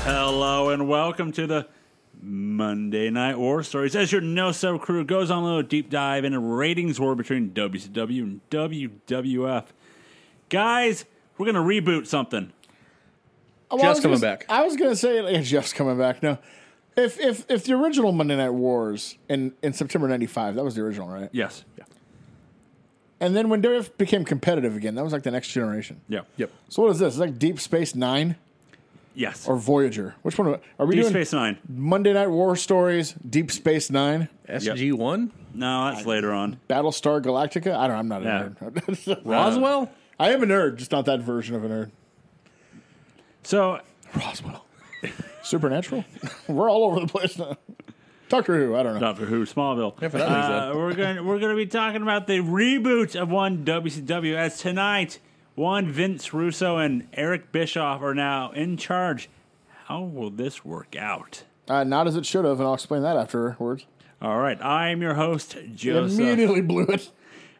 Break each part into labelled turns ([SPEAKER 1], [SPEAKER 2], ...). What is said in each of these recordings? [SPEAKER 1] Hello and welcome to the Monday Night War Stories. As your no sub crew goes on a little deep dive in a ratings war between WCW and WWF. Guys, we're gonna reboot something.
[SPEAKER 2] Well, I
[SPEAKER 3] Jeff's
[SPEAKER 2] was gonna
[SPEAKER 3] coming
[SPEAKER 2] s-
[SPEAKER 3] back.
[SPEAKER 2] I was going to say yeah, Jeff's coming back. No, if if if the original Monday Night Wars in in September '95, that was the original, right?
[SPEAKER 1] Yes. Yeah.
[SPEAKER 2] And then when WF became competitive again, that was like the next generation.
[SPEAKER 1] Yeah.
[SPEAKER 3] Yep.
[SPEAKER 2] So what is this? It's like Deep Space Nine
[SPEAKER 1] Yes.
[SPEAKER 2] or Voyager? Which one are are we
[SPEAKER 1] Deep
[SPEAKER 2] doing?
[SPEAKER 1] Space Nine.
[SPEAKER 2] Monday Night War Stories, Deep Space Nine,
[SPEAKER 3] SG one.
[SPEAKER 1] No, that's later on.
[SPEAKER 2] Battlestar Galactica. I don't. I'm not a
[SPEAKER 1] Yeah.
[SPEAKER 2] nerd.
[SPEAKER 3] Uh, Roswell.
[SPEAKER 2] I am a nerd, just not that version of a nerd.
[SPEAKER 1] So
[SPEAKER 2] Roswell. Supernatural. We're all over the place now. Doctor Who. I don't know.
[SPEAKER 1] Doctor Who, Smallville.
[SPEAKER 3] for that reason.
[SPEAKER 1] Uh, we're going we're going to be talking about the reboot of one WCW as tonight. One Vince Russo and Eric Bischoff are now in charge. How will this work out?
[SPEAKER 2] Uh, not as it should have, and I'll explain that afterwards.
[SPEAKER 1] All right, I am your host Joseph.
[SPEAKER 2] Immediately blew it.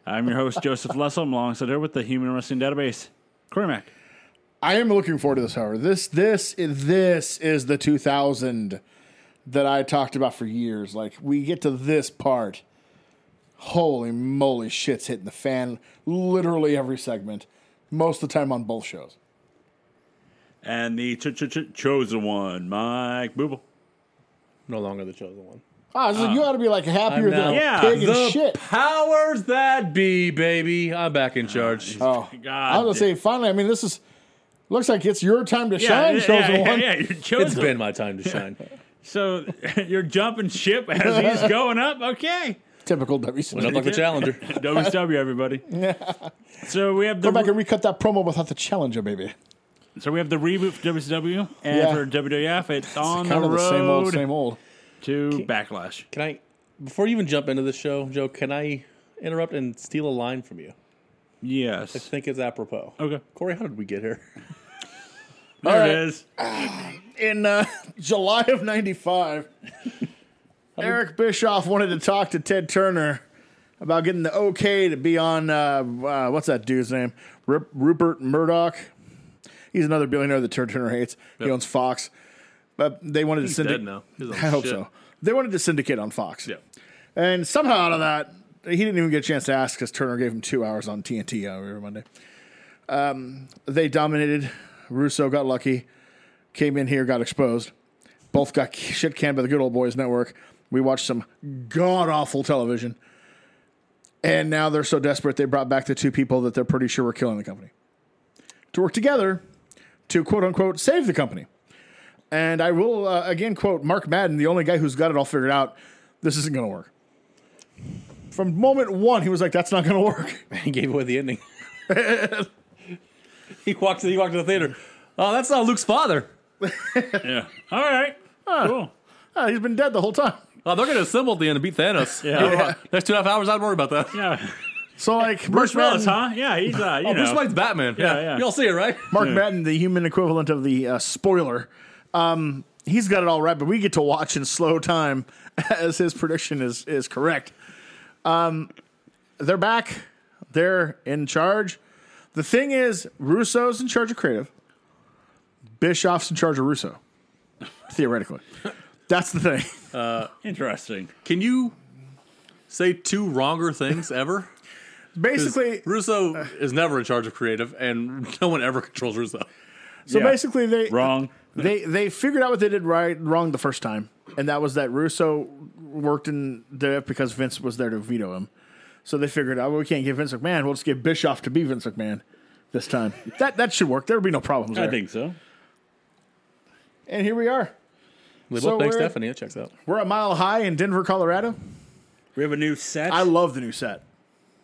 [SPEAKER 1] I'm your host Joseph Lessel. I'm alongside here with the Human Wrestling Database, Corey Mack.
[SPEAKER 2] I am looking forward to this, however. This this is, this is the 2000 that I talked about for years. Like we get to this part, holy moly, shit's hitting the fan. Literally every segment, most of the time on both shows.
[SPEAKER 1] and the ch- ch- ch- chosen one, Mike Booble.
[SPEAKER 3] No longer the chosen one.
[SPEAKER 2] Ah, so you ought to be like happier
[SPEAKER 3] I'm
[SPEAKER 2] than a
[SPEAKER 3] now-
[SPEAKER 1] Yeah,
[SPEAKER 2] pig
[SPEAKER 3] the
[SPEAKER 2] and shit.
[SPEAKER 3] powers that be, baby. I'm back in charge.
[SPEAKER 2] Oh,
[SPEAKER 1] God
[SPEAKER 2] I was gonna
[SPEAKER 1] damn.
[SPEAKER 2] say finally. I mean, this is looks like it's your time to shine,
[SPEAKER 1] yeah,
[SPEAKER 2] chosen
[SPEAKER 1] yeah,
[SPEAKER 2] one.
[SPEAKER 1] yeah, you're chosen.
[SPEAKER 3] it's been my time to shine.
[SPEAKER 1] So you're jumping ship as he's going up. Okay.
[SPEAKER 2] Typical WCW.
[SPEAKER 3] Went up like the challenger.
[SPEAKER 1] WCW, everybody. So we have the
[SPEAKER 2] Go back and recut that promo without the challenger, baby.
[SPEAKER 1] so we have the reboot for WCW and
[SPEAKER 2] Yeah.
[SPEAKER 1] for WWF. It's on
[SPEAKER 2] Kind
[SPEAKER 1] the
[SPEAKER 2] of
[SPEAKER 1] road
[SPEAKER 2] the same old, same old.
[SPEAKER 1] to Backlash.
[SPEAKER 3] Can I, before you even jump into the show, Joe? Can I interrupt and steal a line from you? I
[SPEAKER 1] Yes.
[SPEAKER 3] think it's apropos.
[SPEAKER 1] Okay.
[SPEAKER 3] Corey, how did we get here?
[SPEAKER 1] There
[SPEAKER 2] All
[SPEAKER 1] it
[SPEAKER 2] right.
[SPEAKER 1] is.
[SPEAKER 2] in uh, July of '95, Eric Bischoff wanted to talk to Ted Turner about getting the okay to be on uh, uh, what's that dude's name? Rup- Rupert Murdoch. He's another billionaire that Ted Turner hates. He owns Fox, but they wanted to syndicate.
[SPEAKER 3] dead now. He's on
[SPEAKER 2] I hope
[SPEAKER 3] shit.
[SPEAKER 2] so. They wanted to syndicate on Fox. And somehow out of that, he didn't even get a chance to ask because Turner gave him two hours on TNT uh, every Monday. Um, they dominated. Russo got lucky, came in here, got exposed. Both got shit canned by the good old boys network. We watched some god awful television. And now they're so desperate, they brought back the two people that they're pretty sure were killing the company to work together to quote unquote save the company. And I will uh, again quote Mark Madden, the only guy who's got it all figured out. This isn't going to work. From moment one, he was like, "That's not going to work."
[SPEAKER 3] He gave away the ending. he walked. He walked to the theater. Oh, that's not Luke's father.
[SPEAKER 1] Yeah. All right. Cool.
[SPEAKER 2] Ah, he's been dead the whole time.
[SPEAKER 3] Oh, they're going to assemble at the end and beat Thanos.
[SPEAKER 1] Yeah.
[SPEAKER 3] Next two and a half hours, I'd worry about that.
[SPEAKER 1] Yeah.
[SPEAKER 2] So like
[SPEAKER 1] Bruce
[SPEAKER 2] Mark
[SPEAKER 1] Willis,
[SPEAKER 2] Madden,
[SPEAKER 1] huh? Yeah, he's uh, you
[SPEAKER 3] Oh,
[SPEAKER 1] know.
[SPEAKER 3] Bruce Wayne's Batman. Yeah,
[SPEAKER 1] yeah.
[SPEAKER 3] Y'all see it, right?
[SPEAKER 2] Mark Madden, the human equivalent of the uh, spoiler. Um, he's got it all right, but we get to watch in slow time as his prediction is is correct. Um, they're back. They're in charge. The thing is, Russo's in charge of creative. Bischoff's in charge of Russo, theoretically. That's the thing.
[SPEAKER 1] Interesting.
[SPEAKER 3] Can you say two wronger things ever?
[SPEAKER 2] Basically,
[SPEAKER 3] Russo is never in charge of creative, and no one ever controls Russo.
[SPEAKER 2] so
[SPEAKER 1] yeah.
[SPEAKER 2] basically they
[SPEAKER 1] Wrong.
[SPEAKER 2] they they figured out what they did right wrong the first time, and that was that Russo worked in the because Vince was there to veto him. So they figured out well, we can't get Vince McMahon. We'll just get Bischoff to be Vince McMahon this time. that that should work. There would be no problems.
[SPEAKER 1] I
[SPEAKER 2] there.
[SPEAKER 1] think so.
[SPEAKER 2] And here we are.
[SPEAKER 3] They
[SPEAKER 2] So
[SPEAKER 3] both thank
[SPEAKER 2] we're-
[SPEAKER 3] Stephanie. It checks out.
[SPEAKER 2] We're a mile high in Denver, Colorado.
[SPEAKER 1] We have a new set.
[SPEAKER 2] I love the new set.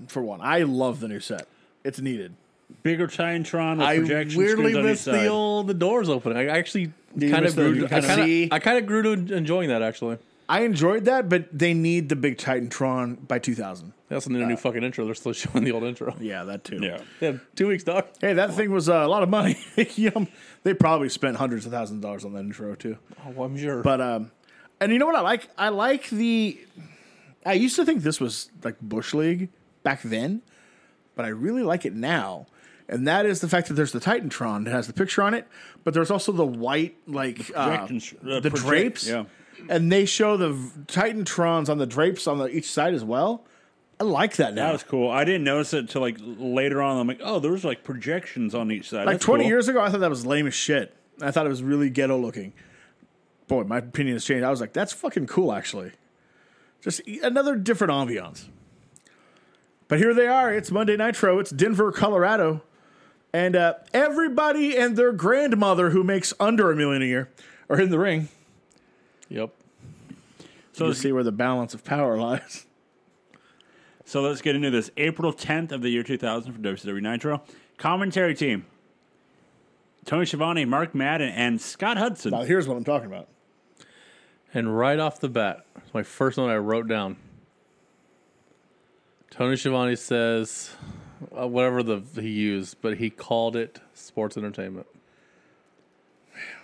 [SPEAKER 2] For one, I love the new set. It's needed.
[SPEAKER 1] Bigger Titantron with
[SPEAKER 3] I
[SPEAKER 1] projection
[SPEAKER 3] weirdly
[SPEAKER 1] screens on each
[SPEAKER 3] miss the
[SPEAKER 1] side.
[SPEAKER 3] old the doors opening. I actually
[SPEAKER 2] you
[SPEAKER 3] kind
[SPEAKER 2] miss
[SPEAKER 3] of
[SPEAKER 2] the-
[SPEAKER 3] grew.
[SPEAKER 2] you
[SPEAKER 3] To, I
[SPEAKER 2] kinda see?
[SPEAKER 3] kinda- I kind of grew to enjoying that. Actually,
[SPEAKER 2] I enjoyed that, but they need the big Titantron by 2000.
[SPEAKER 3] they also need a new fucking intro. They're still showing the old intro.
[SPEAKER 2] Yeah, that too.
[SPEAKER 1] Yeah.
[SPEAKER 3] They have two weeks, doc.
[SPEAKER 2] Hey, that thing was uh, a lot of money. You know, they probably spent hundreds of thousands of dollars on that intro too.
[SPEAKER 3] Oh, I'm sure.
[SPEAKER 2] But um, and you know what I like? I like the. I used to think this was like bush league back then, but I really like it now. and that is the fact that there's the Titantron that has the picture on it, but there's also the white like uh,
[SPEAKER 1] projectors- uh,
[SPEAKER 2] the
[SPEAKER 1] project-
[SPEAKER 2] drapes,
[SPEAKER 1] yeah.
[SPEAKER 2] and they show the v- Titantrons on the drapes on the, each side as well. I like that now.
[SPEAKER 1] That was cool. I didn't notice it until like later on. I'm like, oh, there's like projections on each side.
[SPEAKER 2] like
[SPEAKER 1] That's
[SPEAKER 2] 20
[SPEAKER 1] cool.
[SPEAKER 2] years ago, I thought that was lame as shit. I thought it was really ghetto looking. Boy, my opinion has changed. I was like, that's fucking cool, actually. Just e- another different ambiance. But here they are. It's Monday Nitro. It's Denver, Colorado. And uh, everybody and their grandmother who makes under a million a year are in the ring.
[SPEAKER 3] Yep.
[SPEAKER 1] So
[SPEAKER 2] You
[SPEAKER 1] let's,
[SPEAKER 2] see where the balance of power lies.
[SPEAKER 1] so let's get into this. April 10th of the year 2000 for WCW Nitro. Commentary team: Tony Schiavone, Mark Madden, and Scott Hudson.
[SPEAKER 2] Now, here's what I'm talking about.
[SPEAKER 3] And right off the bat, it's my first one I wrote down. Tony Schiavone says, uh, whatever the he used, but he called it sports entertainment.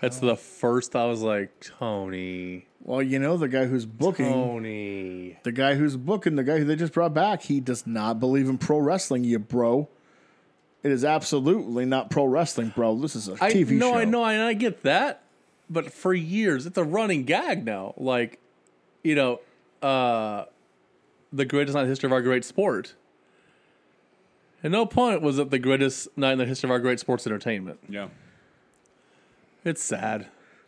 [SPEAKER 3] That's the first I was like, Tony,
[SPEAKER 2] Well, you know, the guy who's booking.
[SPEAKER 3] Tony.
[SPEAKER 2] The guy who's booking, the guy who they just brought back, he does not believe in pro wrestling, you bro. It is absolutely not pro wrestling, bro. This is a
[SPEAKER 3] I
[SPEAKER 2] TV
[SPEAKER 3] no,
[SPEAKER 2] show.
[SPEAKER 3] I know, I, I get that, but for years it's a running gag now. Like, you know, uh, the greatest night in the history of our great sport. At no point was it the greatest night in the history of our great sports entertainment.
[SPEAKER 1] yeah.
[SPEAKER 3] It's sad.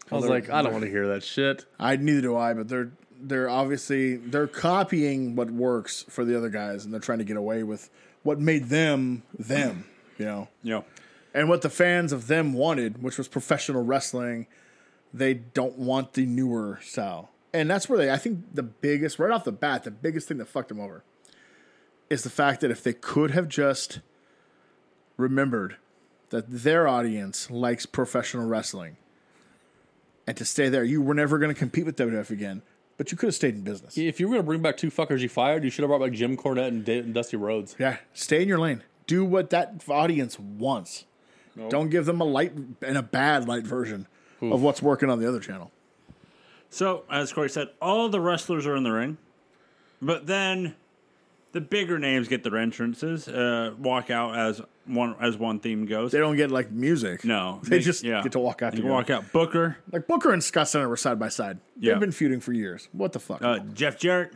[SPEAKER 3] I was like, I don't want to hear that shit.
[SPEAKER 2] I neither do I, but they're they're obviously they're copying what works for the other guys, and they're trying to get away with what made them them, you know,
[SPEAKER 1] Yeah.
[SPEAKER 2] and what the fans of them wanted, which was professional wrestling. They don't want the newer style, and that's where they. I think the biggest, right off the bat, the biggest thing that fucked them over is the fact that if they could have just remembered that their audience likes professional wrestling and to stay there, you were never going to compete with WWF again, but you could have stayed in business.
[SPEAKER 3] If you were gonna bring back two fuckers you fired, you should have brought back Jim Cornette and, Da- and Dusty Rhodes.
[SPEAKER 2] Yeah, stay in your lane. Do what that audience wants. Don't give them a light and a bad light version of what's working on the other channel.
[SPEAKER 1] So, as Corey said, all the wrestlers are in the ring, but then the bigger names get their entrances, uh, walk out as one as one theme goes.
[SPEAKER 2] They don't get like music.
[SPEAKER 1] no,
[SPEAKER 2] they, just get to walk out.
[SPEAKER 1] They
[SPEAKER 2] together.
[SPEAKER 1] walk out. Booker,
[SPEAKER 2] Like Booker and Scott Center were side by side.
[SPEAKER 1] Yeah.
[SPEAKER 2] They've been feuding for years. What the fuck?
[SPEAKER 1] uh, Jeff Jarrett,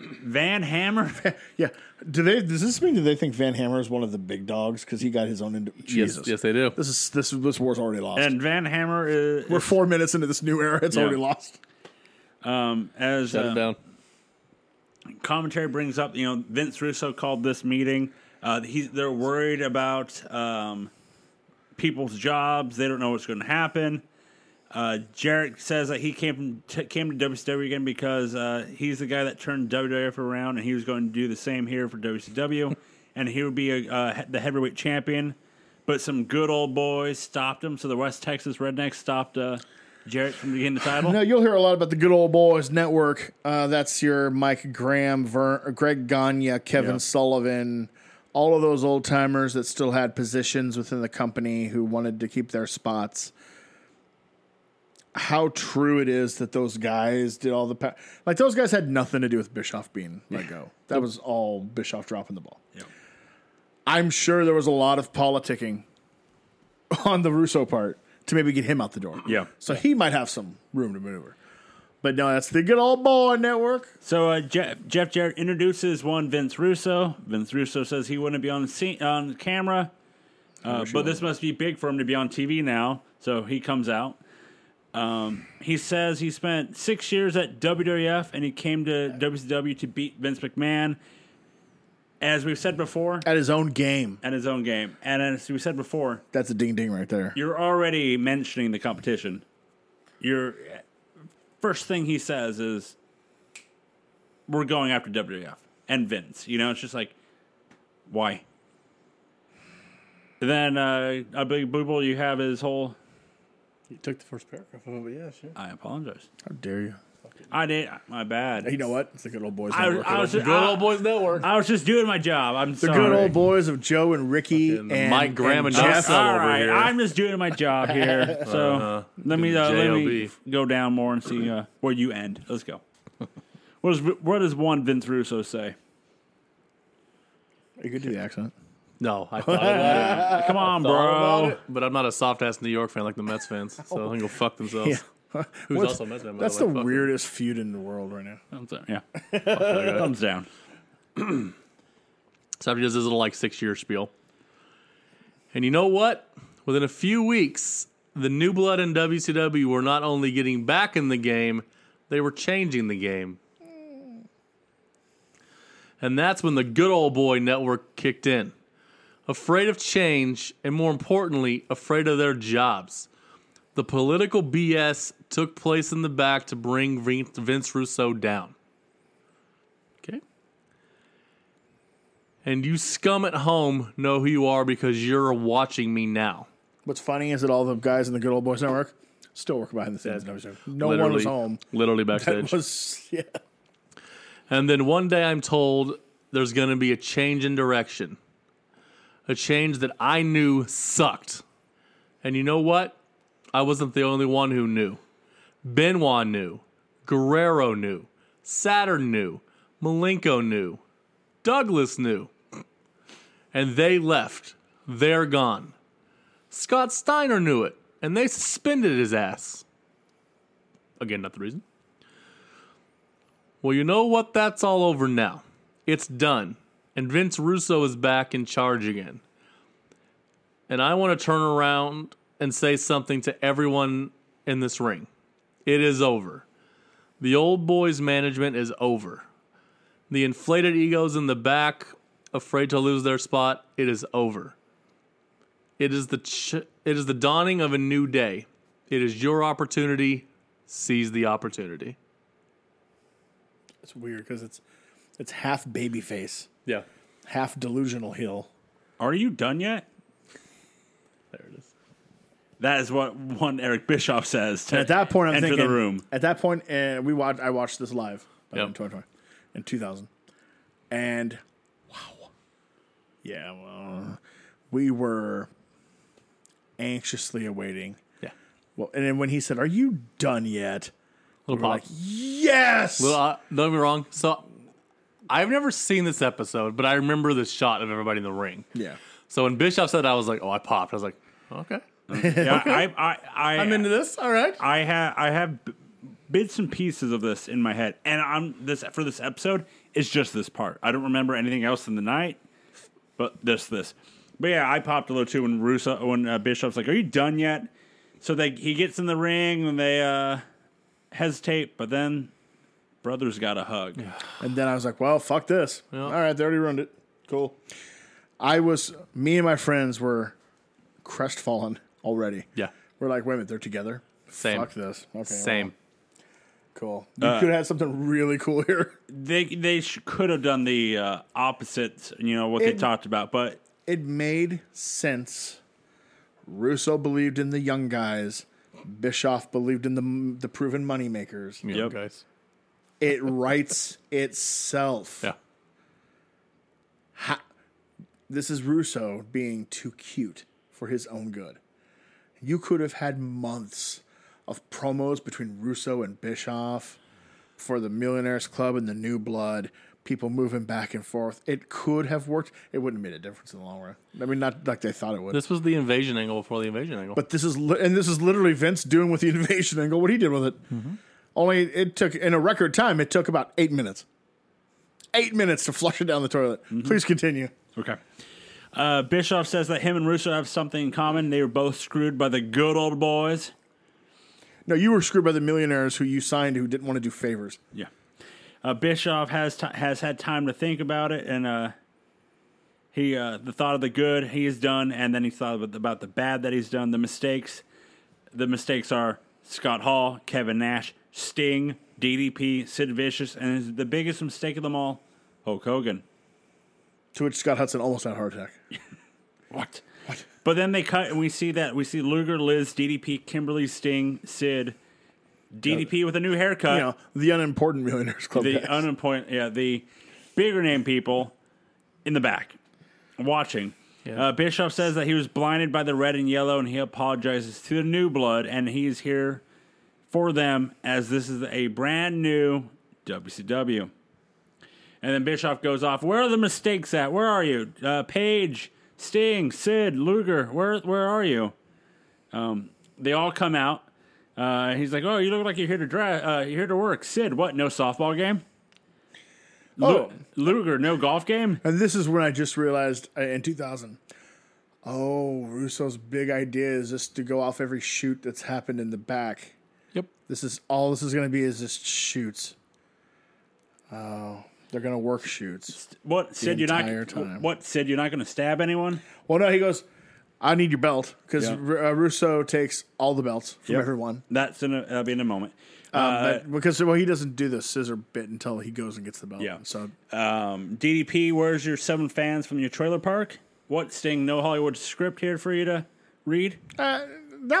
[SPEAKER 1] Van Hammer.
[SPEAKER 2] Yeah. Do they? Does this mean that they think Van Hammer is one of the big dogs because he got his own? Ind- Jesus.
[SPEAKER 3] Yes, yes, they do.
[SPEAKER 2] This is this this war's already lost.
[SPEAKER 1] And Van Hammer is,
[SPEAKER 2] We're four minutes into this new era. It's
[SPEAKER 1] Yeah.
[SPEAKER 2] already lost.
[SPEAKER 1] as
[SPEAKER 3] Shut it
[SPEAKER 1] uh,
[SPEAKER 3] down.
[SPEAKER 1] commentary brings up, you know, Vince Russo called this meeting. Uh, he's, they're worried about um, people's jobs. They don't know what's going to happen. Uh, Jarrett says that he came from, t- came to WCW again because uh, he's the guy that turned WWF around, and he was going to do the same here for WCW, and he would be a, uh, he- the heavyweight champion. But some good old boys stopped him, so the West Texas Rednecks stopped uh, Jarrett from getting the title.
[SPEAKER 2] Now you'll hear a lot about the Good Old Boys Network. Uh, that's your Mike Graham, Ver, Greg Gagne, Kevin
[SPEAKER 1] Yeah.
[SPEAKER 2] Sullivan, all of those old timers that still had positions within the company who wanted to keep their spots. How true it is that those guys did all the pa- like those guys had nothing to do with Bischoff being let go. That was all Bischoff dropping the ball.
[SPEAKER 1] Yeah.
[SPEAKER 2] I'm sure there was a lot of politicking on the Russo part to maybe get him out the door.
[SPEAKER 1] Yeah.
[SPEAKER 2] So he might have some room to maneuver. But no, that's the good old boy network.
[SPEAKER 1] So uh, Jeff, Jeff Jarrett introduces one Vince Russo. Vince Russo says he wouldn't be on scene, on camera, uh, but this must be big for him to be on TV now. So he comes out. Um, he says he spent six years at WWF and he came to WCW to beat Vince McMahon. As we've said before,
[SPEAKER 2] At his own game.
[SPEAKER 1] at his own game, and as we said before,
[SPEAKER 2] That's a ding ding right there.
[SPEAKER 1] you're already mentioning the competition. Your first thing he says is, "We're going after WWF and Vince." You know, it's just like, why? Then uh, a big booble you have is whole.
[SPEAKER 3] You took the first paragraph of it. Yeah, sure.
[SPEAKER 1] I apologize.
[SPEAKER 2] How dare you?
[SPEAKER 1] I did my bad.
[SPEAKER 2] You know what? It's the good old boys
[SPEAKER 1] I,
[SPEAKER 2] network.
[SPEAKER 1] I was
[SPEAKER 2] the
[SPEAKER 1] just,
[SPEAKER 3] Good
[SPEAKER 1] I,
[SPEAKER 3] old boys network.
[SPEAKER 1] I was just doing my job. I'm sorry.
[SPEAKER 2] good old boys of Joe and Ricky
[SPEAKER 3] Fucking
[SPEAKER 2] and
[SPEAKER 3] Mike Graham and
[SPEAKER 2] Jeff. Uh-huh.
[SPEAKER 3] Nelson.
[SPEAKER 1] All
[SPEAKER 3] over
[SPEAKER 1] right,
[SPEAKER 3] here.
[SPEAKER 1] I'm just doing my job here. So let me uh, let me
[SPEAKER 3] JLB.
[SPEAKER 1] go down more and see uh, where you end. Let's go. What does what does one Vince Russo say?
[SPEAKER 2] You could do the accent.
[SPEAKER 3] No, I thought about it.
[SPEAKER 1] Come on,
[SPEAKER 3] Uh, Thought about
[SPEAKER 1] bro.
[SPEAKER 3] it, But I'm not a soft ass New York fan like the Mets fans, so they can go fuck themselves. Who's
[SPEAKER 2] What's-
[SPEAKER 3] also a Mets fan? by
[SPEAKER 2] Oh. That's the
[SPEAKER 3] way. Fuck them.
[SPEAKER 2] weirdest feud in the world right now.
[SPEAKER 1] Thumbs down. Yeah. Fuck that guy. Thumbs down.
[SPEAKER 3] So after he does his little like six year spiel. And you know what? Within a few weeks, the new blood in WCW were not only getting back in the game, they were changing the game. And that's when the good old boy network kicked in. Afraid of change, and more importantly, afraid of their jobs. The political BS took place in the back to bring Vin- Vince Russo down. Okay? And you scum at home know who you are because you're watching me now.
[SPEAKER 2] What's funny is that all the guys in the Good Old Boys Network still work behind the scenes. No, no one
[SPEAKER 3] Literally-
[SPEAKER 2] was home.
[SPEAKER 3] Literally
[SPEAKER 2] That
[SPEAKER 3] backstage.
[SPEAKER 2] was yeah.
[SPEAKER 3] and then one day I'm told there's going to be a change in direction. A change that I knew sucked. And you know what? I wasn't the only one who knew. Benoit knew. Guerrero knew. Saturn knew. Malenko knew. Douglas knew. And they left. They're gone. Scott Steiner knew it, and they suspended his ass. Again, not the reason. Well, you know what? That's all over now. It's done. And Vince Russo is back in charge again. And I want to turn around and say something to everyone in this ring. It is over. The old boys' management is over. The inflated egos in the back, afraid to lose their spot, it is over. It is the ch- it is the dawning of a new day. It is your opportunity. Seize the opportunity.
[SPEAKER 2] It's weird because it's it's half babyface,
[SPEAKER 3] Yeah.
[SPEAKER 2] half delusional heel.
[SPEAKER 1] Are you done yet?
[SPEAKER 3] There it is.
[SPEAKER 1] That is what one Eric Bischoff says. To
[SPEAKER 2] At that point, I'm
[SPEAKER 1] enter
[SPEAKER 2] thinking.
[SPEAKER 1] the room.
[SPEAKER 2] At that point, uh, we watched. I watched this live back
[SPEAKER 3] Yep.
[SPEAKER 2] in 2020, in 2000, and wow, yeah, well, we were anxiously awaiting.
[SPEAKER 3] Yeah.
[SPEAKER 2] Well, and then when he said, "Are you done yet?"
[SPEAKER 3] Little
[SPEAKER 2] We're
[SPEAKER 3] pop.
[SPEAKER 2] like, "Yes."
[SPEAKER 3] Well, uh, don't get me wrong. So I've never seen this episode, but I remember the shot of everybody in the ring.
[SPEAKER 2] yeah.
[SPEAKER 3] So when Bischoff said, it, I was like, oh, I popped. I was like, okay.
[SPEAKER 1] Yeah, I, I, I,
[SPEAKER 3] I'm into this. All right.
[SPEAKER 1] I have I have b- bits and pieces of this in my head, and I'm this for this episode. It's just this part. I don't remember anything else in the night, but this this. But yeah, I popped a little too when Russo when uh, Bishop's like, "Are you done yet?" So they he gets in the ring and they uh, hesitate, but then brothers got a hug.
[SPEAKER 2] And then I was like, well, fuck this. All right, they already ruined it. Cool. I was, me and my friends were crestfallen already.
[SPEAKER 3] Yeah.
[SPEAKER 2] We're like, wait a minute, they're together?
[SPEAKER 3] Same.
[SPEAKER 2] Fuck this. Okay. well,
[SPEAKER 3] Same.
[SPEAKER 2] cool. You could have had something really cool here.
[SPEAKER 1] They they sh- could have done the uh, opposites, you know what they
[SPEAKER 2] It-
[SPEAKER 1] talked about, but
[SPEAKER 2] It made sense. Russo believed in the young guys. Bischoff believed in the the proven moneymakers.
[SPEAKER 3] Yeah,
[SPEAKER 1] Yep.
[SPEAKER 3] guys.
[SPEAKER 2] It writes itself.
[SPEAKER 3] Yeah.
[SPEAKER 2] this is Russo being too cute for his own good. You could have had months of promos between Russo and Bischoff for the Millionaires Club and the New Blood, people moving back and forth. It could have worked. It wouldn't have made a difference in the long run. I mean, not like they thought it would.
[SPEAKER 3] This was the invasion angle before the invasion angle.
[SPEAKER 2] but this is li- and this is literally Vince doing with the invasion angle what he did with it. Only it took in a record time. It took about eight minutes. Eight minutes to flush it down the toilet. Please continue.
[SPEAKER 1] Okay. Uh, Bischoff says that him and Russo have something in common. They were both screwed by the good old boys.
[SPEAKER 2] No, you were screwed by the millionaires who you signed who didn't want to do favors.
[SPEAKER 1] Yeah. Uh, Bischoff has ti has had time to think about it, and uh, he uh, the thought of the good he has done, and then he thought about, about the bad that he's done, the mistakes. The mistakes are Scott Hall, Kevin Nash, Sting, DDP, Sid Vicious, and the biggest mistake of them all, Hulk Hogan.
[SPEAKER 2] To which Scott Hudson almost had a heart attack.
[SPEAKER 1] What? But then they cut, and we see that we see Luger, Liz, DDP, Kimberly, Sting, Sid, DDP with a new haircut.
[SPEAKER 2] You know, the unimportant millionaires club.
[SPEAKER 1] the
[SPEAKER 2] guys.
[SPEAKER 1] unemployed, yeah, the bigger name people in the back watching.
[SPEAKER 3] Yeah.
[SPEAKER 1] Uh, Bischoff says that he was blinded by the red and yellow, and he apologizes to the new blood, and he is here for them as this is a brand new WCW. And then Bischoff goes off. Where are the mistakes at? Where are you, uh, Page, Sting, Sid, Luger, where where are you? Um, they all come out. Uh, he's like, "Oh, you look like you're here to drive. Uh, you're here to work." Sid, what? No softball game. Lu-
[SPEAKER 2] Oh.
[SPEAKER 1] Luger, no golf game.
[SPEAKER 2] And this is when I just realized uh, in 2000. Oh, Russo's big idea is just to go off every shoot that's happened in the back.
[SPEAKER 3] Yep.
[SPEAKER 2] This is all this is going to be is just shoots. Oh, they're going to work shoots.
[SPEAKER 1] What Sid? You're
[SPEAKER 2] entire
[SPEAKER 1] not.
[SPEAKER 2] time.
[SPEAKER 1] What Sid? You're not going to stab anyone.
[SPEAKER 2] Well, no, he goes, I need your belt because
[SPEAKER 1] Yeah.
[SPEAKER 2] uh, Russo takes all the belts from
[SPEAKER 1] Yep.
[SPEAKER 2] everyone.
[SPEAKER 1] That's in a, that'll be in a moment.
[SPEAKER 2] Um, but- because, well, he doesn't do the scissor bit until he goes and gets the belt.
[SPEAKER 1] Yeah.
[SPEAKER 2] So
[SPEAKER 1] Um, DDP, where's your seven fans from your trailer park? What Sting? No Hollywood script here for you to read.
[SPEAKER 2] that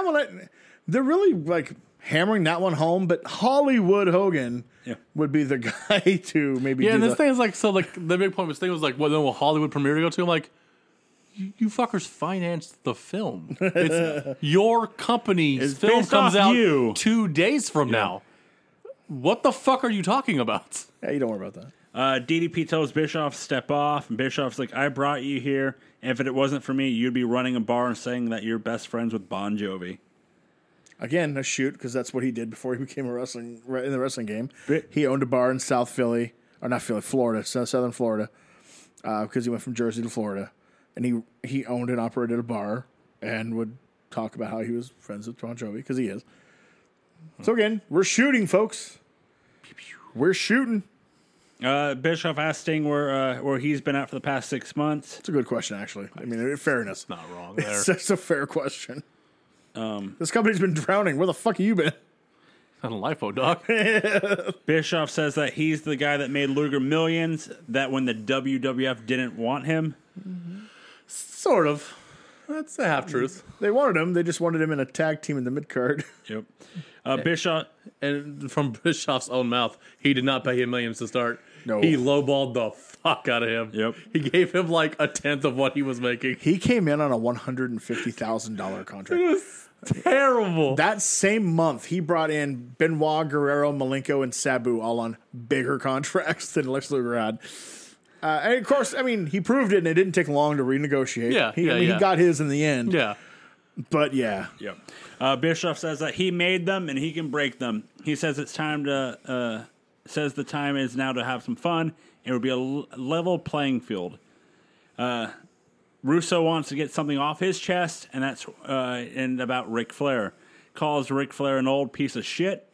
[SPEAKER 2] one, I- they're really like hammering that one home, but Hollywood Hogan
[SPEAKER 1] Yeah.
[SPEAKER 2] would be the guy to maybe
[SPEAKER 3] Yeah,
[SPEAKER 2] do
[SPEAKER 3] and this
[SPEAKER 2] the-
[SPEAKER 3] thing is like so. Like the big point was thing was like, well, then will Hollywood premiere to go to? I'm like, you, you fuckers financed the film. It's your company's
[SPEAKER 1] It's
[SPEAKER 3] film
[SPEAKER 1] based
[SPEAKER 3] comes
[SPEAKER 1] off
[SPEAKER 3] out
[SPEAKER 1] you.
[SPEAKER 3] two days from now. What the fuck are you talking about?
[SPEAKER 2] Yeah, you don't worry about that.
[SPEAKER 1] Uh, DDP tells Bischoff step off, and Bischoff's like, "I brought you here. If it wasn't for me, you'd be running a bar and saying that you're best friends with Bon Jovi."
[SPEAKER 2] Again, a shoot because that's what he did before he became a wrestling re- in the wrestling game.
[SPEAKER 1] Bit-
[SPEAKER 2] He owned a bar in South Philly, or not Philly, Florida, so- Southern Florida, because he went from Jersey to Florida, and he he owned and operated a bar and would talk about how he was friends with Bon Jovi because he is. So again, we're shooting, folks. We're shooting.
[SPEAKER 1] Uh, Bischoff asks Sting where uh, where he's been at for the past six months.
[SPEAKER 2] It's a good question, actually. I mean, in fairness,
[SPEAKER 3] Not wrong
[SPEAKER 2] it's such a fair question. this company's been drowning. Where the fuck have you been?
[SPEAKER 3] on a lifeboat, dog.
[SPEAKER 1] Bischoff says that he's the guy that made Luger millions. That when the WWF didn't want him,
[SPEAKER 3] sort of. That's a half truth.
[SPEAKER 2] They wanted him. They just wanted him in a tag team in the mid card.
[SPEAKER 1] yep. Uh, Bischoff
[SPEAKER 3] And from Bischoff's own mouth, he did not pay him millions to start.
[SPEAKER 2] No.
[SPEAKER 3] He lowballed the fuck out of him.
[SPEAKER 1] Yep.
[SPEAKER 3] He gave him like a tenth of what he was making.
[SPEAKER 2] He came in on a one hundred and fifty thousand dollar contract.
[SPEAKER 3] Terrible.
[SPEAKER 2] That same month, he brought in Benoit, Guerrero, Malenko, and Sabu all on bigger contracts than Lex Luger had. Uh, and of course, I mean, he proved it, and it didn't take long to renegotiate.
[SPEAKER 3] Yeah,
[SPEAKER 2] he, I
[SPEAKER 3] yeah,
[SPEAKER 2] mean, he
[SPEAKER 3] yeah.
[SPEAKER 2] got his in the end.
[SPEAKER 3] yeah.
[SPEAKER 2] But yeah,
[SPEAKER 1] Yep. Uh, Bischoff says that he made them and he can break them. He says it's time to. Uh, says the time is now to have some fun. It would be a l- level playing field. Uh, Russo wants to get something off his chest, and that's uh, and about Ric Flair. Calls Ric Flair an old piece of shit.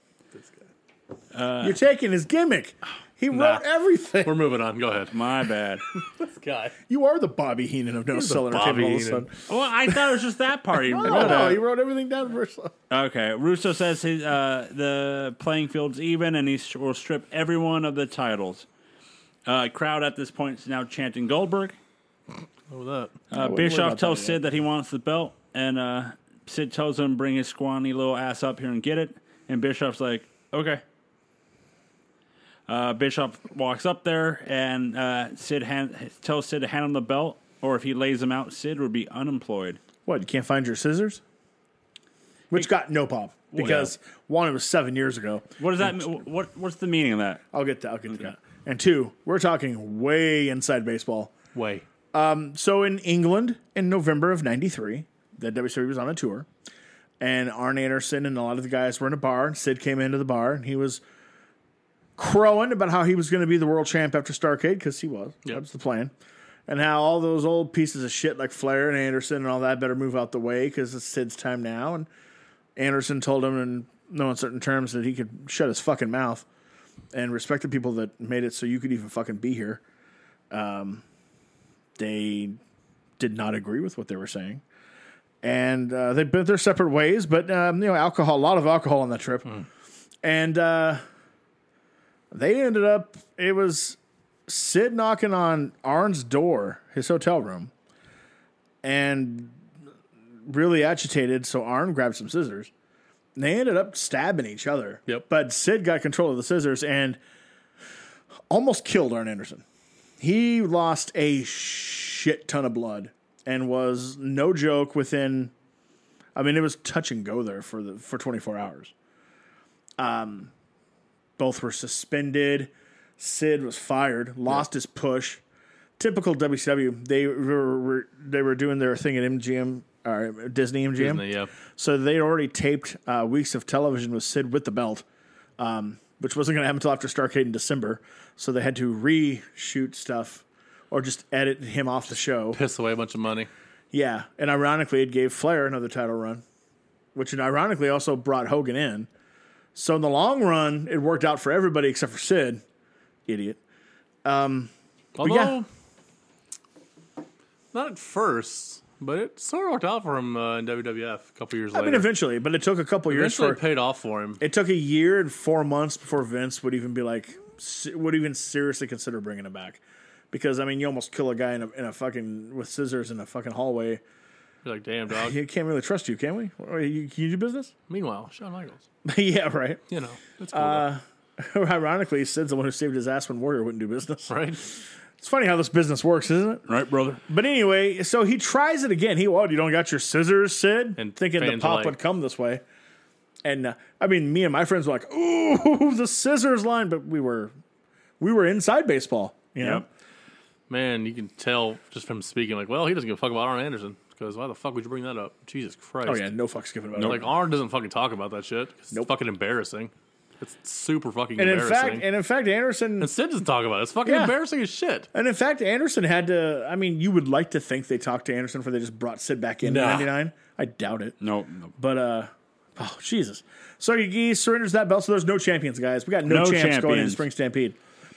[SPEAKER 3] Uh,
[SPEAKER 2] you're taking his gimmick. He wrote everything.
[SPEAKER 3] We're moving on. Go ahead.
[SPEAKER 1] My bad.
[SPEAKER 3] This guy.
[SPEAKER 2] You are the Bobby Heenan of no cell
[SPEAKER 3] Bobby
[SPEAKER 2] entertainment. All of a
[SPEAKER 3] Heenan.
[SPEAKER 2] sudden.
[SPEAKER 1] well, I thought it was just that party.
[SPEAKER 2] No, no, he wrote everything down first.
[SPEAKER 1] Okay, Russo says his, uh, the playing field's even, and he s- will strip everyone of the titles. Uh, crowd at this point is now chanting Goldberg.
[SPEAKER 3] What was that?
[SPEAKER 1] Uh,
[SPEAKER 2] wouldn't worry
[SPEAKER 1] Bischoff
[SPEAKER 2] about
[SPEAKER 1] tells
[SPEAKER 2] that
[SPEAKER 1] Sid that he wants the belt, and uh, Sid tells him bring his squawny little ass up here and get it. And Bischoff's like, okay. Uh, Bischoff walks up there, and uh, Sid hand, tells Sid to hand him the belt, or if he lays him out, Sid would be unemployed.
[SPEAKER 2] What, you can't find your scissors? Which got no pop because one, it was seven years ago.
[SPEAKER 1] What does that? mean? What What's the meaning of that?
[SPEAKER 2] I'll get to, I'll get to that. And two, we're talking way inside baseball.
[SPEAKER 3] Way.
[SPEAKER 2] Um, So in England in November of '93, the WCW was on a tour, and Arn Anderson and a lot of the guys were in a bar. And Sid came into the bar and he was crowing about how he was going to be the world champ after Starcade because he was. That was the plan. And how all those old pieces of shit like Flair and Anderson and all that better move out the way because it's Sid's time now. And Anderson told him in no uncertain terms that he could shut his fucking mouth and respect the people that made it so you could even fucking be here. Um, they did not agree with what they were saying. And uh, they bent their separate ways, but um, you know, alcohol, a lot of alcohol on that trip, and uh, they ended up. It was Sid knocking on Arn's door, his hotel room, and really agitated. So Arn grabbed some scissors. And they ended up stabbing each other.
[SPEAKER 3] Yep.
[SPEAKER 2] But Sid got control of the scissors and almost killed Arn Anderson he lost a shit ton of blood and was no joke within i mean it was touch and go there for the for 24 hours um both were suspended sid was fired lost his push typical WCW, they were, were they were doing their thing at MGM or Disney MGM.
[SPEAKER 3] Disney, yeah.
[SPEAKER 2] So they already taped uh, weeks of television with Sid with the belt, um, which wasn't going to happen until after Starcade in December. So they had to reshoot stuff or just edit him off the show.
[SPEAKER 3] Piss away a bunch of money.
[SPEAKER 2] Yeah, and ironically, it gave Flair another title run, which ironically also brought Hogan in. So in the long run, it worked out for everybody except for Sid, idiot.
[SPEAKER 3] Although,
[SPEAKER 2] yeah.
[SPEAKER 3] not at first, but it sort of worked out for him uh, in WWF a couple years
[SPEAKER 2] I mean,
[SPEAKER 3] later.
[SPEAKER 2] eventually, but it took a couple years
[SPEAKER 3] Eventually,
[SPEAKER 2] for
[SPEAKER 3] it paid off for him.
[SPEAKER 2] it took a year and four months before Vince would even be like se- would even seriously consider bringing him back because I mean you almost kill a guy in a, in a fucking with scissors in a fucking hallway
[SPEAKER 3] You're like, damn, dog.
[SPEAKER 2] you can't really trust you can we Or you, can you do business
[SPEAKER 3] Meanwhile, Shawn Michaels.
[SPEAKER 2] yeah right
[SPEAKER 3] You know, that's cool.
[SPEAKER 2] Uh, ironically Sid's the one who saved his ass when Warrior wouldn't do business
[SPEAKER 3] though, right?
[SPEAKER 2] it's funny how this business works isn't it
[SPEAKER 1] Right, brother?
[SPEAKER 2] but anyway so he tries it again he oh you don't got your scissors Sid
[SPEAKER 3] And
[SPEAKER 2] thinking the
[SPEAKER 3] fans
[SPEAKER 2] pop
[SPEAKER 3] alike.
[SPEAKER 2] would come this way and uh, I mean me and my friends were like ooh the scissors line but we were we were inside baseball you know?
[SPEAKER 1] Yep.
[SPEAKER 3] Man, you can tell just from speaking, like, well, he doesn't give a fuck about Arn Anderson because why the fuck would you bring that up? Jesus Christ.
[SPEAKER 2] Oh yeah, no fucks given about
[SPEAKER 3] Like, "Oh,
[SPEAKER 2] it.
[SPEAKER 3] Arn doesn't fucking talk about that shit. 'cause It's
[SPEAKER 2] Nope.
[SPEAKER 3] fucking embarrassing. It's super fucking
[SPEAKER 2] And in
[SPEAKER 3] embarrassing.
[SPEAKER 2] fact, and in fact, Anderson,
[SPEAKER 3] And Sid doesn't talk about it. It's fucking
[SPEAKER 2] Yeah.
[SPEAKER 3] embarrassing as shit.
[SPEAKER 2] and in fact, Anderson had to. I mean, you would like to think they talked to Anderson before they just brought Sid back in in
[SPEAKER 3] Nah.
[SPEAKER 2] '99. I doubt it.
[SPEAKER 1] No, no.
[SPEAKER 2] But uh, oh Jesus! So Yagi surrenders that belt. So there's no champions, guys. We got no,
[SPEAKER 1] No
[SPEAKER 2] champs going into
[SPEAKER 1] champions.
[SPEAKER 2] Spring Stampede.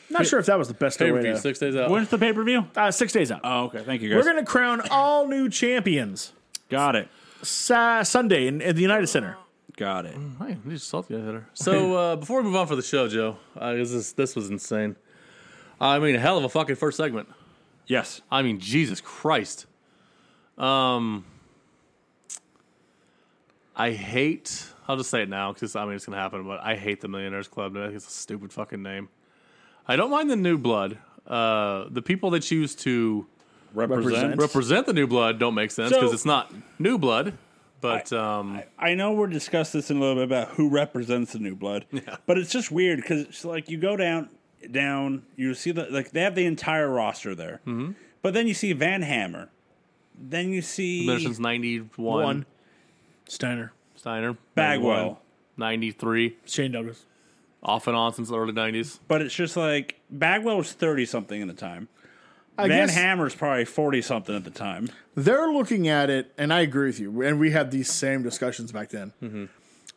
[SPEAKER 2] Not sure if that was the best way to
[SPEAKER 3] six days out.
[SPEAKER 1] When's the pay per view?
[SPEAKER 2] uh, six days out.
[SPEAKER 1] Oh, okay. Thank you,
[SPEAKER 2] We're
[SPEAKER 1] guys.
[SPEAKER 2] gonna crown all new champions
[SPEAKER 1] Got it.
[SPEAKER 2] Sa- Sunday in, at the United Center.
[SPEAKER 1] Got it.
[SPEAKER 3] Hey, you just salty hitter. So uh, before we move on for the show, Joe, uh, 'cause this this was insane. I mean, hell of a fucking first segment.
[SPEAKER 1] Yes.
[SPEAKER 3] I mean, Jesus Christ. Um, I hate. I'll just say it now because I mean it's gonna happen. But I hate the Millionaires Club. I think it's a stupid fucking name. I don't mind the new blood. Uh, the people that choose to
[SPEAKER 2] Represent.
[SPEAKER 3] represent the new blood don't make sense because
[SPEAKER 1] So-
[SPEAKER 3] it's not new blood. But um,
[SPEAKER 1] I know we're discussing this in a little bit about who represents the new blood, but it's just weird because it's like you go down, down, you see the like they have the entire roster there, mm-hmm. but then you see Van Hammer, then you see
[SPEAKER 3] there since ninety one
[SPEAKER 2] One Steiner,
[SPEAKER 3] Steiner
[SPEAKER 1] Bagwell,
[SPEAKER 3] 93
[SPEAKER 2] Shane Douglas.
[SPEAKER 3] off and on since the early 90s
[SPEAKER 1] but it's just like Bagwell was thirty something at the time.
[SPEAKER 2] I
[SPEAKER 1] Van
[SPEAKER 2] guess-
[SPEAKER 1] Hammer's probably forty something at the time.
[SPEAKER 2] they're looking at it, and I agree with you. And we had these same discussions back then.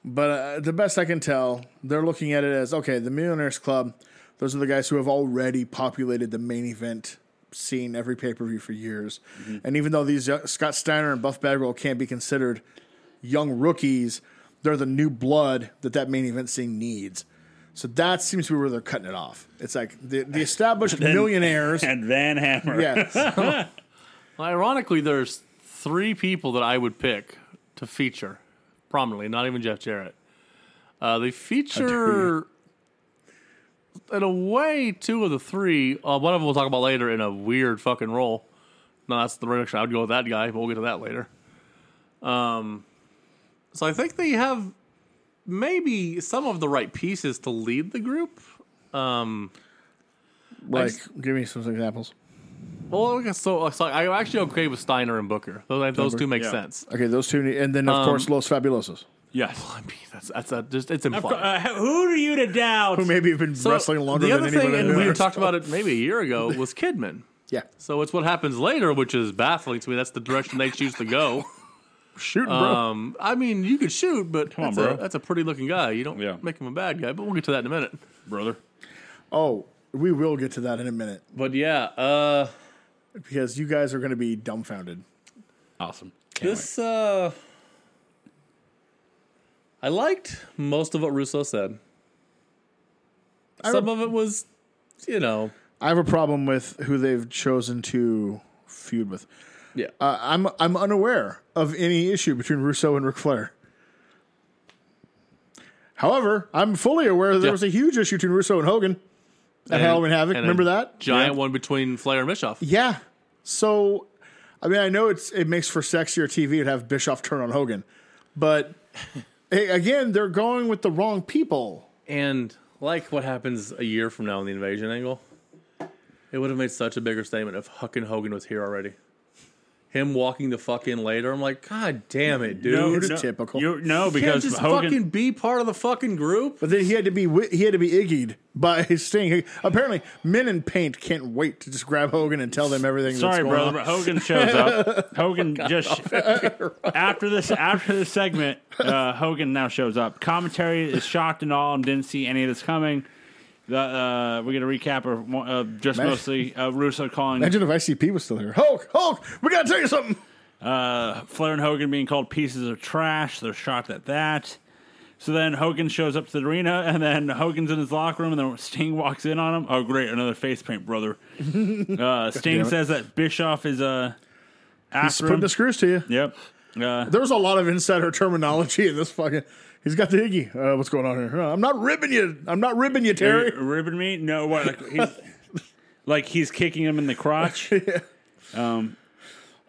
[SPEAKER 2] But uh, the best I can tell, they're looking at it as okay, the Millionaires Club, those are the guys who have already populated the main event scene every pay per view for years. And even though these uh, Scott Steiner and Buff Bagwell can't be considered young rookies, they're the new blood that that main event scene needs. So that seems to be where they're cutting it off. It's like the, the established
[SPEAKER 1] Then-
[SPEAKER 2] millionaires.
[SPEAKER 1] and Van Hammer.
[SPEAKER 2] Yes.
[SPEAKER 3] Well, ironically there's three people that i would pick to feature prominently not even jeff jarrett uh, they feature in a way two of the three uh, one of them we'll talk about later in a weird fucking role no that's the direction i would go with that guy but we'll get to that later um, so i think they have maybe some of the right pieces to lead the group
[SPEAKER 2] like, give me some examples.
[SPEAKER 3] Well, okay, so, so I'm actually okay with Steiner and Booker. Those, like, those two make
[SPEAKER 1] yeah.
[SPEAKER 3] sense.
[SPEAKER 2] Okay, those two, need- and then of course
[SPEAKER 3] Um,
[SPEAKER 2] Los Fabulosos,
[SPEAKER 1] Yes.
[SPEAKER 3] I mean, that's that's a, just it's implied.
[SPEAKER 1] Uh, who are you to doubt?
[SPEAKER 2] who maybe have been
[SPEAKER 3] So,
[SPEAKER 2] wrestling longer
[SPEAKER 3] the
[SPEAKER 2] than
[SPEAKER 3] other
[SPEAKER 2] anybody.
[SPEAKER 3] thing, and
[SPEAKER 2] else.
[SPEAKER 3] we talked about it maybe a year ago, was Kidman.
[SPEAKER 2] yeah,
[SPEAKER 3] So it's what happens later, which is baffling to me. That's the direction they choose to go.
[SPEAKER 2] shooting, bro.
[SPEAKER 1] Uh,
[SPEAKER 3] Um, I mean, you could shoot, but
[SPEAKER 1] Come on,
[SPEAKER 3] that's,
[SPEAKER 1] bro.
[SPEAKER 3] A, that's a pretty looking guy. You don't
[SPEAKER 1] Yeah.
[SPEAKER 3] make him a bad guy, but we'll get to that in a minute.
[SPEAKER 1] brother?
[SPEAKER 2] oh, we will get to that in a minute
[SPEAKER 3] But yeah, uh,
[SPEAKER 2] because you guys are going to be dumbfounded.
[SPEAKER 1] Awesome. Can't
[SPEAKER 3] this uh, I liked most of what Russo said. Some of it was, you know,
[SPEAKER 2] I have a problem with who they've chosen to feud with.
[SPEAKER 3] yeah.
[SPEAKER 2] Uh, I'm I'm unaware of any issue between Russo and Ric Flair. However, I'm fully aware that there
[SPEAKER 3] Yeah.
[SPEAKER 2] was a huge issue between Russo and Hogan at Halloween Havoc.
[SPEAKER 3] and a
[SPEAKER 2] Remember that?
[SPEAKER 3] giant one between Flair and Bischoff?
[SPEAKER 2] Yeah. So, I mean, I know it's it makes for sexier TV to have Bischoff turn on Hogan, but a- again, they're going with the wrong people.
[SPEAKER 3] And like what happens a year from now in the invasion angle, It would have made such a bigger statement if fucking Hogan was here already. Him walking the fucking later, I'm like, God damn it, dude.
[SPEAKER 1] No,
[SPEAKER 2] It's
[SPEAKER 1] no,
[SPEAKER 2] typical.
[SPEAKER 1] you- no,
[SPEAKER 3] You can't
[SPEAKER 1] because
[SPEAKER 3] just
[SPEAKER 1] Hogan.
[SPEAKER 3] fucking be part of the fucking group.
[SPEAKER 2] But then he had to be wi- he had to be iggied by Sting. Apparently, men in paint can't wait to just grab Hogan and tell them everything. that's
[SPEAKER 1] Sorry,
[SPEAKER 2] going
[SPEAKER 1] brother.
[SPEAKER 2] on.
[SPEAKER 1] but
[SPEAKER 2] Oh,
[SPEAKER 1] Hogan shows up. Hogan just after this after this segment, uh, Hogan now shows up. Commentary is shocked and all, and didn't see any of this coming. The, uh, we're gonna recap of, one- of just
[SPEAKER 2] Man.
[SPEAKER 1] mostly uh, Russo calling
[SPEAKER 2] Imagine if ICP was still here. Hulk, Hulk, we gotta tell you something.
[SPEAKER 1] uh, Flair and Hogan being called pieces of trash. They're shocked at that. So then Hogan shows up to the arena, and then Hogan's in his locker room, and then Sting walks in on him. Oh, great, another face paint, brother. Uh, Sting
[SPEAKER 2] damn it.
[SPEAKER 1] says that Bischoff is uh,
[SPEAKER 2] He's
[SPEAKER 1] after
[SPEAKER 2] putting
[SPEAKER 1] him.
[SPEAKER 2] the screws to you.
[SPEAKER 1] Yep. Uh,
[SPEAKER 2] There's a lot of insider terminology in this fucking. He's got the iggy. Uh, what's going on here? Uh, I'm not ribbing you. I'm not ribbing you,
[SPEAKER 1] Are
[SPEAKER 2] Terry.
[SPEAKER 1] you ribbing me? No, what? Like he's, like he's kicking him in the crotch. Um,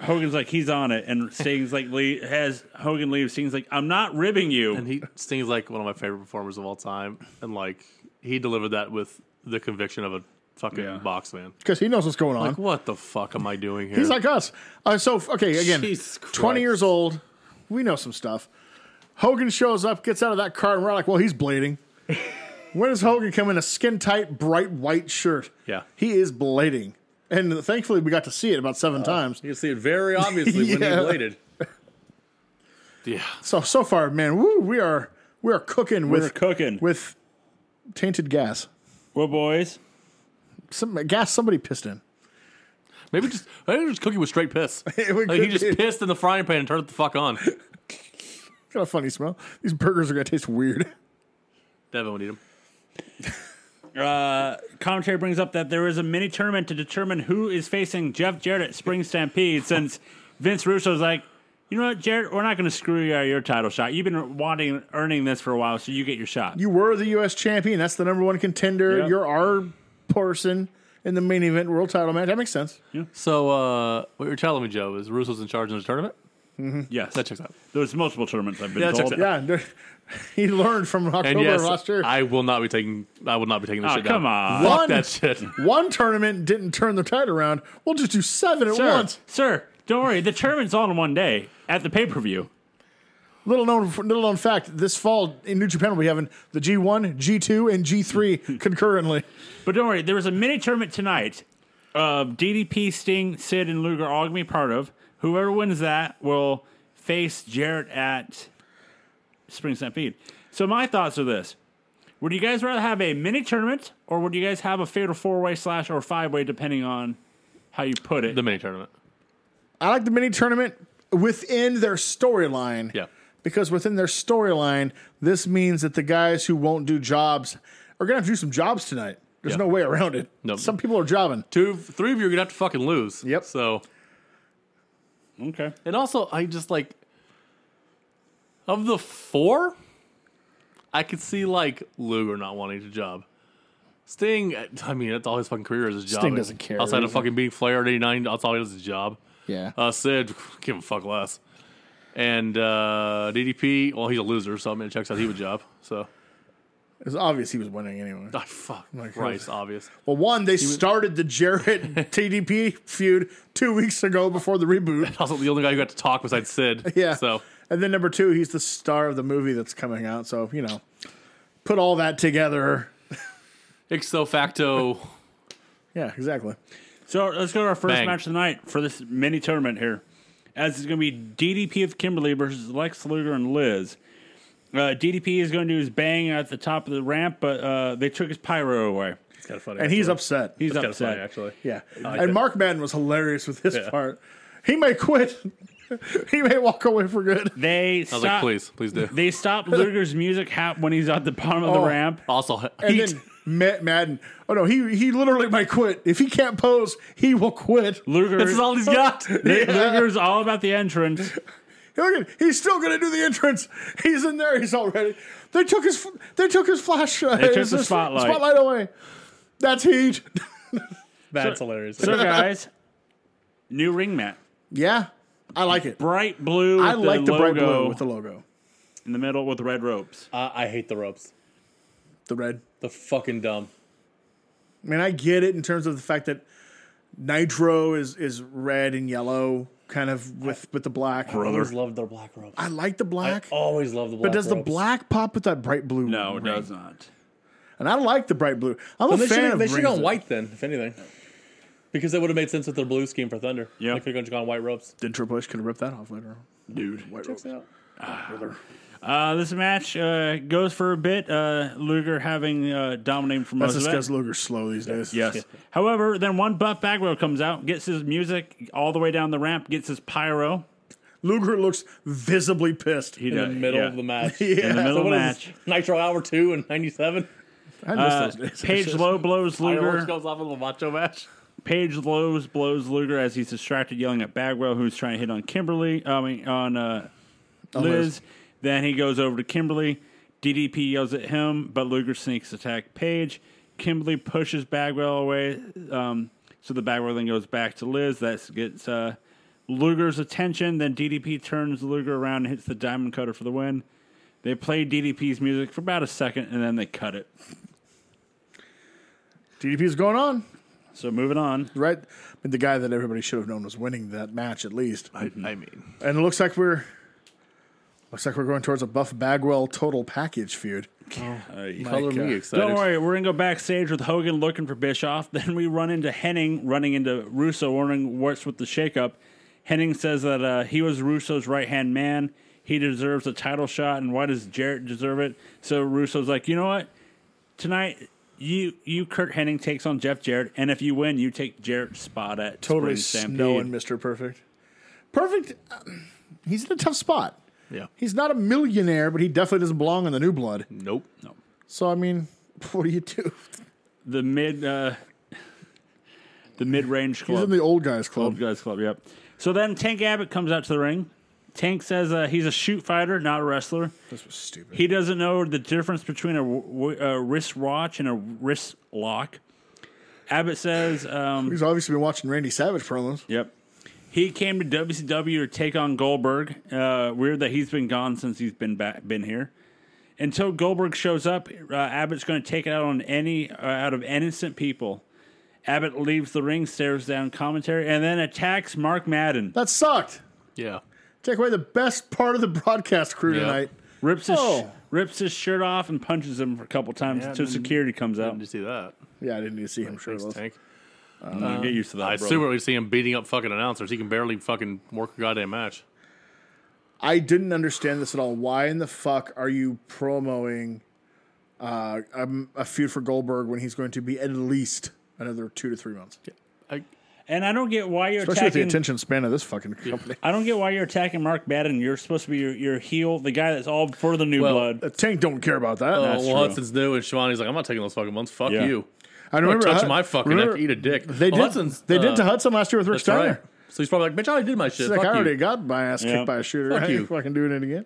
[SPEAKER 1] Hogan's like he's on it, and Sting's like le- has Hogan leaves. Sting's like I'm not ribbing you.
[SPEAKER 3] And he Sting's like one of my favorite performers of all time, and like he delivered that with the conviction of a fucking
[SPEAKER 1] Yeah.
[SPEAKER 3] box man.
[SPEAKER 2] Because he knows what's going on.
[SPEAKER 3] Like, what the fuck am I doing here?
[SPEAKER 2] He's like us. Uh, so f- okay, again,
[SPEAKER 3] Jesus Christ.
[SPEAKER 2] twenty years old. We know some stuff. Hogan shows up, gets out of that car, and we're like, "Well, he's bleeding." when does Hogan come in a skin tight, bright white shirt?
[SPEAKER 3] Yeah.
[SPEAKER 2] he is bleeding, and thankfully we got to see it about seven
[SPEAKER 3] Uh.
[SPEAKER 2] times.
[SPEAKER 3] you can see it very obviously when
[SPEAKER 2] Yeah.
[SPEAKER 3] he bladed. Yeah,
[SPEAKER 2] So so far, man, woo, we are we are cooking
[SPEAKER 1] We're
[SPEAKER 2] with
[SPEAKER 1] cooking.
[SPEAKER 2] with tainted gas,
[SPEAKER 1] well, boys,
[SPEAKER 2] some gas somebody pissed in.
[SPEAKER 3] maybe just maybe just cookie with straight piss.
[SPEAKER 2] It would
[SPEAKER 3] Like he
[SPEAKER 2] cook-
[SPEAKER 3] just pissed in the frying pan and turned it the fuck on.
[SPEAKER 2] Got a funny smell. These burgers are gonna taste weird.
[SPEAKER 3] Devin would eat him.
[SPEAKER 1] uh, commentary brings up that there is a mini tournament to determine who is facing Jeff Jarrett at Spring Stampede. since Vince Russo's like, you know what, Jarrett, we're not going to screw you out of your title shot. You've been wanting earning this for a while, so you get your shot.
[SPEAKER 2] you were the U.S. champion. That's the number one contender.
[SPEAKER 1] Yeah.
[SPEAKER 2] You're our person in the main event world title match. That makes sense.
[SPEAKER 3] So uh, what you're telling me, Joe, is Russo's in charge in the tournament?
[SPEAKER 1] yes,
[SPEAKER 3] That checks out.
[SPEAKER 1] There's multiple tournaments I've been
[SPEAKER 3] Yeah, that
[SPEAKER 1] told.
[SPEAKER 3] checks out.
[SPEAKER 2] Yeah, and he learned from October
[SPEAKER 3] And yes,
[SPEAKER 2] last year.
[SPEAKER 3] I will not be taking. I will not be taking this
[SPEAKER 1] Oh,
[SPEAKER 3] shit.
[SPEAKER 1] come
[SPEAKER 3] down.
[SPEAKER 1] on.
[SPEAKER 3] fuck
[SPEAKER 2] One-
[SPEAKER 3] that shit.
[SPEAKER 2] one tournament didn't turn the tide around. We'll just do seven at
[SPEAKER 1] Sir,
[SPEAKER 2] once.
[SPEAKER 1] sir, don't worry. The tournament's all in one day at the pay per view.
[SPEAKER 2] Little known, little known fact: this fall in New Japan, we'll be having the G1, G2, and G3 concurrently.
[SPEAKER 1] But don't worry, there was a mini tournament tonight. Uh, DDP, Sting, Sid, and Luger all gonna be part of. Whoever wins that will face Jarrett at Spring Stampede. So my thoughts are this: Would you guys rather have a mini tournament, or would you guys have a fatal four way slash or five way, depending on how you put it?
[SPEAKER 3] The mini tournament.
[SPEAKER 2] I like the mini tournament within their storyline.
[SPEAKER 3] Yeah.
[SPEAKER 2] Because within their storyline, this means that the guys who won't do jobs are gonna have to do some jobs tonight. There's
[SPEAKER 3] Yeah.
[SPEAKER 2] no way around it.
[SPEAKER 3] No.
[SPEAKER 2] Some people are jobbing.
[SPEAKER 3] Two, three of you are gonna have to fucking lose.
[SPEAKER 2] Yep.
[SPEAKER 3] So
[SPEAKER 1] okay.
[SPEAKER 3] And also, I just like of the four, I could see like Luger not wanting to job. Sting, I mean, that's all his fucking career is his job.
[SPEAKER 2] Sting doesn't care,
[SPEAKER 3] outside
[SPEAKER 2] does
[SPEAKER 3] of
[SPEAKER 2] he?
[SPEAKER 3] fucking being Flair at eighty nine. That's all he does is his job.
[SPEAKER 2] Yeah.
[SPEAKER 3] Uh, Sid, give a fuck less. And uh, DDP, well, he's a loser, so I mean, it checks out he would job. So,
[SPEAKER 2] It was obvious he was winning anyway.
[SPEAKER 3] ah, fuck,
[SPEAKER 2] God.
[SPEAKER 3] Christ, obvious.
[SPEAKER 2] Well, one, they started the Jarrett TDP feud two weeks ago before the reboot.
[SPEAKER 3] Also, the only guy who got to talk besides Sid.
[SPEAKER 2] Yeah.
[SPEAKER 3] So,
[SPEAKER 2] And then number two, he's the star of the movie that's coming out. So, you know, put all that together.
[SPEAKER 3] ex facto,
[SPEAKER 2] Yeah, exactly.
[SPEAKER 1] So let's go to our first
[SPEAKER 3] Bang.
[SPEAKER 1] match of the night for this mini tournament here. As it's going to be DDP of Kimberly versus Lex Luger and Liz. Uh, DDP is going to do his bang at the top of the ramp, but uh, they took his pyro away.
[SPEAKER 3] it's kind of funny.
[SPEAKER 2] And he's upset.
[SPEAKER 1] He's
[SPEAKER 3] kind of
[SPEAKER 1] upset.
[SPEAKER 3] funny, actually.
[SPEAKER 2] Yeah.
[SPEAKER 3] like
[SPEAKER 2] and
[SPEAKER 3] that.
[SPEAKER 2] Mark Madden was hilarious with his
[SPEAKER 3] Yeah.
[SPEAKER 2] part. He may quit. he may walk away for good.
[SPEAKER 1] They
[SPEAKER 3] I was
[SPEAKER 1] stopped,
[SPEAKER 3] like, please, please do.
[SPEAKER 1] They stopped Luger's music hat when he's at the bottom of
[SPEAKER 2] Oh.
[SPEAKER 1] the ramp.
[SPEAKER 3] Also,
[SPEAKER 2] And
[SPEAKER 3] heat.
[SPEAKER 2] then Ma- Madden. Oh no, he he literally might quit. If he can't pose, he will quit.
[SPEAKER 1] Luger,
[SPEAKER 3] This is all he's got.
[SPEAKER 1] Luger's all about the entrance.
[SPEAKER 2] Look at he's still gonna do the entrance. He's in there. He's already. They took his they took his flash. They
[SPEAKER 1] took the spotlight.
[SPEAKER 2] Spotlight away. That's heat.
[SPEAKER 3] That's hilarious.
[SPEAKER 1] So, guys, new ring mat.
[SPEAKER 2] Yeah, I like it.
[SPEAKER 1] Bright blue.
[SPEAKER 2] I like the, bright blue
[SPEAKER 1] logo
[SPEAKER 2] with the logo.
[SPEAKER 1] in the middle with red ropes.
[SPEAKER 3] I, I hate the ropes.
[SPEAKER 2] The red.
[SPEAKER 3] The fucking dumb.
[SPEAKER 2] I mean, I get it in terms of the fact that Nitro is is red and yellow, kind of with with the black.
[SPEAKER 1] Bro.
[SPEAKER 3] always loved their black robes.
[SPEAKER 2] I like the
[SPEAKER 3] I
[SPEAKER 2] black,
[SPEAKER 3] always loved the black
[SPEAKER 2] but does the
[SPEAKER 3] robes.
[SPEAKER 2] black pop with that bright blue?
[SPEAKER 1] No, it
[SPEAKER 2] ring?
[SPEAKER 1] does not.
[SPEAKER 2] And I like the bright blue. I'm
[SPEAKER 3] Well,
[SPEAKER 2] a
[SPEAKER 3] they
[SPEAKER 2] fan
[SPEAKER 3] should
[SPEAKER 2] of
[SPEAKER 3] they should
[SPEAKER 2] rings
[SPEAKER 3] go
[SPEAKER 2] that-
[SPEAKER 3] white then, if anything. Because that would have made sense with their blue scheme for Thunder.
[SPEAKER 1] Yeah.
[SPEAKER 3] They could have gone white robes.
[SPEAKER 2] Then Triple H could have ripped that off later. on.
[SPEAKER 1] Dude.
[SPEAKER 2] White robes. Brother.
[SPEAKER 1] Uh, this match uh, goes for a bit. Uh, Luger having uh, dominated for most
[SPEAKER 2] That's just
[SPEAKER 1] of it.
[SPEAKER 2] because Luger's slow these days.
[SPEAKER 1] Yes. However, then one Buff Bagwell comes out, gets his music all the way down the ramp, gets his pyro.
[SPEAKER 2] Luger looks visibly pissed.
[SPEAKER 1] He
[SPEAKER 3] In the
[SPEAKER 1] does-
[SPEAKER 3] middle
[SPEAKER 1] yeah.
[SPEAKER 3] of the match.
[SPEAKER 2] Yeah.
[SPEAKER 1] In the middle
[SPEAKER 3] So
[SPEAKER 1] of the
[SPEAKER 3] what is
[SPEAKER 1] match.
[SPEAKER 3] this, Nitro Hour 2 in 97?
[SPEAKER 2] I miss
[SPEAKER 1] Uh,
[SPEAKER 2] those days.
[SPEAKER 1] Page low blows
[SPEAKER 3] Fireworks
[SPEAKER 1] Luger.
[SPEAKER 3] goes off in the macho match.
[SPEAKER 1] Page Lowe's blows Luger as he's distracted, yelling at Bagwell, who's trying to hit on Kimberly. I mean, on uh, Liz.
[SPEAKER 2] Liz.
[SPEAKER 1] Then he goes over to Kimberly. DDP yells at him, but Luger sneaks attack Page. Kimberly pushes Bagwell away, um, so the Bagwell then goes back to Liz. That gets uh, Luger's attention. Then DDP turns Luger around and hits the Diamond Cutter for the win. They play DDP's music for about a second, and then they cut it.
[SPEAKER 2] DDP's going on,
[SPEAKER 1] So moving on.
[SPEAKER 2] right? I mean, the guy that everybody should have known was winning that match at least.
[SPEAKER 4] I, I mean,
[SPEAKER 2] And it looks like we're looks like we're going towards a Buff Bagwell total package feud.
[SPEAKER 3] Color
[SPEAKER 2] God.
[SPEAKER 3] me excited.
[SPEAKER 1] Don't worry, we're gonna go backstage with Hogan looking for Bischoff. Then we run into Henning running into Russo, wondering what's with the shakeup. Henning says that uh, he was Russo's right hand man. He deserves a title shot, and why does Jarrett deserve it? So Russo's like, you know what? Tonight, you you Kurt Henning takes on Jeff Jarrett, and if you win, you take Jarrett's spot at
[SPEAKER 2] Totally
[SPEAKER 1] Spring
[SPEAKER 2] snowing
[SPEAKER 1] Stampede.
[SPEAKER 2] Mr. Perfect. Perfect, um, he's in a tough spot.
[SPEAKER 4] yeah.
[SPEAKER 2] He's not a millionaire, but he definitely doesn't belong in the new blood.
[SPEAKER 4] Nope.
[SPEAKER 2] So I mean, what do you do?
[SPEAKER 1] The mid uh, the mid range club.
[SPEAKER 2] He's in the old guys
[SPEAKER 1] Old
[SPEAKER 2] club.
[SPEAKER 1] Guys Club, yep. So then Tank Abbott comes out to the ring. Tank says uh, he's a shoot fighter, not a wrestler.
[SPEAKER 2] This was stupid.
[SPEAKER 1] He doesn't know the difference between a, w- a wristwatch and a wrist lock. Abbott says, um,
[SPEAKER 2] He's obviously been watching Randy Savage promos.
[SPEAKER 1] yep. He came to WCW to take on Goldberg. Uh, weird that he's been gone since he's been back, been here. Until Goldberg shows up, uh, Abbott's going to take it out on any uh, out of innocent people. Abbott leaves the ring, stares down commentary, and then attacks Mark Madden.
[SPEAKER 2] That sucked.
[SPEAKER 4] Yeah.
[SPEAKER 2] Take away the best part of the broadcast crew
[SPEAKER 4] Yeah.
[SPEAKER 2] tonight.
[SPEAKER 1] rips his
[SPEAKER 2] Oh.
[SPEAKER 1] rips his shirt off and punches him a couple times
[SPEAKER 4] Yeah,
[SPEAKER 1] until
[SPEAKER 4] didn't-
[SPEAKER 1] security comes out.
[SPEAKER 4] Didn't you see that?
[SPEAKER 2] Yeah, I didn't need to see him shirtless.
[SPEAKER 4] Tank.
[SPEAKER 2] uh,
[SPEAKER 1] You Uh, get used to that.
[SPEAKER 4] I
[SPEAKER 1] bro.
[SPEAKER 4] assume we're going to see him beating up fucking announcers. He can barely fucking work a goddamn match.
[SPEAKER 2] I didn't understand this at all. Why in the fuck are you promoting uh, um, a feud for Goldberg when he's going to be at least another two to three months?
[SPEAKER 4] I,
[SPEAKER 1] and I don't get why you're
[SPEAKER 2] Especially with the
[SPEAKER 1] attacking.
[SPEAKER 2] attention span of this fucking company.
[SPEAKER 1] I don't get why you're attacking Mark Madden. You're supposed to be your, your heel, the guy that's all for the new
[SPEAKER 3] Well,
[SPEAKER 1] blood.
[SPEAKER 2] Uh, Tank don't care about that.
[SPEAKER 3] Oh,
[SPEAKER 1] That's
[SPEAKER 3] well,
[SPEAKER 1] true.
[SPEAKER 3] Hudson's new, and Shawnee's like, I'm not taking those fucking ones. Fuck
[SPEAKER 1] Yeah.
[SPEAKER 3] you.
[SPEAKER 2] I
[SPEAKER 4] I'm
[SPEAKER 2] remember
[SPEAKER 4] touching
[SPEAKER 2] Hud-
[SPEAKER 4] my fucking
[SPEAKER 2] remember-
[SPEAKER 4] neck. Eat a dick.
[SPEAKER 2] They
[SPEAKER 4] Well,
[SPEAKER 2] did.
[SPEAKER 3] Hudson's,
[SPEAKER 2] they did
[SPEAKER 3] uh,
[SPEAKER 2] to Hudson last year with Rick
[SPEAKER 3] That's right.
[SPEAKER 2] Steiner.
[SPEAKER 3] So he's probably like, bitch, I already did my shit.
[SPEAKER 2] He's like,
[SPEAKER 3] Fuck
[SPEAKER 2] I
[SPEAKER 3] you.
[SPEAKER 2] already got my ass kicked
[SPEAKER 1] Yeah.
[SPEAKER 2] by a shooter.
[SPEAKER 3] Fuck
[SPEAKER 2] I ain't
[SPEAKER 3] you.
[SPEAKER 2] fucking doing it again.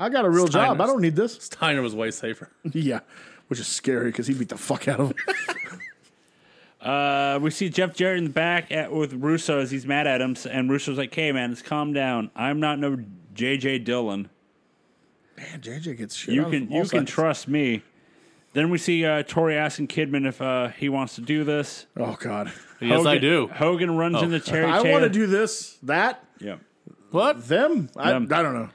[SPEAKER 2] I got a real job. I
[SPEAKER 3] Steiner's-
[SPEAKER 2] don't need this.
[SPEAKER 3] Steiner was way safer.
[SPEAKER 2] Yeah, which is scary because he beat the fuck out of him.
[SPEAKER 1] Uh, we see Jeff Jarrett in the back at, with Russo as he's mad at him, s- and Russo's like, "Hey man, it's calm down. I'm not no JJ Dillon.
[SPEAKER 2] Man, JJ gets shit.
[SPEAKER 1] You
[SPEAKER 2] out of
[SPEAKER 1] can
[SPEAKER 2] him all
[SPEAKER 1] you can
[SPEAKER 2] sides.
[SPEAKER 1] trust me." Then we see uh, Tori asking Kidman if uh, he wants to do this.
[SPEAKER 2] Oh God,
[SPEAKER 4] yes, I
[SPEAKER 1] Hogan-
[SPEAKER 4] do.
[SPEAKER 1] Hogan runs into Terry.
[SPEAKER 2] Oh. I
[SPEAKER 1] Taylor.
[SPEAKER 2] want to do this. That
[SPEAKER 1] Yeah.
[SPEAKER 4] What?
[SPEAKER 2] them? I,
[SPEAKER 1] Them.
[SPEAKER 2] I don't know.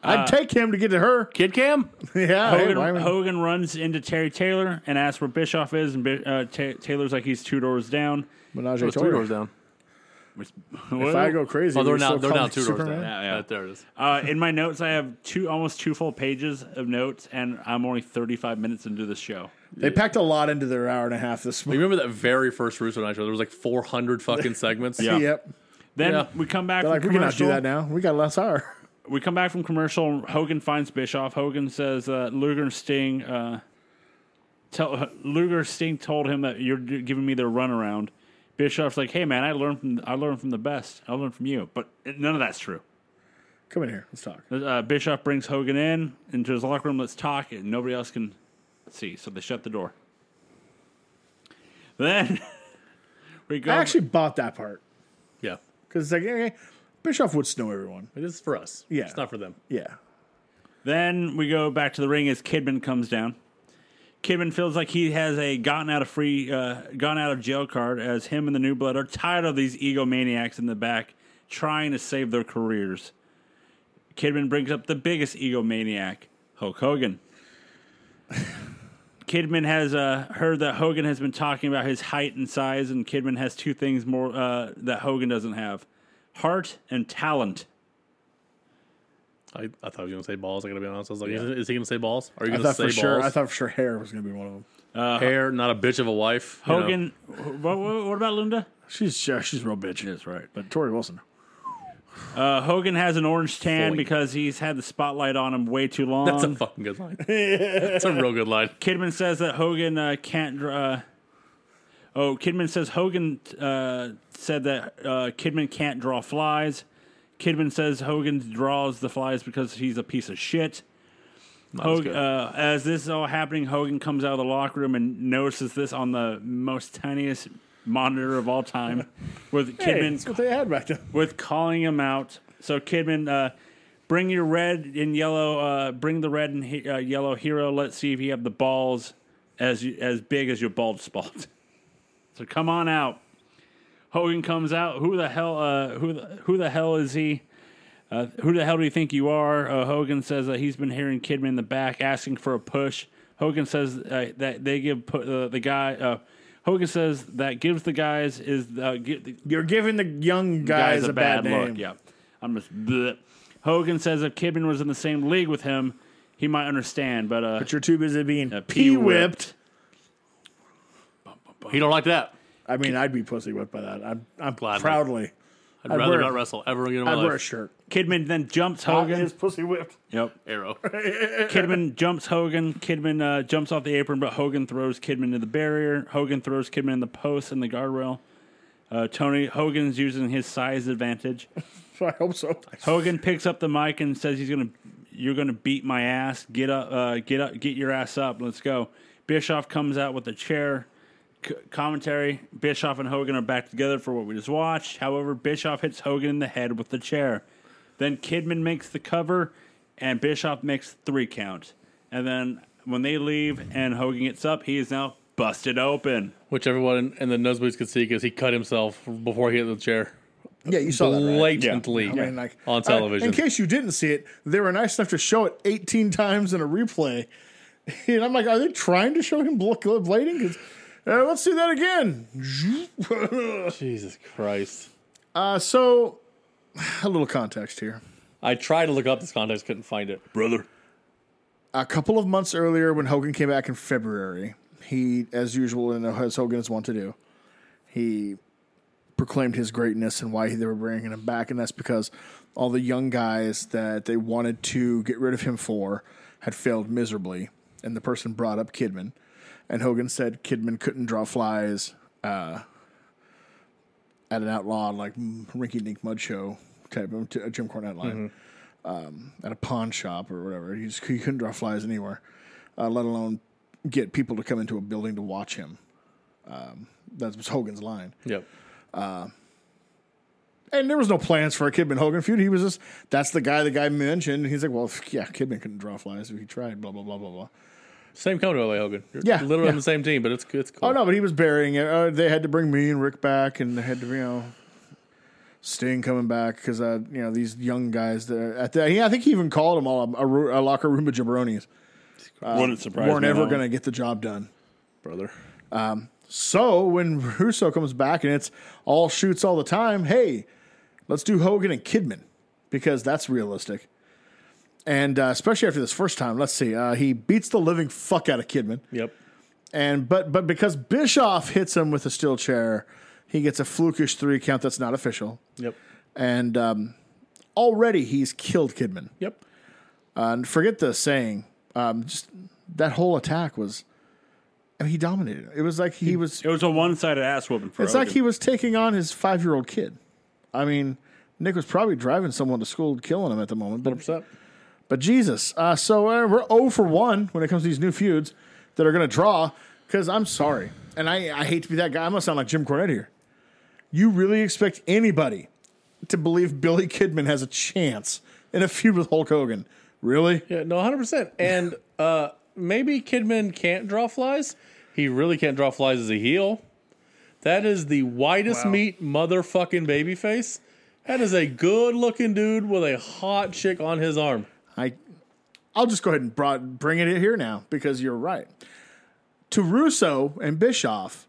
[SPEAKER 2] I'd take him to get to her.
[SPEAKER 4] Kid Cam?
[SPEAKER 2] yeah, hey,
[SPEAKER 1] Hogan,
[SPEAKER 2] why not?
[SPEAKER 1] Hogan runs into Terry Taylor and asks where Bischoff is, and Bi- uh, Ta Taylor's like he's two doors down.
[SPEAKER 2] Menage
[SPEAKER 4] It
[SPEAKER 2] a
[SPEAKER 4] was three
[SPEAKER 2] Trois.
[SPEAKER 4] doors down.
[SPEAKER 2] If I go crazy,
[SPEAKER 4] Oh, they're
[SPEAKER 2] we still
[SPEAKER 4] now, they're
[SPEAKER 2] call
[SPEAKER 4] now
[SPEAKER 2] me
[SPEAKER 4] two doors
[SPEAKER 2] Superman?
[SPEAKER 4] down.
[SPEAKER 1] Yeah, yeah.
[SPEAKER 4] Right there it is.
[SPEAKER 1] uh, in my notes, I have two almost two full pages of notes, and I'm only 35 minutes into this show.
[SPEAKER 2] They packed a lot into their hour and a half this
[SPEAKER 3] You
[SPEAKER 2] week.
[SPEAKER 3] remember that very first Russo Nitro? There was like 400 fucking segments.
[SPEAKER 1] Yeah.
[SPEAKER 2] Yep.
[SPEAKER 1] Then
[SPEAKER 3] Yeah.
[SPEAKER 1] we come back
[SPEAKER 2] They're
[SPEAKER 1] from
[SPEAKER 2] like, we cannot
[SPEAKER 1] commercial.
[SPEAKER 2] do that now. We got less hour.
[SPEAKER 1] We come back from commercial. Hogan finds Bischoff. Hogan says uh, Luger and Sting. Uh, tell uh, Luger Sting told him that you're d- giving me the runaround. Bischoff's like, hey man, I learned from I learned from the best. I learned from you, but none of that's true.
[SPEAKER 2] Come in here. Let's talk.
[SPEAKER 1] Uh, Bischoff brings Hogan in into his locker room. Let's talk, and nobody else can see. So they shut the door. Then we go.
[SPEAKER 2] I actually bought that part
[SPEAKER 3] Yeah.
[SPEAKER 2] because it's like, okay, Bischoff would snow everyone.
[SPEAKER 3] It is for us.
[SPEAKER 2] Yeah.
[SPEAKER 3] It's not for them.
[SPEAKER 2] Yeah.
[SPEAKER 1] then we go back to the ring as Kidman comes down. Kidman feels like he has a gotten out of free, uh, gone out of jail card, as him and the New Blood are tired of these egomaniacs in the back trying to save their careers. Kidman brings up the biggest egomaniac, Hulk Hogan. Kidman has uh, heard that Hogan has been talking about his height and size, and Kidman has two things more uh, that Hogan doesn't have: heart and talent.
[SPEAKER 4] I, I thought he was going to say balls. I got to be honest. I was like, is, is he going to say balls? Are you
[SPEAKER 2] I
[SPEAKER 4] going to
[SPEAKER 2] thought
[SPEAKER 4] say
[SPEAKER 2] for
[SPEAKER 4] balls?
[SPEAKER 2] sure. I thought for sure hair was going to be one of them.
[SPEAKER 3] Uh,
[SPEAKER 4] Hair, not a bitch of a wife. you know.
[SPEAKER 1] Hogan. What, what, what about Linda?
[SPEAKER 2] She's yeah, she's a real bitch. That's right. But Tori Wilson.
[SPEAKER 1] Uh, Hogan has an orange tan
[SPEAKER 4] Fully.
[SPEAKER 1] because he's had the spotlight on him way too long.
[SPEAKER 4] That's a fucking good line. That's a real good line.
[SPEAKER 1] Kidman says that Hogan uh, can't. dr- Uh, oh, Kidman says Hogan uh, said that uh, Kidman can't draw flies. Kidman says Hogan draws the flies because he's a piece of shit. Hog-
[SPEAKER 4] good.
[SPEAKER 1] uh, as this is all happening, Hogan comes out of the locker room and notices this on the most tiniest monitor of all time, with
[SPEAKER 2] Hey,
[SPEAKER 1] Kidman
[SPEAKER 2] that's what they had back then.
[SPEAKER 1] with calling him out. So Kidman, uh, bring your red and yellow. Uh, bring the red and he- uh, yellow hero. Let's see if you have the balls as you, as big as your bald spot. So come on out. Hogan comes out. Who the hell? Uh, who the, who the hell is he? Uh, who the hell do you think you are? Uh, Hogan says that he's been hearing Kidman in the back asking for a push. Hogan says uh, that they give pu- uh, the guy. Uh, Hogan says that gives the guys is uh, gi-
[SPEAKER 2] You're giving the young guys, a, bad, name.
[SPEAKER 1] Yeah, I'm just. Bleh. Hogan says if Kidman was in the same league with him, he might understand. But uh,
[SPEAKER 2] But you're too busy being
[SPEAKER 1] uh,
[SPEAKER 2] pee whipped.
[SPEAKER 4] He don't like that.
[SPEAKER 2] I mean, I'd be pussy whipped by that. I'm, I'm
[SPEAKER 4] Gladly.
[SPEAKER 2] proudly.
[SPEAKER 4] I'd,
[SPEAKER 2] I'd
[SPEAKER 4] rather
[SPEAKER 2] wear-
[SPEAKER 4] not wrestle ever again in my
[SPEAKER 2] I'd wear a
[SPEAKER 4] life.
[SPEAKER 2] shirt.
[SPEAKER 1] Kidman then jumps Hogan.
[SPEAKER 2] Is Uh, pussy whipped.
[SPEAKER 1] yep.
[SPEAKER 4] Arrow.
[SPEAKER 1] Kidman jumps Hogan. Kidman uh, jumps off the apron, but Hogan throws Kidman to the barrier. Hogan throws Kidman in the post and the guardrail. Uh, Tony Hogan's using his size advantage.
[SPEAKER 2] So I hope so.
[SPEAKER 1] Hogan picks up the mic and says he's gonna, you're gonna beat my ass. Get up, uh, get up, get your ass up. Let's go. Bischoff comes out with a chair c- commentary. Bischoff and Hogan are back together for what we just watched. However, Bischoff hits Hogan in the head with the chair. Then Kidman makes the cover, and Bischoff makes three count. And then when they leave and Hogan gets up, he is now busted open.
[SPEAKER 3] Which everyone in the nosebleeds could see because he cut himself before he hit the chair.
[SPEAKER 2] Yeah, you saw that. Right?
[SPEAKER 3] Blatantly
[SPEAKER 2] I mean, like
[SPEAKER 3] on
[SPEAKER 2] I-
[SPEAKER 3] television.
[SPEAKER 2] in case you didn't see it, they were nice enough to show it 18 times in a replay. And I'm like, are they trying to show him bl- bl- blading? 'Cause, uh, let's see that again.
[SPEAKER 3] Jesus Christ.
[SPEAKER 2] uh, so, a little context here.
[SPEAKER 3] I tried to look up this context, couldn't find it. Brother.
[SPEAKER 2] a couple of months earlier when Hogan came back in February, he, as usual, and as Hogan is wont to do, he proclaimed his greatness and why they were bringing him back. And that's because all the young guys that they wanted to get rid of him for had failed miserably. And the person brought up Kidman. And Hogan said Kidman couldn't draw flies uh, at an outlaw, like mm, rinky dink mud show type of a Jim Cornette line at a pawn shop or whatever. He, just, he couldn't draw flies anywhere, uh, let alone get people to come into a building to watch him. Um, that was Hogan's line.
[SPEAKER 3] Yep.
[SPEAKER 2] And there was no plans for a Kidman Hogan feud. He was just, that's the guy the guy mentioned. And he's like, well, f- yeah, Kidman couldn't draw flies if he tried, blah, blah, blah, blah, blah.
[SPEAKER 3] Same company, LA Hogan. You're
[SPEAKER 2] Yeah,
[SPEAKER 3] Literally
[SPEAKER 2] yeah.
[SPEAKER 3] on the same team, but it's, it's cool.
[SPEAKER 2] Oh, no, but he was burying it. Uh, they had to bring me and Rick back, and they had to, you know, Sting coming back because, uh, you know, these young guys there. At the, yeah, I think he even called them all a, a, ro- a locker room of jabronis.
[SPEAKER 1] Wouldn't surprise
[SPEAKER 2] Weren't
[SPEAKER 1] me at
[SPEAKER 2] ever
[SPEAKER 1] all.
[SPEAKER 2] going to get the job done.
[SPEAKER 3] Brother.
[SPEAKER 2] So when Russo comes back and it's all shoots all the time, hey, let's do Hogan and Kidman because that's realistic. And uh, especially after this first time, let's see, uh, he beats the living fuck out of Kidman,
[SPEAKER 3] Yep.
[SPEAKER 2] and but but because Bischoff hits him with a steel chair, he gets a flukish three count that's not official,
[SPEAKER 3] Yep.
[SPEAKER 2] and um, already he's killed Kidman.
[SPEAKER 3] Yep.
[SPEAKER 2] And forget the saying, um, just that whole attack was. I mean, he dominated. It was like he was
[SPEAKER 1] It was a one-sided ass whooping for
[SPEAKER 2] It's
[SPEAKER 1] Hogan.
[SPEAKER 2] like he was taking on his five year old kid. I mean, Nick was probably driving someone to school, killing him at the moment. But,
[SPEAKER 3] What's up?
[SPEAKER 2] but Jesus. Uh, so uh, we're 0 for 1 when it comes to these new feuds that are going to draw because I'm sorry. And I, I hate to be that guy. I'm going to sound like Jim Cornette here. You really expect anybody to believe Billy Kidman has a chance in a feud with Hulk Hogan? Really?
[SPEAKER 3] Yeah, no, 100%. And uh, maybe Kidman can't draw flies. He really can't draw flies as a heel. That is the widest
[SPEAKER 2] Wow.
[SPEAKER 3] meat motherfucking baby face. That is a good looking dude with a hot chick on his arm.
[SPEAKER 2] I, I'll just go ahead and broad, bring it here now because you're right. To Russo and Bischoff,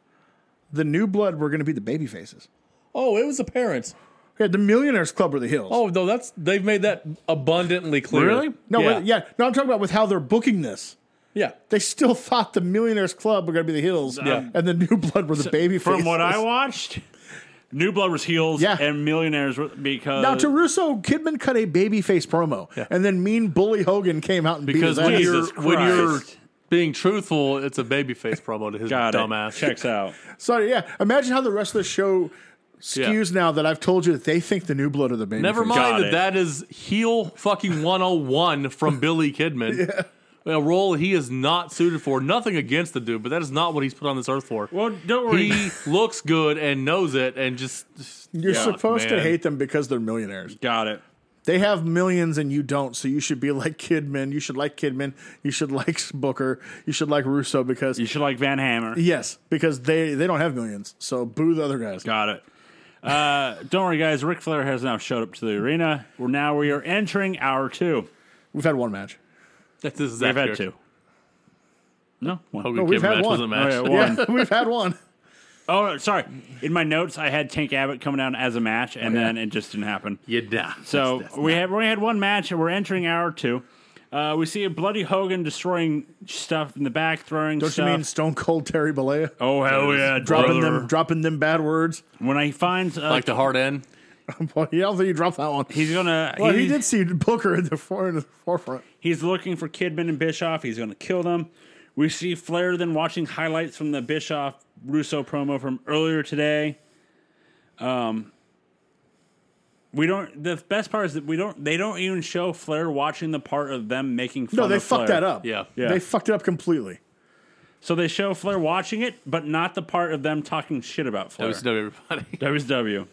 [SPEAKER 2] the new blood were going to be the baby faces.
[SPEAKER 3] Oh, it was apparent.
[SPEAKER 2] Yeah, the Millionaires Club were the heels.
[SPEAKER 3] Oh, no, that's they've made that abundantly clear.
[SPEAKER 1] Really?
[SPEAKER 2] no,
[SPEAKER 3] yeah.
[SPEAKER 2] wait, yeah, no, I'm talking about with how they're booking this.
[SPEAKER 3] yeah.
[SPEAKER 2] They still thought the Millionaires Club were going to be the heels,
[SPEAKER 3] Yeah.
[SPEAKER 2] and the new blood were the baby faces.
[SPEAKER 1] From what I watched, New Blood was heels
[SPEAKER 2] Yeah.
[SPEAKER 1] and Millionaires were because
[SPEAKER 2] Now, to Russo, Kidman cut a babyface promo, and then mean bully Hogan came out and
[SPEAKER 4] Because
[SPEAKER 2] beat his
[SPEAKER 4] when
[SPEAKER 2] ass.
[SPEAKER 4] you're
[SPEAKER 1] Jesus
[SPEAKER 4] when you're
[SPEAKER 1] Christ.
[SPEAKER 4] being truthful, it's a babyface promo to his
[SPEAKER 1] got
[SPEAKER 4] dumbass.
[SPEAKER 1] it. Checks out.
[SPEAKER 2] Sorry, yeah. Imagine how the rest of the show skews now that I've told you that they think the new blood are the baby.
[SPEAKER 4] Never
[SPEAKER 2] faces.
[SPEAKER 4] mind
[SPEAKER 1] Got
[SPEAKER 4] that
[SPEAKER 1] it.
[SPEAKER 4] that is heel fucking 101 from Billy Kidman. A role he is not suited for. Nothing against the dude, but that is not what he's put on this earth for.
[SPEAKER 1] Well, don't worry.
[SPEAKER 4] he looks good and knows it and just.
[SPEAKER 2] You're
[SPEAKER 4] Yeah,
[SPEAKER 2] supposed to
[SPEAKER 4] man.
[SPEAKER 2] hate them because they're millionaires.
[SPEAKER 1] got it.
[SPEAKER 2] They have millions and you don't, so you should be like Kidman. You should like Kidman. You should like Booker. You should like Russo because
[SPEAKER 1] You should like Van Hammer.
[SPEAKER 2] yes, because they they don't have millions. So boo the other guys.
[SPEAKER 1] Got it. Uh, don't worry, guys. Ric Flair has now showed up to the arena. We're now we are entering hour two.
[SPEAKER 2] We've had one match.
[SPEAKER 4] That's this is
[SPEAKER 1] They've had
[SPEAKER 4] accurate.
[SPEAKER 1] two. No, one.
[SPEAKER 4] Hogan
[SPEAKER 2] No, we've
[SPEAKER 4] Kidman
[SPEAKER 2] had
[SPEAKER 4] match
[SPEAKER 2] one.
[SPEAKER 4] wasn't a match.
[SPEAKER 1] Oh, yeah, one.
[SPEAKER 2] Yeah, we've had one.
[SPEAKER 1] Oh, sorry. In my notes, I had Tank Abbott coming down as a match, and then it just didn't happen.
[SPEAKER 4] You die.
[SPEAKER 1] So we have we only had one match, and we're entering hour two. Uh, we see a bloody Hogan destroying stuff in the back, throwing
[SPEAKER 2] Don't
[SPEAKER 1] stuff.
[SPEAKER 2] you mean Stone Cold Terry Bollea
[SPEAKER 1] oh hell yeah,
[SPEAKER 2] dropping
[SPEAKER 1] brother.
[SPEAKER 2] them dropping them bad words?
[SPEAKER 1] When he finds, uh,
[SPEAKER 4] like the hard end.
[SPEAKER 2] Boy, I don't think you dropped that one.
[SPEAKER 1] he's gonna.
[SPEAKER 2] Well, he
[SPEAKER 1] he's-
[SPEAKER 2] did see Booker in the, fore, in the forefront.
[SPEAKER 1] He's looking for Kidman and Bischoff. He's going to kill them. We see Flair then watching highlights from the Bischoff Russo promo from earlier today. Um, we don't. The best part is that we don't. They don't even show Flair watching the part of them making. fun
[SPEAKER 2] No, they
[SPEAKER 1] of
[SPEAKER 2] fucked
[SPEAKER 1] Flair.
[SPEAKER 2] that up.
[SPEAKER 4] Yeah.
[SPEAKER 1] Yeah.
[SPEAKER 2] They fucked it up completely.
[SPEAKER 1] So they show Flair watching it, but not the part of them talking shit about Flair.
[SPEAKER 4] WCW, everybody.
[SPEAKER 1] WCW.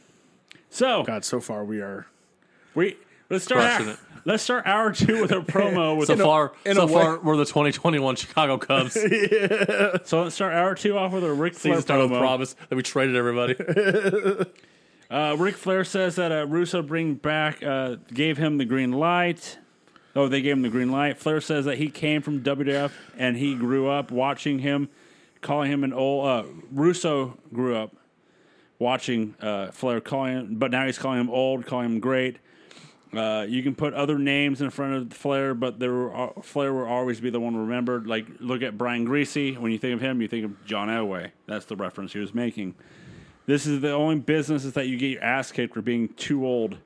[SPEAKER 1] So
[SPEAKER 2] God, so far we are.
[SPEAKER 1] we let's start.
[SPEAKER 4] Crushing
[SPEAKER 1] Our,
[SPEAKER 4] it.
[SPEAKER 1] let's start hour two with a promo with
[SPEAKER 4] So far,
[SPEAKER 2] in
[SPEAKER 4] so
[SPEAKER 2] a way-
[SPEAKER 4] far, we're the 2021 Chicago Cubs.
[SPEAKER 1] So let's start hour two off with a Ric Flair
[SPEAKER 4] Please start with
[SPEAKER 1] promo.
[SPEAKER 4] the promise that we traded everybody.
[SPEAKER 1] Uh, Ric Flair says that uh, Russo bring back uh, gave him the green light. Oh, they gave him the green light. Flair says that he came from WWF and he grew up watching him, calling him an old. Uh, Russo grew up watching uh, Flair calling him, but now he's calling him old, calling him great. Uh, you can put other names in front of Flair, but there were, al- Flair will always be the one remembered. Like look at Brian Greasy. When you think of him, you think of John Elway. That's the reference he was making. This is the only business is that you get your ass kicked for being too old.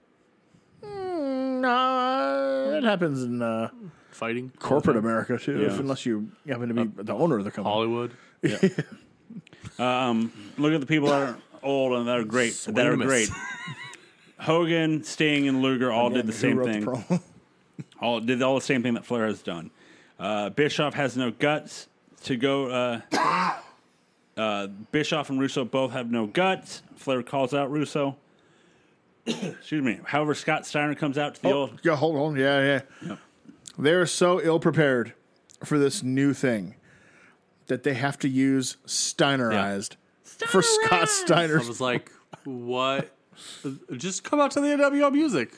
[SPEAKER 2] No, it happens in uh,
[SPEAKER 4] Fighting
[SPEAKER 2] corporate America too,
[SPEAKER 1] Yeah.
[SPEAKER 2] unless you happen to
[SPEAKER 1] Uh,
[SPEAKER 2] be the owner of the company.
[SPEAKER 4] Hollywood.
[SPEAKER 1] Look at the people that are old and that are great. That are
[SPEAKER 4] Swing a
[SPEAKER 1] great.
[SPEAKER 4] miss.
[SPEAKER 1] Hogan, Sting, and Luger all did the
[SPEAKER 2] Who
[SPEAKER 1] same
[SPEAKER 2] wrote the
[SPEAKER 1] thing.
[SPEAKER 2] promo?
[SPEAKER 1] all did all the same thing that Flair has done. Uh, Bischoff has no guts to go. Uh, uh, Bischoff and Russo both have no guts. Flair calls out Russo. Excuse me. However, Scott Steiner comes out to the
[SPEAKER 2] Oh,
[SPEAKER 1] old.
[SPEAKER 2] yeah, hold on. Yeah, yeah. They're so ill prepared for this new thing that they have to use Steinerized for Scott
[SPEAKER 4] I
[SPEAKER 2] Steiner's.
[SPEAKER 4] was like, what? Just come out to the NWO music.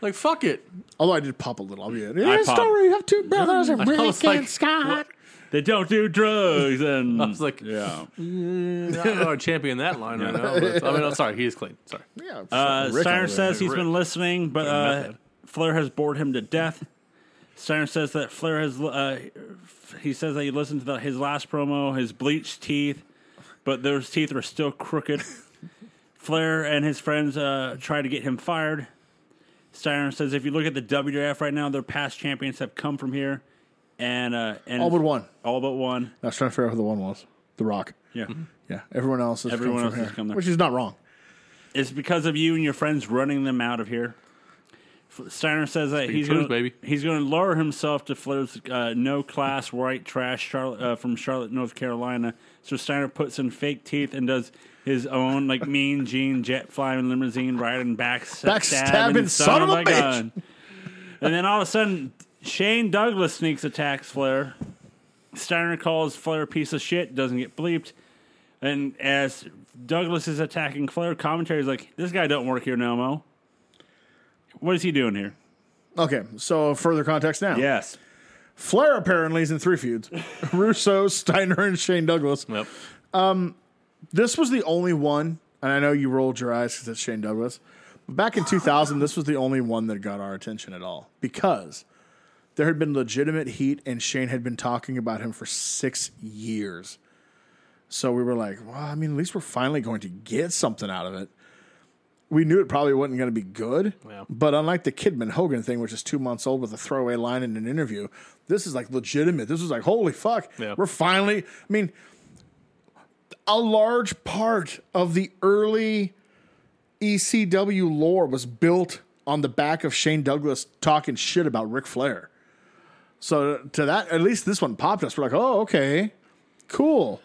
[SPEAKER 4] Like, fuck it.
[SPEAKER 2] Although I did pop a little. I'll be it.
[SPEAKER 1] I
[SPEAKER 2] Yeah,
[SPEAKER 1] popped.
[SPEAKER 2] story of two brothers,
[SPEAKER 4] I
[SPEAKER 2] Rick
[SPEAKER 4] was
[SPEAKER 2] and
[SPEAKER 4] like,
[SPEAKER 2] Scott.
[SPEAKER 1] They don't do drugs, and I
[SPEAKER 4] was like- I
[SPEAKER 1] yeah.
[SPEAKER 4] don't know, I champion that line right now. But, I mean, I'm sorry, he is clean. Sorry.
[SPEAKER 2] Yeah,
[SPEAKER 1] Uh,
[SPEAKER 2] fucking Rick
[SPEAKER 1] Steiner
[SPEAKER 2] over there.
[SPEAKER 1] says he's been listening, but uh,
[SPEAKER 4] method.
[SPEAKER 1] Flair has bored him to death. Steiner says that Flair has. Uh, he says that he listened to the, his last promo, his bleached teeth, but those teeth are still crooked. Flair and his friends uh, try to get him fired. Steiner says if you look at the WWF right now, their past champions have come from here, and uh, and
[SPEAKER 2] all but one.
[SPEAKER 1] all but one.
[SPEAKER 2] I was trying to figure out who the one was. The Rock.
[SPEAKER 1] Yeah,
[SPEAKER 2] Yeah, everyone else is
[SPEAKER 1] Everyone
[SPEAKER 2] everyone
[SPEAKER 1] else has
[SPEAKER 2] here,
[SPEAKER 1] come there.
[SPEAKER 2] which is not wrong.
[SPEAKER 1] it's because of you and your friends running them out of here. Steiner says that he's
[SPEAKER 4] truth,
[SPEAKER 1] going
[SPEAKER 4] baby.
[SPEAKER 1] he's going to lower himself to Flair's uh, no class white trash Charlotte, uh, from Charlotte, North Carolina. So Steiner puts in fake teeth and does his own like mean Gene jet flying limousine riding back
[SPEAKER 2] Backstabbing son of a bitch.
[SPEAKER 1] And then all of a sudden, Shane Douglas sneaks attacks Flair. Steiner calls Flair a piece of shit, doesn't get bleeped. And as Douglas is attacking Flair, commentary is like, this guy don't work here no mo. What is he doing here?
[SPEAKER 2] Okay, so further context now.
[SPEAKER 1] Yes.
[SPEAKER 2] Flair apparently is in three feuds: Russo, Steiner, and Shane Douglas.
[SPEAKER 4] Yep.
[SPEAKER 2] This was the only one, and I know you rolled your eyes because it's Shane Douglas. But back in 2000, this was the only one that got our attention at all because there had been legitimate heat, and Shane had been talking about him for six years. So we were like, well, I mean, at least we're finally going to get something out of it. We knew it probably wasn't going to be good,
[SPEAKER 4] Yeah.
[SPEAKER 2] but unlike the Kidman Hogan thing, which is two months old with a throwaway line in an interview, this is like legitimate. This was like, holy fuck,
[SPEAKER 4] Yeah.
[SPEAKER 2] we're finally. I mean, a large part of the early ECW lore was built on the back of Shane Douglas talking shit about Ric Flair. So to that, at least this one popped us. We're like, oh, okay, cool.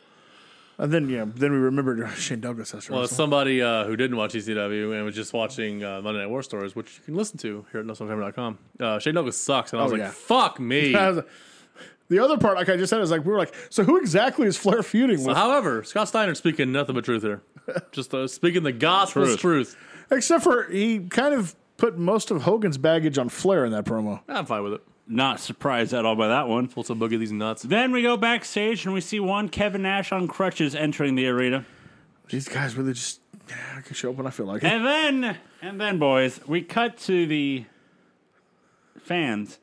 [SPEAKER 2] And then yeah, then we remembered Shane Douglas has
[SPEAKER 4] Well,
[SPEAKER 2] wrestled.
[SPEAKER 4] somebody uh, who didn't watch ECW and was just watching uh, Monday Night War Stories, which you can listen to here at NelsonTimer.com. Uh, Shane Douglas sucks, and I was
[SPEAKER 2] Oh,
[SPEAKER 4] like,
[SPEAKER 2] yeah.
[SPEAKER 4] "Fuck me."
[SPEAKER 2] I was- the other part, like I just said, is like we were like, so who exactly is Flair feuding with?
[SPEAKER 4] However, Scott Steiner speaking nothing but truth here, just uh, speaking the gospel's truth.
[SPEAKER 2] Except for he kind of put most of Hogan's baggage on Flair in that promo.
[SPEAKER 4] I'm fine with it.
[SPEAKER 1] Not surprised at all by that one.
[SPEAKER 4] What's a boogie these nuts?
[SPEAKER 1] Then we go backstage and we see one Kevin Nash on crutches entering the arena.
[SPEAKER 2] These guys really just yeah, I can show up when I feel like it.
[SPEAKER 1] And then, and then, boys, we cut to the fans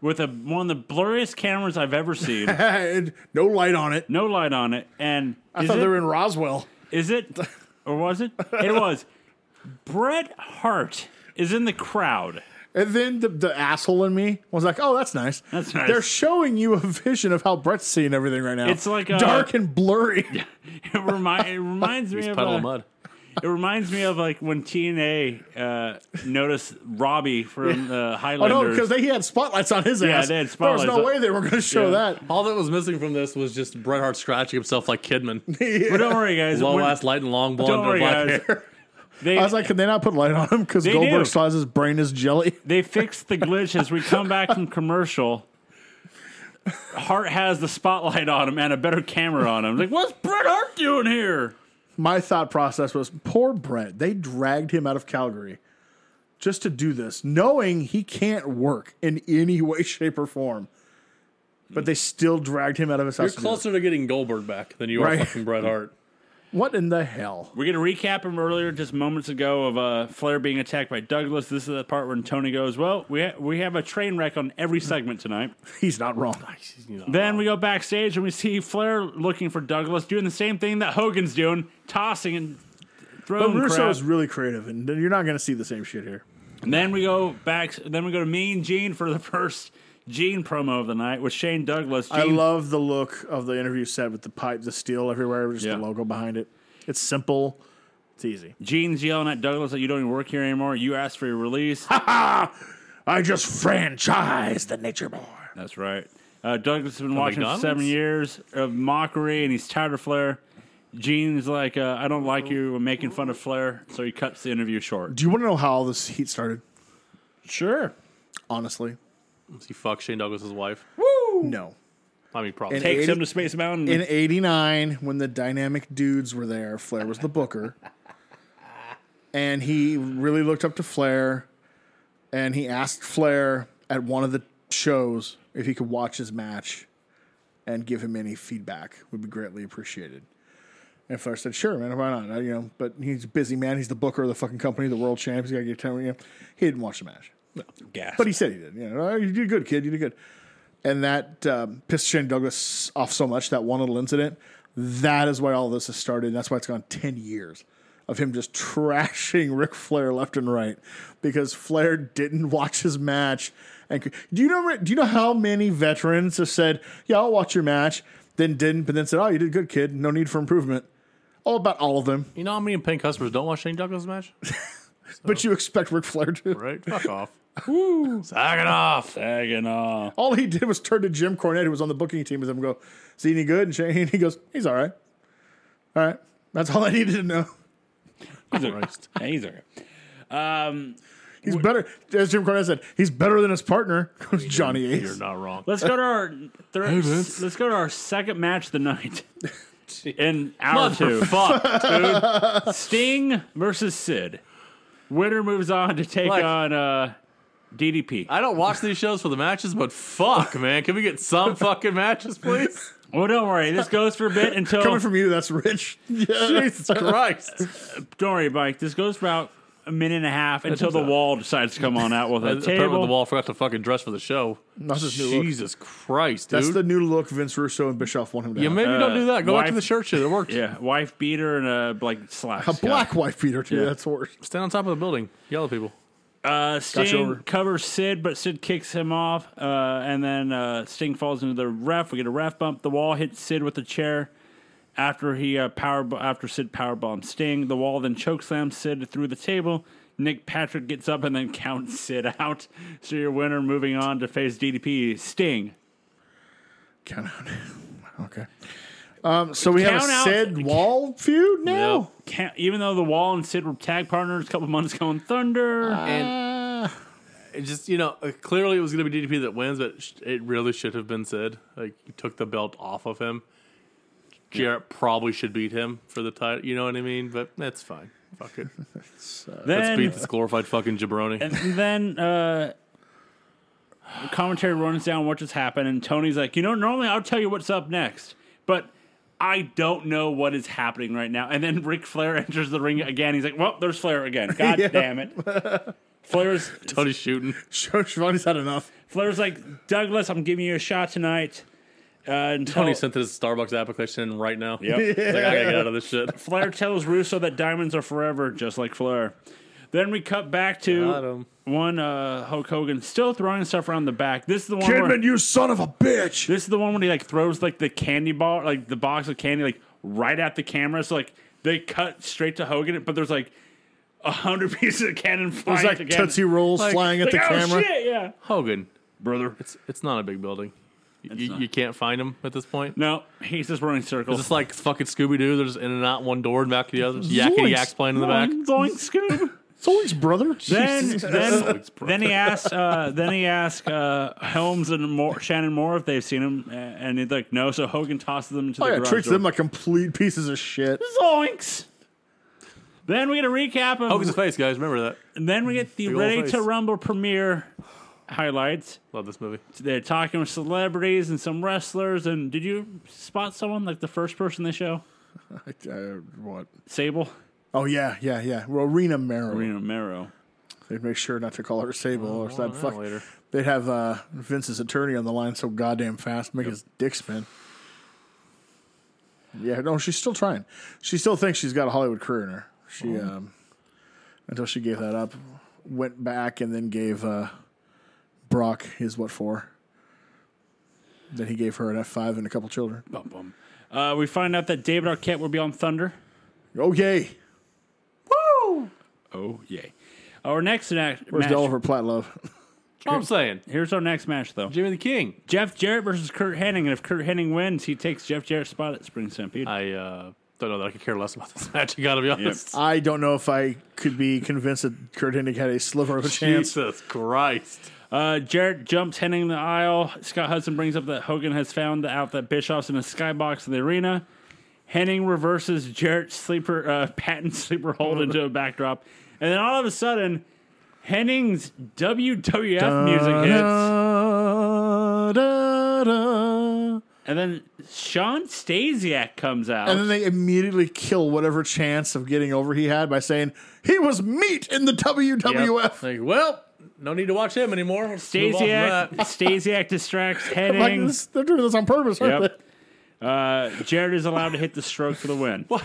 [SPEAKER 1] with a, one of the blurriest cameras I've ever seen.
[SPEAKER 2] And no light on it.
[SPEAKER 1] no light on it. And
[SPEAKER 2] I
[SPEAKER 1] is
[SPEAKER 2] thought
[SPEAKER 1] it,
[SPEAKER 2] they were in Roswell.
[SPEAKER 1] is it or was it? It was. Bret Hart is in the crowd.
[SPEAKER 2] And then the, the asshole in me was like, "Oh, that's nice.
[SPEAKER 1] That's nice.
[SPEAKER 2] They're showing you a vision of how Brett's seeing everything right now.
[SPEAKER 1] It's like, uh,
[SPEAKER 2] dark and blurry.
[SPEAKER 1] It, remi- it reminds me of
[SPEAKER 4] Puddle
[SPEAKER 1] uh,
[SPEAKER 4] of mud.
[SPEAKER 1] it reminds me of like when TNA uh, noticed Robbie from uh,
[SPEAKER 2] oh no,
[SPEAKER 1] Highlanders.
[SPEAKER 2] because he had spotlights on his
[SPEAKER 1] Yeah,
[SPEAKER 2] ass.
[SPEAKER 1] they had
[SPEAKER 2] There was no
[SPEAKER 1] spotlights.
[SPEAKER 2] way they were going to show
[SPEAKER 1] Yeah.
[SPEAKER 2] that.
[SPEAKER 4] All that was missing from this was just Bret Hart scratching himself like Kidman,
[SPEAKER 1] but don't worry, guys.
[SPEAKER 4] low
[SPEAKER 1] when-
[SPEAKER 4] ass, light and long blonde,
[SPEAKER 1] don't
[SPEAKER 4] with
[SPEAKER 1] worry,
[SPEAKER 4] black
[SPEAKER 1] guys.
[SPEAKER 4] hair.
[SPEAKER 1] They,
[SPEAKER 2] I was like, "Can they not put light on him? Because
[SPEAKER 1] They
[SPEAKER 2] Goldberg
[SPEAKER 1] do.
[SPEAKER 2] says his brain is jelly."
[SPEAKER 1] they fixed the glitch as we come back from commercial. Hart has the spotlight on him and a better camera on him. Like, what's Bret Hart doing here?
[SPEAKER 2] My thought process was, "Poor Brett. They dragged him out of Calgary." Just to do this, knowing he can't work in any way, shape, or form, but they still dragged him out of his
[SPEAKER 4] You're
[SPEAKER 2] house. to do
[SPEAKER 4] closer to getting Goldberg back than you
[SPEAKER 2] Right.
[SPEAKER 4] are fucking Bret Hart.
[SPEAKER 2] this. What in the hell?
[SPEAKER 1] We're gonna recap him earlier, just moments ago, of uh, Flair being attacked by Douglas. This is the part when Tony goes, "Well, we ha- we have a train wreck on every segment tonight."
[SPEAKER 2] He's not wrong.
[SPEAKER 1] Then we go backstage and we see Flair looking for Douglas, doing the same thing that Hogan's doing, tossing and throwing
[SPEAKER 2] But Russo
[SPEAKER 1] crap.
[SPEAKER 2] is really creative, and you're not going to see the same shit here.
[SPEAKER 1] And then we go back. Then we go to Mean Gene for the first Gene promo of the night with Shane Douglas. Gene,
[SPEAKER 2] I love the look of the interview set with the pipe, the steel everywhere, just
[SPEAKER 1] Yeah.
[SPEAKER 2] the logo behind it. It's simple, it's easy.
[SPEAKER 1] Gene's yelling at Douglas that you don't even work here anymore. You asked for your release.
[SPEAKER 2] I just franchised the Nature Boy.
[SPEAKER 1] That's right. Uh, Douglas has been watching
[SPEAKER 4] McDonald's?
[SPEAKER 1] for seven years of mockery, and he's tired of Flair. Gene's like, uh, I don't like you. I'm making fun of Flair, so he cuts the interview short.
[SPEAKER 2] Do you want to know how all this heat started?
[SPEAKER 1] Sure.
[SPEAKER 2] Honestly,
[SPEAKER 4] He fucked Shane Douglas' wife.
[SPEAKER 2] no.
[SPEAKER 4] I mean, probably.
[SPEAKER 2] And-
[SPEAKER 1] Takes
[SPEAKER 2] Eighty-
[SPEAKER 1] him to Space Mountain.
[SPEAKER 2] In '89, when the Dynamic Dudes were there, Flair was the booker, and he really looked up to Flair, and he asked Flair at one of the shows if he could watch his match and give him any feedback would be greatly appreciated. And Flair said, "Sure, man, why not? I- you know, but he's a busy man. He's the booker of the fucking company, the world champ. He's got to get time. You know, he didn't watch the match."
[SPEAKER 1] Gas.
[SPEAKER 2] But he said he did. You know, "Oh, you did good, kid. You did good. And that um, pissed Shane Douglas off so much that one little incident. That is why all this has started. And that's why it's gone ten years of him just trashing Ric Flair left and right because Flair didn't watch his match. And c- do you know do you know how many veterans have said, "Yeah, I'll watch your match," then didn't, but then said, "Oh, you did good, kid. No need for improvement." All about all of them,
[SPEAKER 4] you know how many paying customers don't watch Shane Douglas' match?
[SPEAKER 2] but you expect Ric Flair to.
[SPEAKER 4] Right? Fuck off. Woo! Sag it off.
[SPEAKER 1] Sagging off.
[SPEAKER 2] All he did was turn to Jim Cornette, who was on the booking team with him, and go, Is he any good? And Shane, and he goes, He's all right. All right. That's all I needed to know.
[SPEAKER 1] He's okay. Yeah, he's okay. Um,
[SPEAKER 2] He's better, as Jim Cornette said, he's better than his partner, Johnny
[SPEAKER 3] You're
[SPEAKER 2] Ace.
[SPEAKER 3] not wrong.
[SPEAKER 1] Let's go to our third.
[SPEAKER 3] Hey, Vince.
[SPEAKER 1] let's go to our second match of the night. In hour
[SPEAKER 3] Mother
[SPEAKER 1] two,
[SPEAKER 3] fuck, dude.
[SPEAKER 1] Sting versus Sid. Winner moves on to take
[SPEAKER 3] Like-
[SPEAKER 1] on uh, DDP.
[SPEAKER 3] I don't watch these shows for the matches, but fuck, man. Can we get some fucking matches, please?
[SPEAKER 1] well, Oh, don't worry. This goes for a bit until.
[SPEAKER 2] Coming from you, that's rich.
[SPEAKER 3] Jesus Christ.
[SPEAKER 1] don't worry, Mike. This goes for about a minute and a half until the wall decides to come on out with a
[SPEAKER 3] Apparently, the
[SPEAKER 1] table.
[SPEAKER 3] wall forgot to fucking dress for the show.
[SPEAKER 2] Not this new look.
[SPEAKER 3] Jesus Christ, dude.
[SPEAKER 2] That's the new look Vince Russo and Bischoff want him to
[SPEAKER 3] yeah,
[SPEAKER 2] have.
[SPEAKER 3] maybe don't
[SPEAKER 1] Uh,
[SPEAKER 3] do that. Go back
[SPEAKER 1] wife-
[SPEAKER 3] to the shirt shit. It worked.
[SPEAKER 1] Yeah, wife beater and a like slash.
[SPEAKER 2] a black wife beater, too.
[SPEAKER 1] Yeah.
[SPEAKER 2] That's worse.
[SPEAKER 3] Stand on top of the building. Yellow people.
[SPEAKER 1] Uh, Sting
[SPEAKER 2] over.
[SPEAKER 1] covers Sid, but Sid kicks him off, uh, and then uh, Sting falls into the ref. We get a ref bump. The wall hits Sid with a chair. After he uh, power after Sid power bombs Sting, the wall then chokeslams Sid through the table. Nick Patrick gets up and then counts Sid out. So your winner moving on to face DDP Sting.
[SPEAKER 2] Count out. okay. Um, so we have
[SPEAKER 1] Count
[SPEAKER 2] a
[SPEAKER 1] out-
[SPEAKER 2] Sid Wall feud now?
[SPEAKER 3] Yeah.
[SPEAKER 1] Can't, even though the wall and Sid were tag partners a couple months ago in Thunder,
[SPEAKER 3] And it just, you know, uh, clearly it was going to be DDP that wins, but sh- it really should have been said. Like, you took the belt off of him. Jarrett probably should beat him for the title. You know what I mean? But that's fine. Fuck it. Let's
[SPEAKER 1] then
[SPEAKER 3] beat this glorified fucking jabroni.
[SPEAKER 1] And then uh, commentary runs down what just happened, and Tony's like, you know, normally I'll tell you what's up next, but I don't know what is happening right now. And then Ric Flair enters the ring again. He's like, well, there's Flair again. God damn it. Flair's
[SPEAKER 3] Tony's shooting.
[SPEAKER 2] Shivani's had enough.
[SPEAKER 1] Flair's like, Douglas, I'm giving you a shot tonight. Uh, and
[SPEAKER 3] Tony sent his Starbucks application in right now.
[SPEAKER 1] Yep.
[SPEAKER 3] He's like, I gotta get out of this shit.
[SPEAKER 1] Flair tells Russo that diamonds are forever, just like Flair. Then we cut back
[SPEAKER 3] Got
[SPEAKER 1] to
[SPEAKER 3] 'em.
[SPEAKER 1] one uh, Hulk Hogan still throwing stuff around the back. This is the one where-
[SPEAKER 2] Kidman, you son of a bitch!
[SPEAKER 1] This is the one when he like throws like the candy bar, like the box of candy, like right at the camera. So like they cut straight to Hogan, but there's like a hundred pieces of cannon flying.
[SPEAKER 2] There's like
[SPEAKER 1] at the
[SPEAKER 2] Tootsie
[SPEAKER 1] cannon.
[SPEAKER 2] Rolls
[SPEAKER 3] Like-
[SPEAKER 2] flying at
[SPEAKER 1] Like,
[SPEAKER 2] the
[SPEAKER 1] oh
[SPEAKER 2] camera.
[SPEAKER 1] shit, yeah,
[SPEAKER 3] Hogan,
[SPEAKER 1] brother.
[SPEAKER 3] it's it's not a big building. You,
[SPEAKER 1] not.
[SPEAKER 3] you can't find him at this point.
[SPEAKER 1] No, he's just running
[SPEAKER 3] It's
[SPEAKER 1] circles.
[SPEAKER 3] just like fucking Scooby Doo. There's in and out one door and back to the other. Yakety yaks playing in the back.
[SPEAKER 1] Zoink, Scoob.
[SPEAKER 2] Zoinks, brother.
[SPEAKER 1] then,
[SPEAKER 2] Jesus.
[SPEAKER 1] then, then he asked, uh, then he asked uh, Helms and Moore, Shannon Moore if they've seen him, a- and he's like, no. So Hogan tosses them into
[SPEAKER 2] Oh,
[SPEAKER 1] the
[SPEAKER 2] yeah,
[SPEAKER 1] garage
[SPEAKER 2] treats
[SPEAKER 1] door.
[SPEAKER 2] them like complete pieces of shit.
[SPEAKER 1] Zoinks. Then we get a recap of
[SPEAKER 3] Hogan's Oh, face, guys. Remember that.
[SPEAKER 1] And then we get the
[SPEAKER 3] old
[SPEAKER 1] Ready
[SPEAKER 3] face.
[SPEAKER 1] to Rumble premiere highlights.
[SPEAKER 3] Love this movie.
[SPEAKER 1] They're talking with celebrities and some wrestlers. And did you spot someone like the first person they show?
[SPEAKER 2] Uh, what?
[SPEAKER 1] Sable,
[SPEAKER 2] Oh yeah, yeah, yeah. Rowena Merrill.
[SPEAKER 1] Reno Mero.
[SPEAKER 2] They'd make sure not to call her Sable,
[SPEAKER 1] Oh,
[SPEAKER 2] or
[SPEAKER 3] Well,
[SPEAKER 2] that
[SPEAKER 3] that
[SPEAKER 2] fuck.
[SPEAKER 3] later.
[SPEAKER 2] They'd have uh, Vince's attorney on the line so goddamn fast, make his dick spin. Yeah, no, she's still trying. She still thinks she's got a Hollywood career in her. She
[SPEAKER 1] Oh.
[SPEAKER 2] um, until she gave that up, went back and then gave uh, Brock his what for. Then he gave her an F five and a couple children.
[SPEAKER 1] Bum, bum. Uh, we find out that David Arquette will be on Thunder.
[SPEAKER 2] Oh yay!
[SPEAKER 1] Oh yay! Our next na-
[SPEAKER 2] Where's
[SPEAKER 1] match.
[SPEAKER 2] Delaware Platt love?
[SPEAKER 3] That's what I'm saying.
[SPEAKER 1] Here's our next match though.
[SPEAKER 3] Jimmy the King.
[SPEAKER 1] Jeff Jarrett versus Kurt Hennig, and if Kurt Hennig wins, he takes Jeff Jarrett's spot at Spring Stampede.
[SPEAKER 3] I uh, don't know that I could care less about this match. You gotta be honest.
[SPEAKER 2] I don't know if I could be convinced that Kurt Hennig had a sliver of a chance.
[SPEAKER 3] Jesus Christ.
[SPEAKER 1] Uh, Jarrett jumps heading in the aisle. Scott Hudson brings up that Hogan has found out that Bischoff's in a skybox in the arena. Henning reverses Jarrett's sleeper uh, patent sleeper hold into a backdrop, and then all of a sudden, Henning's WWF music hits,
[SPEAKER 2] Da, da, da.
[SPEAKER 1] and then Sean Stasiak comes out.
[SPEAKER 2] And then they immediately kill whatever chance of getting over he had by saying he was meat in the WWF.
[SPEAKER 3] Like, well, no need to watch him anymore. Let's move on from
[SPEAKER 1] Stasiak,
[SPEAKER 3] that.
[SPEAKER 1] Stasiak distracts
[SPEAKER 2] I'm Like
[SPEAKER 1] Henning.
[SPEAKER 2] this, they're doing this on purpose, aren't
[SPEAKER 1] Yep. Uh, Jarrett is allowed to hit the stroke for the win.
[SPEAKER 3] What,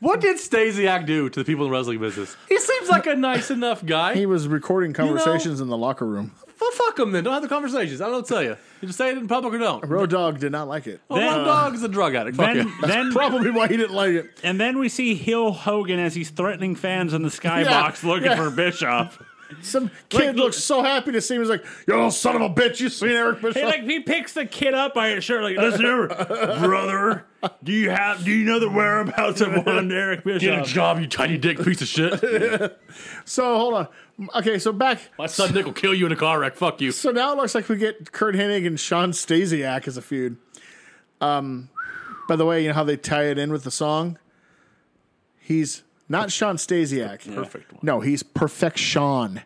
[SPEAKER 3] what did Stasiak do to the people in the wrestling business? He seems like a nice enough guy.
[SPEAKER 2] they? He was recording conversations in the locker room.
[SPEAKER 3] Well, fuck him then. Don't have the conversations. I don't know what to tell you. You just say it in public or don't.
[SPEAKER 2] Road Dog did not like it.
[SPEAKER 3] Well,
[SPEAKER 1] Then-
[SPEAKER 3] one dog is a drug addict. Fuck
[SPEAKER 1] Then,
[SPEAKER 3] you.
[SPEAKER 1] then
[SPEAKER 2] Probably why he didn't like it.
[SPEAKER 1] And then we see Hill Hogan as he's threatening fans in the skybox looking for Bischoff.
[SPEAKER 2] Some kid
[SPEAKER 1] Like-
[SPEAKER 2] looks so happy to see him. He's like, "Yo, son of a bitch, you seen Eric Bischoff?"
[SPEAKER 1] Hey, like he picks the kid up by his shirt, like, listen here, brother. Do you have? Do you know the whereabouts of one Eric
[SPEAKER 4] Get a
[SPEAKER 1] Bischoff?
[SPEAKER 4] job, you tiny dick piece of shit.
[SPEAKER 2] so hold on. Okay, so back.
[SPEAKER 4] My son Nick will kill you in a car wreck. Fuck you.
[SPEAKER 2] So now it looks like we get Kurt Hennig and Sean Stasiak as a feud. Um, by the way, you know how they tie it in with the song? He's not Sean Stasiak.
[SPEAKER 4] Perfect one.
[SPEAKER 2] No, he's Perfection.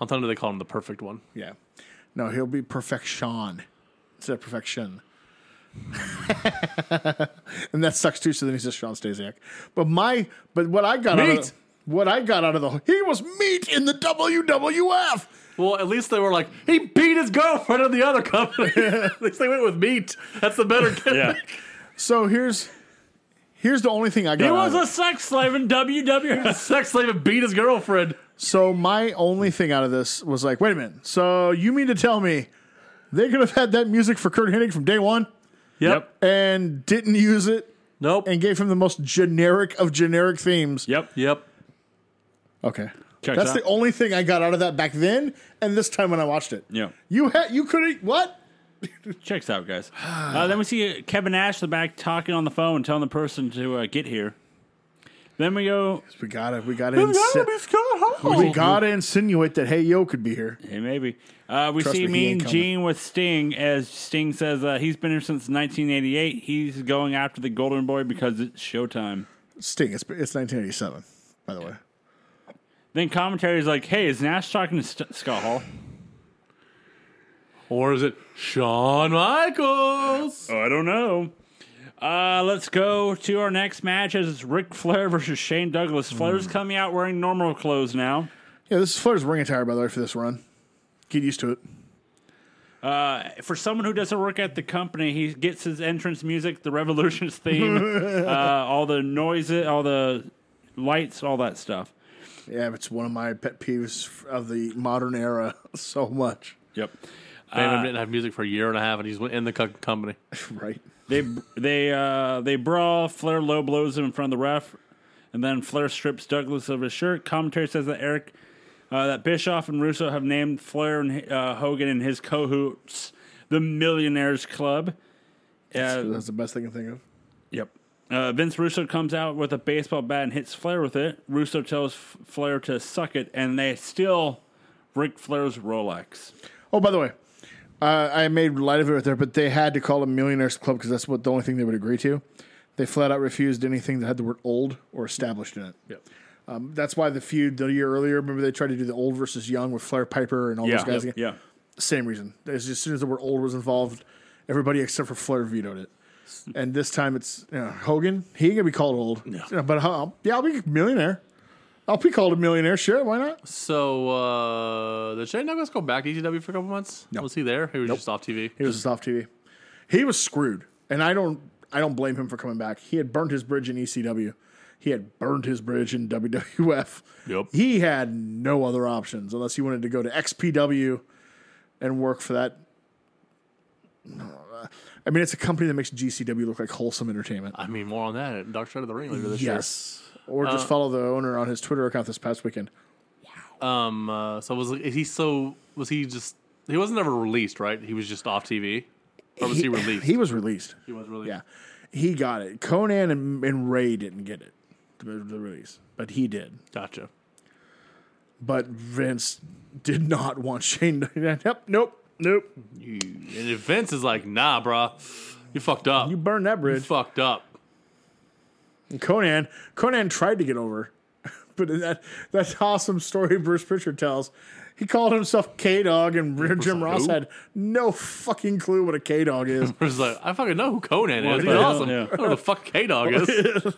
[SPEAKER 4] On Thunder, they call him the perfect one.
[SPEAKER 2] Yeah. No, he'll be Perfection instead of Perfection. and that sucks too. So then he's just Sean Stasiak. But my, but what I got out
[SPEAKER 4] Meat.
[SPEAKER 2] of what I got out of the he was meat in the WWF.
[SPEAKER 4] Well, at least they were like, he beat his girlfriend in the other company. at least they went with meat. That's the better gimmick.
[SPEAKER 1] Yeah,
[SPEAKER 2] So here's here's the only thing I got.
[SPEAKER 1] he
[SPEAKER 2] out
[SPEAKER 1] was
[SPEAKER 2] of it.
[SPEAKER 1] a sex slave in WWF.
[SPEAKER 4] Sex slave and beat his girlfriend.
[SPEAKER 2] So my only thing out of this was like, wait a minute. So you mean to tell me they could have had that music for Kurt Hennig from day one
[SPEAKER 1] Yep.
[SPEAKER 2] and didn't use it
[SPEAKER 4] Nope.
[SPEAKER 2] and gave him the most generic of generic themes?
[SPEAKER 1] Yep.
[SPEAKER 4] Yep.
[SPEAKER 2] Okay.
[SPEAKER 1] Checks
[SPEAKER 2] That's
[SPEAKER 1] out.
[SPEAKER 2] the only thing I got out of that back then and this time when I watched it.
[SPEAKER 1] Yeah.
[SPEAKER 2] You had you couldn't what?
[SPEAKER 1] Checks out, guys. Uh, then we see uh, Kevin Nash in the back talking on the phone, telling the person to uh, get here. Then we go,
[SPEAKER 2] We gotta we gotta insi-
[SPEAKER 4] Scott
[SPEAKER 2] we gotta insinuate that hey yo could be here.
[SPEAKER 1] hey, maybe. Uh, we
[SPEAKER 2] Trust
[SPEAKER 1] see
[SPEAKER 2] me, he ain't
[SPEAKER 1] Mean
[SPEAKER 2] coming.
[SPEAKER 1] Gene with Sting as Sting says uh, he's been here since 1988. He's going after the Golden Boy because it's showtime.
[SPEAKER 2] Sting, it's it's nineteen eighty seven, by the way.
[SPEAKER 1] Then commentary is like, hey, is Nash talking to St- Scott Hall?
[SPEAKER 4] Or is it Shawn Michaels?
[SPEAKER 1] I don't know. Uh, let's go to our next match as it's Ric Flair versus Shane Douglas. Flair's
[SPEAKER 2] Hmm.
[SPEAKER 1] coming out wearing normal clothes now.
[SPEAKER 2] Yeah, this is Flair's ring attire, by the way, for this run. Get used to it.
[SPEAKER 1] For someone who doesn't work at the company, he gets his entrance music, the Revolutions theme, uh, all the noises, all the lights, all that stuff.
[SPEAKER 2] Yeah, it's one of my pet peeves of the modern era so much.
[SPEAKER 1] Yep.
[SPEAKER 4] Damon didn't have music for a year and a half, and he's in the co- company.
[SPEAKER 2] Right.
[SPEAKER 1] They they uh, they brawl. Flair low blows him in front of the ref, and then Flair strips Douglas of his shirt. Commentary says that Eric, uh, that Bischoff and Russo have named Flair and uh, Hogan and his cohorts the Millionaires Club. Uh,
[SPEAKER 2] That's the best thing I can think of.
[SPEAKER 1] yep. Uh, Vince Russo comes out with a baseball bat and hits Flair with it. Russo tells F- Flair to suck it, and they steal Ric Flair's Rolex.
[SPEAKER 2] Oh, by the way, uh, I made light of it right there, but they had to call it Millionaires Club because that's what the only thing they would agree to. They flat out refused anything that had the word old or established in it.
[SPEAKER 4] Yep.
[SPEAKER 2] Um, that's why the feud the year earlier, remember they tried to do the old versus young with Flair Piper and all those guys again?
[SPEAKER 1] yeah.
[SPEAKER 2] Same reason. It's just as soon as the word old was involved, everybody except for Flair vetoed it. And this time it's you know, Hogan. He ain't gonna be called old. Yeah, But I'll, yeah, I'll be a millionaire. I'll be called a millionaire. Sure, why not?
[SPEAKER 4] So, uh, did Shane Douglas go back to ECW for a couple months?
[SPEAKER 2] No.
[SPEAKER 4] Was he there? He was just off TV.
[SPEAKER 2] He was just off TV. He was screwed, and I don't. I don't blame him for coming back. He had burned his bridge in ECW. He had burned his bridge in WWF.
[SPEAKER 4] Yep.
[SPEAKER 2] He had no other options unless he wanted to go to XPW and work for that. I mean, it's a company that makes GCW look like wholesome entertainment.
[SPEAKER 4] I mean, more on that at Dark Side of the Ring later this
[SPEAKER 2] Yes. Or
[SPEAKER 4] uh,
[SPEAKER 2] just follow the owner on his Twitter account this past weekend.
[SPEAKER 4] year. Um, uh, so was is he so? Was he just? He wasn't ever released, right? He was just off TV. Or was he, released?
[SPEAKER 2] He was released.
[SPEAKER 4] He was released.
[SPEAKER 2] Yeah. He got it. Conan and, and Ray didn't get it, the, the release, but he did.
[SPEAKER 4] Gotcha.
[SPEAKER 2] But Vince did not want Shane. to- Yep. Nope. Nope.
[SPEAKER 4] You, and if Vince is like, nah, bruh, you fucked up.
[SPEAKER 2] You
[SPEAKER 4] You
[SPEAKER 2] burned that bridge.
[SPEAKER 4] fucked up.
[SPEAKER 2] And Conan, Conan tried to get over, but that that awesome story Bruce Pritchard tells. He called himself K Dog, and Jim Ross
[SPEAKER 4] who?
[SPEAKER 2] had no fucking clue what a K Dog is.
[SPEAKER 4] It was like, I fucking know who Conan is. He's
[SPEAKER 1] yeah,
[SPEAKER 4] awesome.
[SPEAKER 1] yeah.
[SPEAKER 4] I don't know who the fuck K Dog is.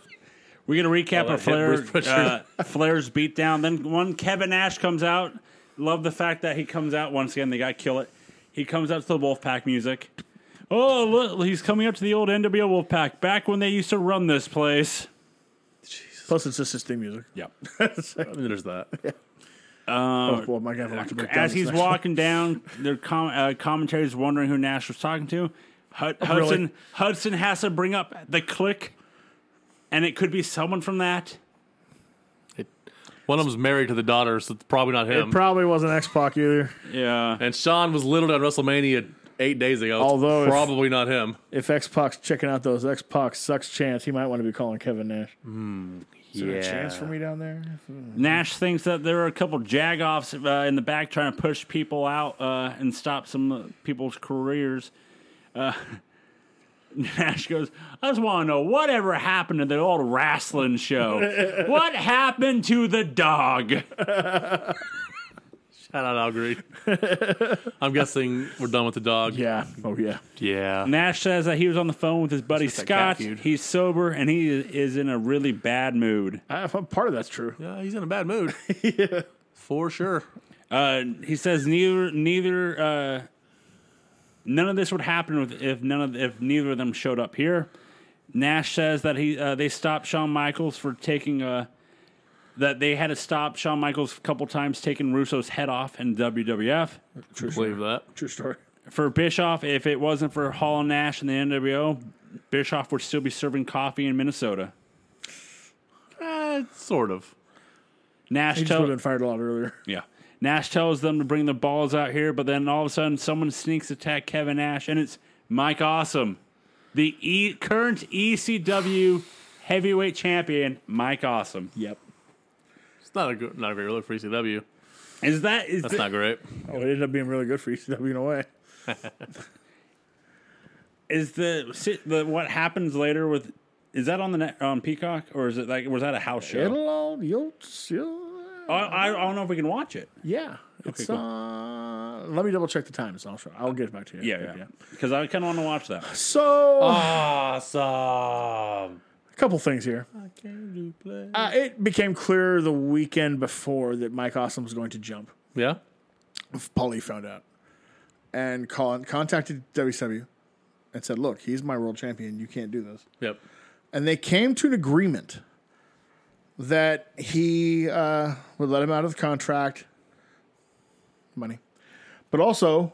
[SPEAKER 1] We get a recap
[SPEAKER 4] that
[SPEAKER 1] of
[SPEAKER 4] hit
[SPEAKER 1] Flair,
[SPEAKER 4] Bruce Pritchard.
[SPEAKER 1] uh, Flair's beatdown. Then one Kevin Nash comes out. Love the fact that he comes out once again. They got kill it. He comes out to the Wolfpack music. Oh, look, he's coming up to the old NWO Wolfpack back when they used to run this place.
[SPEAKER 2] Plus, it's just his theme music.
[SPEAKER 1] Yep.
[SPEAKER 4] I mean, there's that.
[SPEAKER 2] Oh, well, my God, we'll have to break down
[SPEAKER 1] As
[SPEAKER 2] this
[SPEAKER 1] he's
[SPEAKER 2] next one.
[SPEAKER 1] walking down, their com- uh, commentaries wondering who Nash was talking to. Hud- Hudson Hudson has to bring up the click, and it could be someone from that.
[SPEAKER 4] One of them's married to the daughter, so it's probably not him.
[SPEAKER 2] It probably wasn't X Pac either.
[SPEAKER 1] Yeah.
[SPEAKER 4] and Sean was littered at WrestleMania eight days ago. It's
[SPEAKER 2] Although if-
[SPEAKER 4] probably not him.
[SPEAKER 2] If X Pac's checking out those X Pac sucks chants, he might want to be calling Kevin Nash. Is there a chance for me down there?
[SPEAKER 1] Nash thinks that there are a couple jagoffs uh, in the back trying to push people out uh, and stop some uh, people's careers. Uh, Nash goes, I just want to know whatever happened to the old wrestling show. what happened to the dog?
[SPEAKER 4] Shout out Al Green. I'm guessing we're done with the dog.
[SPEAKER 2] Yeah. Oh yeah.
[SPEAKER 4] Yeah.
[SPEAKER 1] Nash says that he was on the phone with his buddy
[SPEAKER 4] It's just that cat
[SPEAKER 1] Scott.
[SPEAKER 4] feud.
[SPEAKER 1] He's sober and he is in a really bad mood.
[SPEAKER 2] I, Uh, part of that's true.
[SPEAKER 4] Yeah, he's in a bad mood. For sure.
[SPEAKER 1] Uh, he says neither neither uh, none of this would happen with, if none of if neither of them showed up here. Nash says that he uh, they stopped Shawn Michaels for taking a that they had to stop Shawn Michaels a couple times taking Russo's head off in WWF
[SPEAKER 2] True
[SPEAKER 4] Believe that.
[SPEAKER 2] True story.
[SPEAKER 1] for Bischoff. If it wasn't for Hall and Nash and the NWO, Bischoff would still be serving coffee in Minnesota.
[SPEAKER 4] Eh, sort of.
[SPEAKER 1] Nash
[SPEAKER 2] He just would
[SPEAKER 1] tells
[SPEAKER 2] have been fired a lot earlier.
[SPEAKER 1] Yeah. Nash tells them to bring the balls out here, but then all of a sudden someone sneaks attack Kevin Nash, and it's Mike Awesome, the e- current ECW heavyweight champion, Mike Awesome.
[SPEAKER 2] Yep.
[SPEAKER 4] It's not a good, not a great look for ECW.
[SPEAKER 1] Is that is
[SPEAKER 4] That's
[SPEAKER 1] th-
[SPEAKER 4] not great.
[SPEAKER 2] Oh, it ended up being really good for ECW in a way.
[SPEAKER 1] is the, si- the what happens later with is that on the net, on Peacock or is it like was that a house show?
[SPEAKER 2] It'll all you'll you'll-
[SPEAKER 1] I, I, I don't know if we can watch it.
[SPEAKER 2] Yeah. It's
[SPEAKER 1] cool.
[SPEAKER 2] uh let me double check the times and I'll show I'll get back to you.
[SPEAKER 1] because I kind of want to watch that.
[SPEAKER 2] So
[SPEAKER 4] Awesome.
[SPEAKER 2] a couple things here. Uh, it became clear the weekend before that Mike Awesome was going to jump.
[SPEAKER 4] Yeah.
[SPEAKER 2] Paulie found out and con- contacted WCW and said, "Look, he's my world champion. You can't do this."
[SPEAKER 4] Yep.
[SPEAKER 2] and they came to an agreement that he uh, would let him out of the contract, money, but also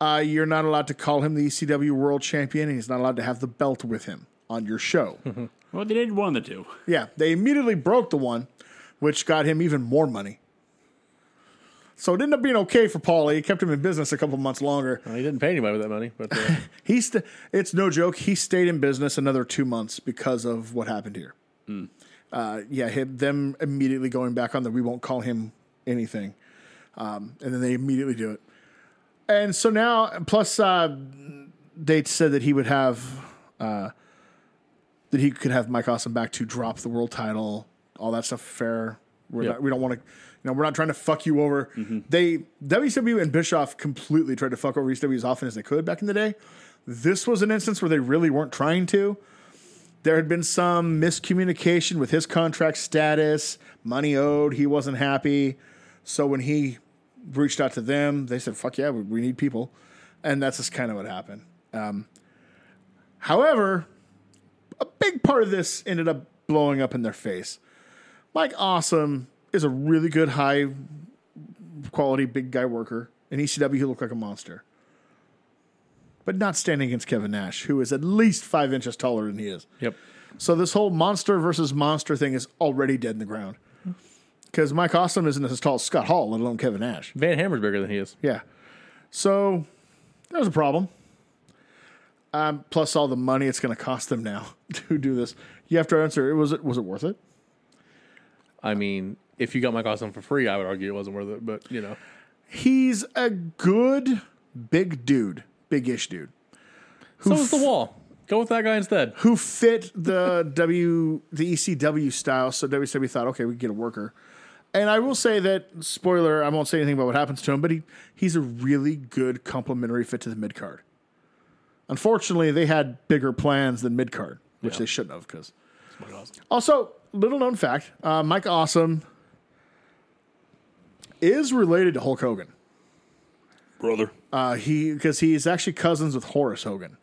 [SPEAKER 2] uh, you're not allowed to call him the ECW World Champion, and he's not allowed to have the belt with him on your show.
[SPEAKER 1] Well, they did one of the two.
[SPEAKER 2] yeah, they immediately broke the one, which got him even more money. So it ended up being okay for Paulie. It kept him in business a couple months longer.
[SPEAKER 4] Well, he didn't pay anybody with that money, but uh,
[SPEAKER 2] He st- it's no joke. He stayed in business another two months because of what happened here. Uh, yeah, him, them immediately going back on the we won't call him anything, um, and then they immediately do it. And so now, plus uh, they said that he would have uh, that he could have Mike Awesome back to drop the world title, all that stuff. Fair. We're not, we don't want to. You know, we're not trying to fuck you over. They WCW and Bischoff completely tried to fuck over ECW as often as they could back in the day. This was an instance where they really weren't trying to. There had been some miscommunication with his contract status, money owed. He wasn't happy, so when he reached out to them, they said, "Fuck yeah, we, we need people," and that's just kind of what happened. Um, However, a big part of this ended up blowing up in their face. Mike Awesome is a really good, high quality big guy worker. In ECW, he looked like a monster. But not standing against Kevin Nash, who is at least five inches taller than he is.
[SPEAKER 4] yep.
[SPEAKER 2] So this whole monster versus monster thing is already dead in the ground. Because Mike Awesome isn't as tall as Scott Hall, let alone Kevin Nash.
[SPEAKER 4] Van Hammer's bigger than he is.
[SPEAKER 2] Yeah. So that was a problem. Um, plus all the money it's going to cost them now to do this. You have to answer. Was it was it worth it?
[SPEAKER 4] I mean, if you got Mike Awesome for free, I would argue it wasn't worth it, but you know.
[SPEAKER 2] He's a good big dude, big ish dude
[SPEAKER 4] So was the wall. Go with that guy instead.
[SPEAKER 2] who fit the W the ECW style. So WCW thought, okay, we can get a worker. And I will say that spoiler, I won't say anything about what happens to him, but he he's a really good complementary fit to the mid card. Unfortunately, they had bigger plans than mid card, which they shouldn't have because Also, little known fact: uh, Mike Awesome is related to Hulk Hogan.
[SPEAKER 1] Brother.
[SPEAKER 2] Uh, he because he's actually cousins with Horace Hogan,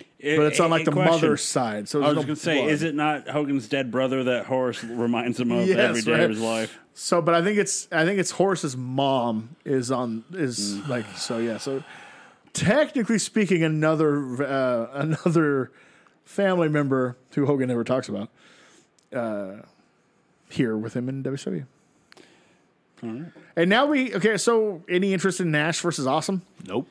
[SPEAKER 2] but it's on like the mother's side. So
[SPEAKER 1] I was
[SPEAKER 2] there's
[SPEAKER 1] gonna
[SPEAKER 2] no
[SPEAKER 1] say,
[SPEAKER 2] blood.
[SPEAKER 1] is it not Hogan's dead brother that Horace reminds him of
[SPEAKER 2] Yes,
[SPEAKER 1] every day
[SPEAKER 2] right.
[SPEAKER 1] of his life?
[SPEAKER 2] So, but I think it's I think it's Horace's mom is on is
[SPEAKER 1] Mm.
[SPEAKER 2] like so yeah. So technically speaking, another uh, another family member who Hogan never talks about. Uh, here with him in WCW. And now we okay. So any interest in Nash versus Awesome?
[SPEAKER 1] Nope.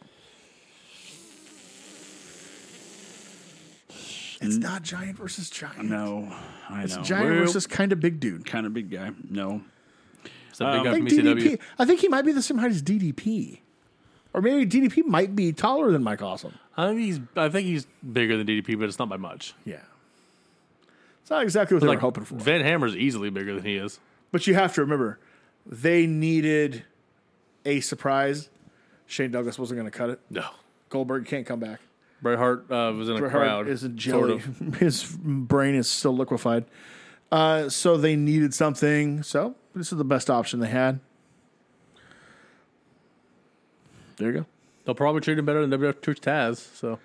[SPEAKER 2] It's not Giant versus Giant.
[SPEAKER 1] No. I know.
[SPEAKER 2] Giant
[SPEAKER 1] We're
[SPEAKER 2] versus kind of big dude.
[SPEAKER 1] kind of big guy. No.
[SPEAKER 4] It's a big guy
[SPEAKER 2] I
[SPEAKER 4] from E
[SPEAKER 2] think
[SPEAKER 4] ECW.
[SPEAKER 2] DDP. I think he might be the same height as DDP, or maybe DDP might be taller than Mike Awesome.
[SPEAKER 4] I think he's I think he's bigger than DDP, but it's not by much.
[SPEAKER 2] Yeah, it's not exactly what they were hoping for.
[SPEAKER 4] Van Hammer's easily bigger than he is.
[SPEAKER 2] But you have to remember, they needed a surprise. Shane Douglas wasn't going to cut it.
[SPEAKER 4] No.
[SPEAKER 2] Goldberg can't come back.
[SPEAKER 4] Bret Hart uh, was in a
[SPEAKER 2] Bret Hart
[SPEAKER 4] crowd.
[SPEAKER 2] is a
[SPEAKER 4] sort
[SPEAKER 2] jelly.
[SPEAKER 4] of.
[SPEAKER 2] His brain is still liquefied. Uh, so they needed something. So this is the best option they had. There you
[SPEAKER 4] They'll probably treat him better than WWF treats Taz. So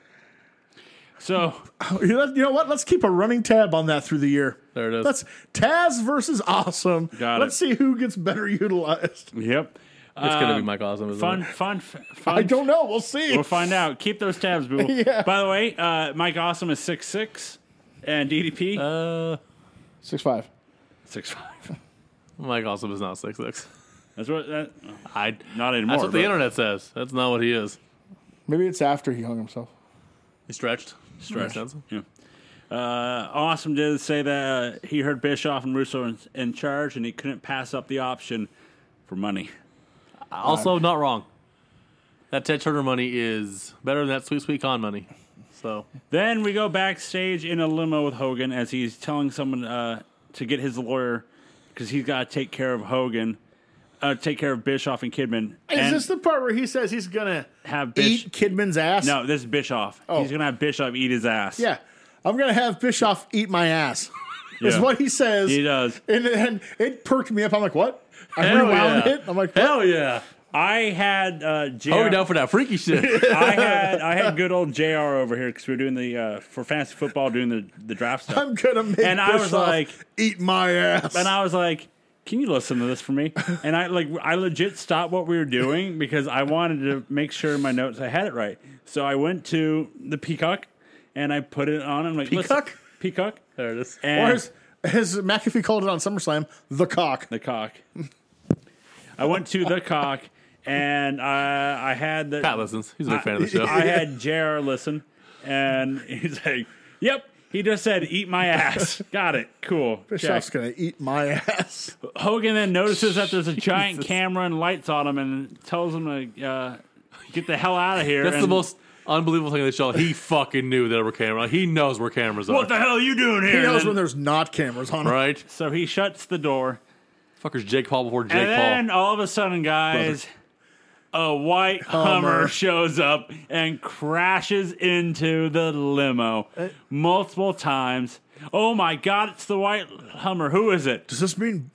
[SPEAKER 1] So
[SPEAKER 2] go. Oh, You know- you know what? Let's keep a running tab on that through the year.
[SPEAKER 4] there it is.
[SPEAKER 2] That's Taz versus Awesome.
[SPEAKER 1] Got
[SPEAKER 2] Let's see who gets better utilized.
[SPEAKER 1] yep.
[SPEAKER 4] it's gonna be Mike Awesome. Isn't
[SPEAKER 1] Fun,
[SPEAKER 4] It?
[SPEAKER 1] fun, f- fun.
[SPEAKER 2] I don't know. We'll see.
[SPEAKER 1] We'll find out. Keep those tabs, boo.
[SPEAKER 2] Yeah.
[SPEAKER 1] By the way, uh, Mike Awesome is six six, and DDP
[SPEAKER 4] Uh,
[SPEAKER 2] Six five.
[SPEAKER 1] six five.
[SPEAKER 4] Mike Awesome is not six six.
[SPEAKER 1] That's what that.
[SPEAKER 4] I.
[SPEAKER 1] Not anymore.
[SPEAKER 4] That's what the
[SPEAKER 1] but
[SPEAKER 4] internet says. That's not what he is.
[SPEAKER 2] Maybe it's after he hung himself.
[SPEAKER 4] He stretched.
[SPEAKER 1] Stretched.
[SPEAKER 4] Makes sense.
[SPEAKER 1] Uh, awesome did say that uh, he heard Bischoff and Russo in, in charge, and he couldn't pass up the option for money.
[SPEAKER 4] Also, not wrong. That Ted Turner money is better than that sweet sweet con money. So
[SPEAKER 1] Then we go backstage in a limo with Hogan as he's telling someone uh, to get his lawyer because he's got to take care of Hogan, uh, take care of Bischoff and Kidman,
[SPEAKER 2] Is
[SPEAKER 1] and
[SPEAKER 2] this the part where he says he's gonna
[SPEAKER 1] have Bish-
[SPEAKER 2] eat Kidman's ass?
[SPEAKER 1] No, this is Bischoff. He's gonna have Bischoff eat his ass.
[SPEAKER 2] Yeah, I'm gonna have Bischoff eat my ass. Is
[SPEAKER 1] Yeah.
[SPEAKER 2] what he says.
[SPEAKER 1] he does.
[SPEAKER 2] And then it perked me up. I'm like, what? I
[SPEAKER 4] Hell
[SPEAKER 2] rewound
[SPEAKER 4] yeah.
[SPEAKER 2] it. I'm like,
[SPEAKER 4] hell Oh, yeah.
[SPEAKER 1] I had uh, Jr.
[SPEAKER 4] Oh, we down for that freaky shit.
[SPEAKER 1] I had I had good old Jr. over here because we were doing the uh, for fantasy football doing the the draft stuff,
[SPEAKER 2] I'm gonna make
[SPEAKER 1] and I was
[SPEAKER 2] Bischoff
[SPEAKER 1] like,
[SPEAKER 2] eat my ass.
[SPEAKER 1] and I was like. Can you listen to this for me? And I like I legit stopped what we were doing because I wanted to make sure in my notes I had it right. So I went to the Peacock and I put it on. I'm like listen-
[SPEAKER 4] Peacock?
[SPEAKER 1] Peacock,
[SPEAKER 4] there it is.
[SPEAKER 1] and
[SPEAKER 2] or as, as McAfee called it on SummerSlam, the cock.
[SPEAKER 1] the cock. I went to the cock and I I had the
[SPEAKER 4] Pat listens. He's a big fan of the show.
[SPEAKER 1] I had JR listen, and he's like, "Yep." He just said, "Eat my ass." Got it. Cool.
[SPEAKER 2] Bischoff's gonna eat my ass.
[SPEAKER 1] Check. Hogan then notices that there's a giant camera and lights on him, and tells him to uh, get the hell out of here.
[SPEAKER 4] That's the
[SPEAKER 1] and,
[SPEAKER 4] most unbelievable thing on the show. He fucking knew there were cameras. He knows where cameras are.
[SPEAKER 1] What the hell are you doing
[SPEAKER 2] He
[SPEAKER 1] here?
[SPEAKER 2] knows
[SPEAKER 1] And
[SPEAKER 2] when
[SPEAKER 1] then-
[SPEAKER 2] there's not cameras on. him.
[SPEAKER 4] right?
[SPEAKER 1] so he shuts the door,
[SPEAKER 4] Fucker's Jake Paul before Jake
[SPEAKER 1] and then
[SPEAKER 4] Paul.
[SPEAKER 1] all of a sudden, guys. A white Hummer.
[SPEAKER 2] Hummer.
[SPEAKER 1] shows up and crashes into the limo
[SPEAKER 4] Uh,
[SPEAKER 1] multiple times. Oh my God! It's the white Hummer. Who is it?
[SPEAKER 2] Does this mean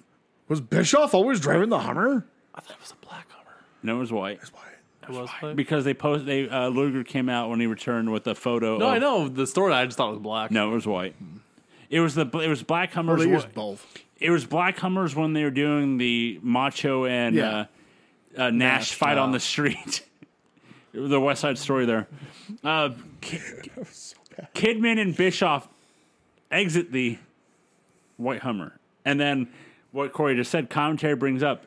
[SPEAKER 2] was Bischoff always driving the Hummer?
[SPEAKER 4] I thought it was a black Hummer.
[SPEAKER 1] No, it was white
[SPEAKER 4] It was black.
[SPEAKER 1] because they post. They uh, Luger came out when he returned with a photo.
[SPEAKER 4] No,
[SPEAKER 1] of,
[SPEAKER 4] I know the story. I just thought it was black.
[SPEAKER 1] No, it was white. It was the it Oh, was black
[SPEAKER 2] Or
[SPEAKER 1] Hummers.
[SPEAKER 2] they
[SPEAKER 1] wh-
[SPEAKER 2] used both.
[SPEAKER 1] it was black Hummers when they were doing the Macho and
[SPEAKER 2] Yeah.
[SPEAKER 1] uh, uh, Nash fight
[SPEAKER 4] uh,
[SPEAKER 1] on the street. the West Side Story there. Uh, Ki- Kidman and Bischoff exit the White Hummer, and then what Corey just said. Commentary brings up.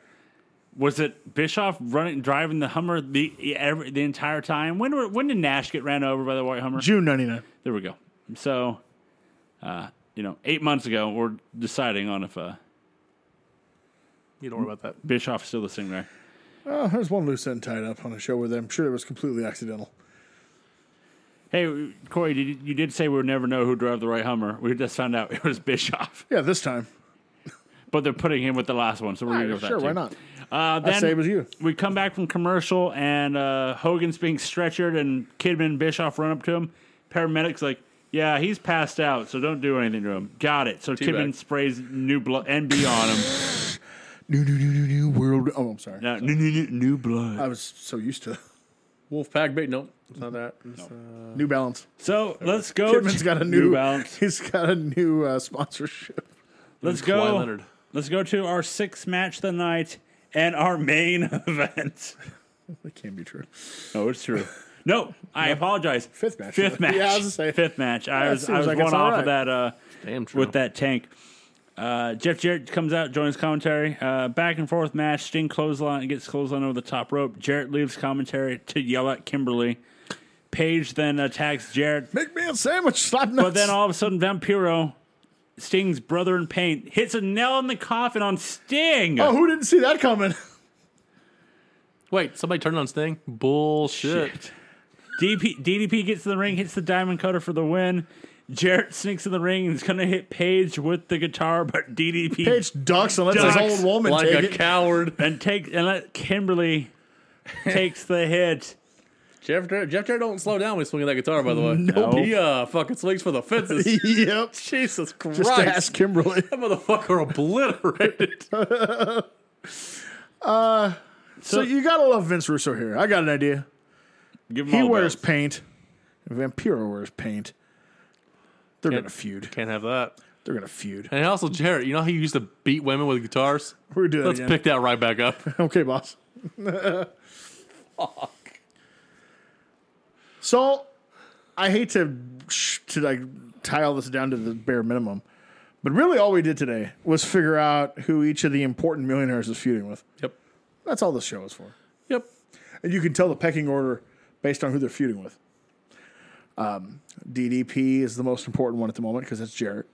[SPEAKER 1] Was it Bischoff running driving the Hummer the e, every, the entire time? When were, when did Nash get ran over by the White Hummer?
[SPEAKER 2] June '99.
[SPEAKER 1] There we go. So, uh, you know, eight months ago, we're deciding on if uh,
[SPEAKER 4] You don't worry about that.
[SPEAKER 1] Bischoff's still the singer.
[SPEAKER 2] Oh, there's one loose end tied up on a show where I'm sure it was completely accidental.
[SPEAKER 1] Hey, Corey, did you, you did say we would never know who drove the right Hummer. We just found out it was Bischoff,
[SPEAKER 2] Yeah, this time.
[SPEAKER 1] but they're putting him with the last one, so we're gonna go with
[SPEAKER 2] sure,
[SPEAKER 1] that.
[SPEAKER 2] why
[SPEAKER 1] too.
[SPEAKER 2] not?
[SPEAKER 1] Uh,
[SPEAKER 2] I say it
[SPEAKER 1] then
[SPEAKER 2] was you.
[SPEAKER 1] we come back from commercial, and uh, Hogan's being stretchered, and Kidman and Bischoff run up to him. Paramedics like, yeah, he's passed out, so don't do anything to him. Got it. So Kidman
[SPEAKER 4] bad.
[SPEAKER 1] sprays new blood NB on him.
[SPEAKER 2] New, new, new, new, new world. Oh, I'm sorry.
[SPEAKER 1] No, new, new, new- new blood.
[SPEAKER 2] I was so used to
[SPEAKER 1] Uh,
[SPEAKER 4] Wolfpack bait. Nope, it's not that. It's,
[SPEAKER 2] New Balance.
[SPEAKER 1] So let's go.
[SPEAKER 2] Kidman's
[SPEAKER 1] to-
[SPEAKER 2] got a new.
[SPEAKER 1] Balance.
[SPEAKER 2] He's got a new uh, sponsorship.
[SPEAKER 1] Let's
[SPEAKER 4] Kawhi
[SPEAKER 1] go.
[SPEAKER 4] Leonard.
[SPEAKER 1] Let's go to our sixth match of the night and our main event.
[SPEAKER 2] That can't be Oh, true.
[SPEAKER 1] No, it's true. No, I apologize.
[SPEAKER 2] Fifth match.
[SPEAKER 1] Fifth match.
[SPEAKER 2] Yeah, I was gonna say.
[SPEAKER 1] Fifth match. I
[SPEAKER 2] it
[SPEAKER 1] was I
[SPEAKER 2] seems
[SPEAKER 1] was
[SPEAKER 2] like it's
[SPEAKER 1] going
[SPEAKER 2] all
[SPEAKER 1] off
[SPEAKER 2] right.
[SPEAKER 1] of that uh,
[SPEAKER 4] Damn true.
[SPEAKER 1] with that tank. Uh, Jeff Jarrett comes out, joins commentary. Uh, back and forth match. Sting clothesline gets clothesline over the top rope. Jarrett leaves commentary to yell at Kimberly. Paige then attacks Jarrett,
[SPEAKER 2] Make me a sandwich, slap nuts.
[SPEAKER 1] but then all of a sudden Vampiro, Sting's brother in pain, hits a nail in the coffin on Sting.
[SPEAKER 2] oh, who didn't see that coming?
[SPEAKER 4] Wait, somebody turned on Sting? Bullshit.
[SPEAKER 1] DP, DDP gets in the ring, hits the diamond cutter for the win. Jarrett sneaks in the ring and is going to hit Paige with the guitar, but DDP
[SPEAKER 2] Page ducks and lets
[SPEAKER 1] Ducks
[SPEAKER 2] this old woman
[SPEAKER 4] Like
[SPEAKER 2] take
[SPEAKER 4] a
[SPEAKER 2] it.
[SPEAKER 4] coward.
[SPEAKER 1] and take and let Kimberly takes the hit.
[SPEAKER 3] Jeff Jarrett, Jeff Jarrett don't slow down when he's swinging that guitar. By the way,
[SPEAKER 1] No.
[SPEAKER 3] he uh, fucking swings for the fences.
[SPEAKER 2] yep.
[SPEAKER 3] Jesus Christ,
[SPEAKER 2] Just ask Kimberly.
[SPEAKER 3] that motherfucker obliterated.
[SPEAKER 2] So you gotta love Vince Russo here. I got an idea.
[SPEAKER 1] Give him
[SPEAKER 2] He
[SPEAKER 1] all the
[SPEAKER 2] wears
[SPEAKER 1] bells.
[SPEAKER 2] paint. Vampiro wears paint. They're gonna feud.
[SPEAKER 4] Can't have that.
[SPEAKER 2] They're gonna feud.
[SPEAKER 4] And also, Jarrett, you know how you used to beat women with guitars?
[SPEAKER 2] We're doing
[SPEAKER 4] Let's
[SPEAKER 2] it again.
[SPEAKER 4] pick that right back up.
[SPEAKER 2] Okay, boss. Fuck. So, I hate to sh- to like tie all this down to the bare minimum, but really all we did today was figure out who each of the important millionaires is feuding with.
[SPEAKER 4] Yep.
[SPEAKER 2] That's all this show is for.
[SPEAKER 4] Yep.
[SPEAKER 2] And you can tell the pecking order based on who they're feuding with. Um, DDP is the most important one at the moment because it's Jarrett.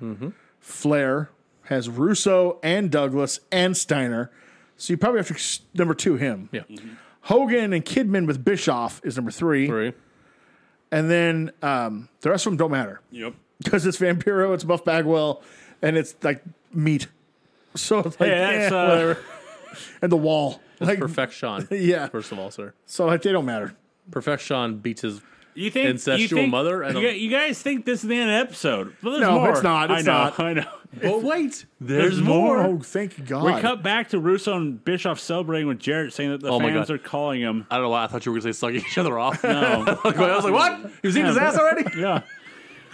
[SPEAKER 4] Mm-hmm.
[SPEAKER 2] Flair has Russo and Douglas and Steiner. So you probably have to s- number two him.
[SPEAKER 4] Yeah.
[SPEAKER 2] Hogan and Kidman with Bischoff is number three.
[SPEAKER 4] Three.
[SPEAKER 2] And then um, the rest of them don't matter
[SPEAKER 1] Yep.
[SPEAKER 2] because it's Vampiro, it's Buff Bagwell, and it's like meat. So it's like,
[SPEAKER 1] Yeah, that's,
[SPEAKER 2] eh,
[SPEAKER 1] uh,
[SPEAKER 2] whatever. and the wall. Like,
[SPEAKER 4] Perfection.
[SPEAKER 2] yeah.
[SPEAKER 4] First of all, sir.
[SPEAKER 2] So like they don't matter.
[SPEAKER 4] Perfection beats his.
[SPEAKER 1] You think you
[SPEAKER 4] Incestual
[SPEAKER 1] think-
[SPEAKER 4] mother? I
[SPEAKER 1] You,
[SPEAKER 4] don't-
[SPEAKER 1] guys- you guys think this is the end of the episode? But there's
[SPEAKER 2] No,
[SPEAKER 1] more.
[SPEAKER 2] it's not,
[SPEAKER 1] I
[SPEAKER 2] it's
[SPEAKER 1] know.
[SPEAKER 2] not.
[SPEAKER 1] I know.
[SPEAKER 4] Oh, wait.
[SPEAKER 1] There's more.
[SPEAKER 2] Oh, thank God.
[SPEAKER 1] We cut back to Russo and Bischoff celebrating with Jarrett, saying that the
[SPEAKER 4] Oh my
[SPEAKER 1] fans
[SPEAKER 4] God.
[SPEAKER 1] are calling him.
[SPEAKER 4] I don't know why I thought you were going to say sucking each other off.
[SPEAKER 1] No.
[SPEAKER 4] I was like, what? You've seen his ass already?
[SPEAKER 1] yeah.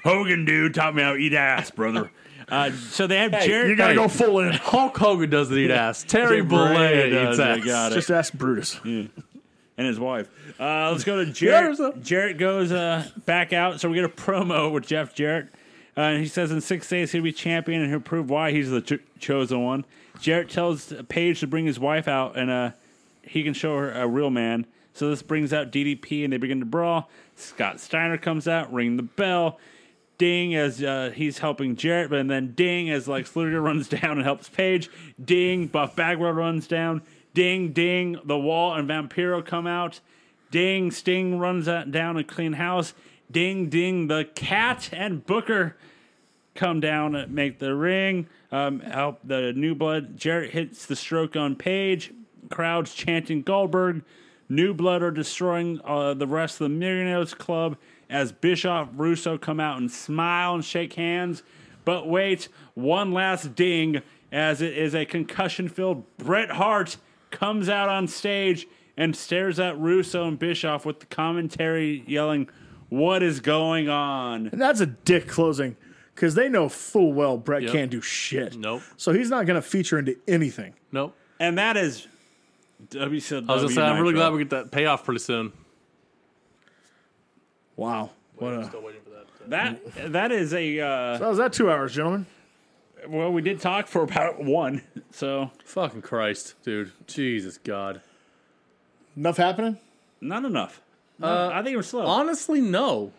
[SPEAKER 1] Hogan, dude, taught me how to eat ass, brother. Uh, so they have Jarrett.
[SPEAKER 2] you gotta
[SPEAKER 4] Hey.
[SPEAKER 2] go full in.
[SPEAKER 4] Hulk Hogan doesn't eat ass. Terry
[SPEAKER 1] Jay
[SPEAKER 4] Bollea
[SPEAKER 1] Bollea
[SPEAKER 4] eats
[SPEAKER 1] does, I
[SPEAKER 4] ass.
[SPEAKER 1] got it.
[SPEAKER 2] Just ask Brutus.
[SPEAKER 1] and his wife. Uh, let's go to Jarrett.
[SPEAKER 4] so-
[SPEAKER 1] Jarrett goes uh, back out, so we get a promo with Jeff Jarrett. Uh, and he says in six days he'll be champion and he'll prove why he's the ch- chosen one. Jarrett tells Paige to bring his wife out and uh, he can show her a real man. So this brings out DDP and they begin to brawl. Scott Steiner comes out, ring the bell. Ding as uh, he's helping Jarrett, but then ding as Lex Luger runs down and helps Paige. Ding, Buff Bagwell runs down. Ding, ding, the wall and Vampiro come out. Ding, Sting runs out, down and clean house. Ding, ding, the cat and Booker come down and make the ring. Um, help the new blood. Jarrett hits the stroke on Page. Crowds chanting Goldberg. New blood are destroying uh, the rest of the Millionaires Club as Bischoff Russo come out and smile and shake hands. But wait, one last ding as it is a concussion-filled Bret Hart comes out on stage and stares at Russo and Bischoff with the commentary yelling, "What is going on?"
[SPEAKER 2] And that's a dick closing because they know full well Brett
[SPEAKER 4] Yep.
[SPEAKER 2] can't do shit.
[SPEAKER 4] Nope.
[SPEAKER 2] So he's not gonna feature into anything.
[SPEAKER 4] Nope.
[SPEAKER 1] And that is WCW.
[SPEAKER 4] I was going to say, I'm really glad we get that payoff pretty soon.
[SPEAKER 2] Wow. What a,
[SPEAKER 4] Still waiting for that.
[SPEAKER 1] that that is a uh,
[SPEAKER 2] that was that two hours, gentlemen.
[SPEAKER 1] well. We did talk for about one, so
[SPEAKER 4] Fucking Christ, dude. Jesus God.
[SPEAKER 2] Enough happening?
[SPEAKER 1] not enough.
[SPEAKER 4] Uh,
[SPEAKER 1] I think we're slow.
[SPEAKER 4] Honestly, no.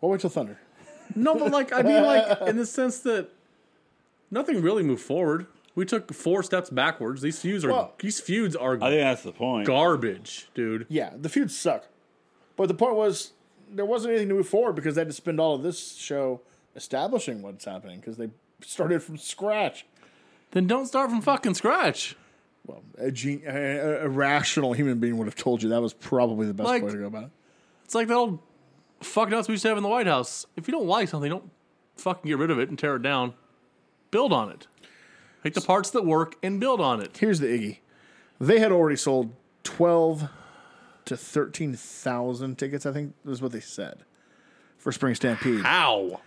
[SPEAKER 2] We'll wait till Thunder.
[SPEAKER 4] No, but like I mean, like in the sense that nothing really moved forward. We took four steps backwards. These feuds are
[SPEAKER 2] Well-
[SPEAKER 4] these feuds are
[SPEAKER 1] I think that's the point.
[SPEAKER 4] garbage, dude.
[SPEAKER 2] Yeah, the feuds suck. But the point was there wasn't anything to move forward because they had to spend all of this show establishing what's happening because they started from scratch.
[SPEAKER 4] Then don't start from fucking scratch.
[SPEAKER 2] A, gen- a, a rational human being would have told you that was probably the best
[SPEAKER 4] Like-
[SPEAKER 2] way to go about it.
[SPEAKER 4] It's like that old fuck nuts we used to have in the White House. If you don't like something, don't fucking get rid of it and tear it down. Build on it. Take the parts that work and build on it.
[SPEAKER 2] here's the Iggy. They had already sold twelve to thirteen thousand tickets. I think is what they said for Spring Stampede
[SPEAKER 4] Ow.